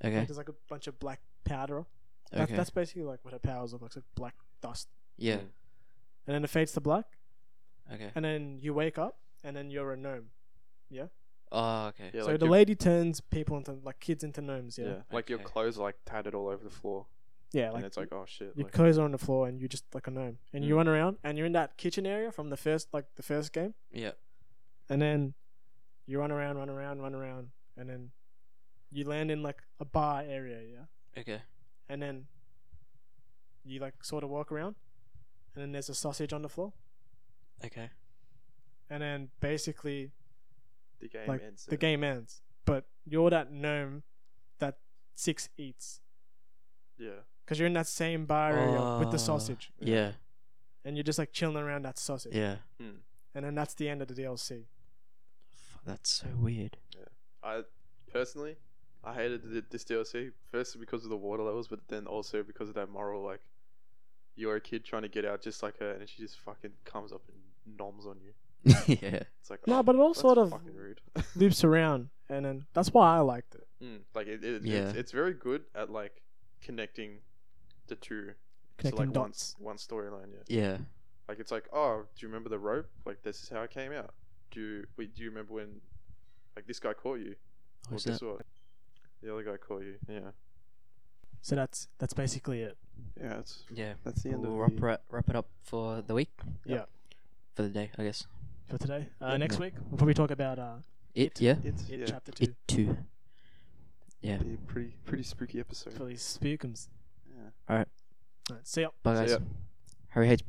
Speaker 3: Like,
Speaker 1: Okay.
Speaker 3: there's like a bunch of black powder. That,
Speaker 1: Okay.
Speaker 3: That's basically like what her powers look like, like black dust.
Speaker 1: Yeah.
Speaker 3: And then it fades to black,
Speaker 1: Okay.
Speaker 3: and then you wake up, and then you're a gnome.
Speaker 1: Oh, okay.
Speaker 2: Yeah,
Speaker 3: so
Speaker 2: like
Speaker 3: the
Speaker 2: your-
Speaker 3: lady turns people into like kids into gnomes. Yeah.
Speaker 2: Yeah.
Speaker 3: Yeah.
Speaker 2: Like your
Speaker 1: Okay.
Speaker 2: clothes are like tattered all over the floor,
Speaker 3: like
Speaker 2: and it's like oh shit.
Speaker 3: your
Speaker 2: like-
Speaker 3: clothes are on the floor, and you just like a gnome, and you
Speaker 2: Mm.
Speaker 3: run around, and you're in that kitchen area from the first like the first game.
Speaker 1: Yeah.
Speaker 3: and then you run around, run around, run around, and then you land in like a bar area, yeah.
Speaker 1: Okay.
Speaker 3: And then you like sort of walk around, and then there's a sausage on the floor,
Speaker 1: Okay.
Speaker 3: and then basically
Speaker 2: the game
Speaker 3: like
Speaker 2: ends.
Speaker 3: the game ends. But you're that gnome that six eats
Speaker 2: Yeah.
Speaker 3: because you're in that same bar area with
Speaker 1: Oh,
Speaker 3: the sausage,
Speaker 1: Yeah.
Speaker 3: and you're just like chilling around that sausage,
Speaker 1: Yeah.
Speaker 3: and then that's the end of the DLC.
Speaker 1: Fuck, that's so weird.
Speaker 2: I personally, I hated th- this DLC firstly because of the water levels, but then also because of that moral like, you're a kid trying to get out just like her, and she just fucking comes up and noms on you.
Speaker 1: yeah.
Speaker 2: It's like
Speaker 3: No,
Speaker 2: oh,
Speaker 3: but it all
Speaker 2: that's
Speaker 3: sort of-
Speaker 2: fucking rude.
Speaker 3: Loops around, and then that's why I liked it.
Speaker 2: Mm, like it, it,
Speaker 1: Yeah.
Speaker 2: it's, it's very good at like connecting the two
Speaker 3: Connecting
Speaker 2: to like
Speaker 3: dots.
Speaker 2: one s- one storyline. Yeah.
Speaker 1: Yeah.
Speaker 2: Like it's like oh, do you remember the rope? Like this is how it came out. Do you wait, do you remember when like this guy caught you? Or
Speaker 1: What's
Speaker 2: guess
Speaker 1: that?
Speaker 2: what? The other guy caught you. Yeah.
Speaker 3: So that's that's basically it.
Speaker 2: Yeah. It's
Speaker 1: Yeah.
Speaker 2: that's the
Speaker 1: We'll wrap, ra- wrap it up for the week.
Speaker 3: Yeah.
Speaker 1: For the day, I guess.
Speaker 3: for today. Uh,
Speaker 1: Yeah.
Speaker 3: next week we'll probably talk about uh,
Speaker 1: It, yeah.
Speaker 2: It's
Speaker 3: it
Speaker 2: yeah,
Speaker 3: chapter
Speaker 1: It
Speaker 3: two
Speaker 1: too. Yeah.
Speaker 2: be a pretty pretty spooky episode.
Speaker 3: for these spookums.
Speaker 2: Yeah.
Speaker 3: Alright, see ya.
Speaker 1: Bye,
Speaker 2: So,
Speaker 1: guys.
Speaker 2: yeah.
Speaker 1: Harry hates back.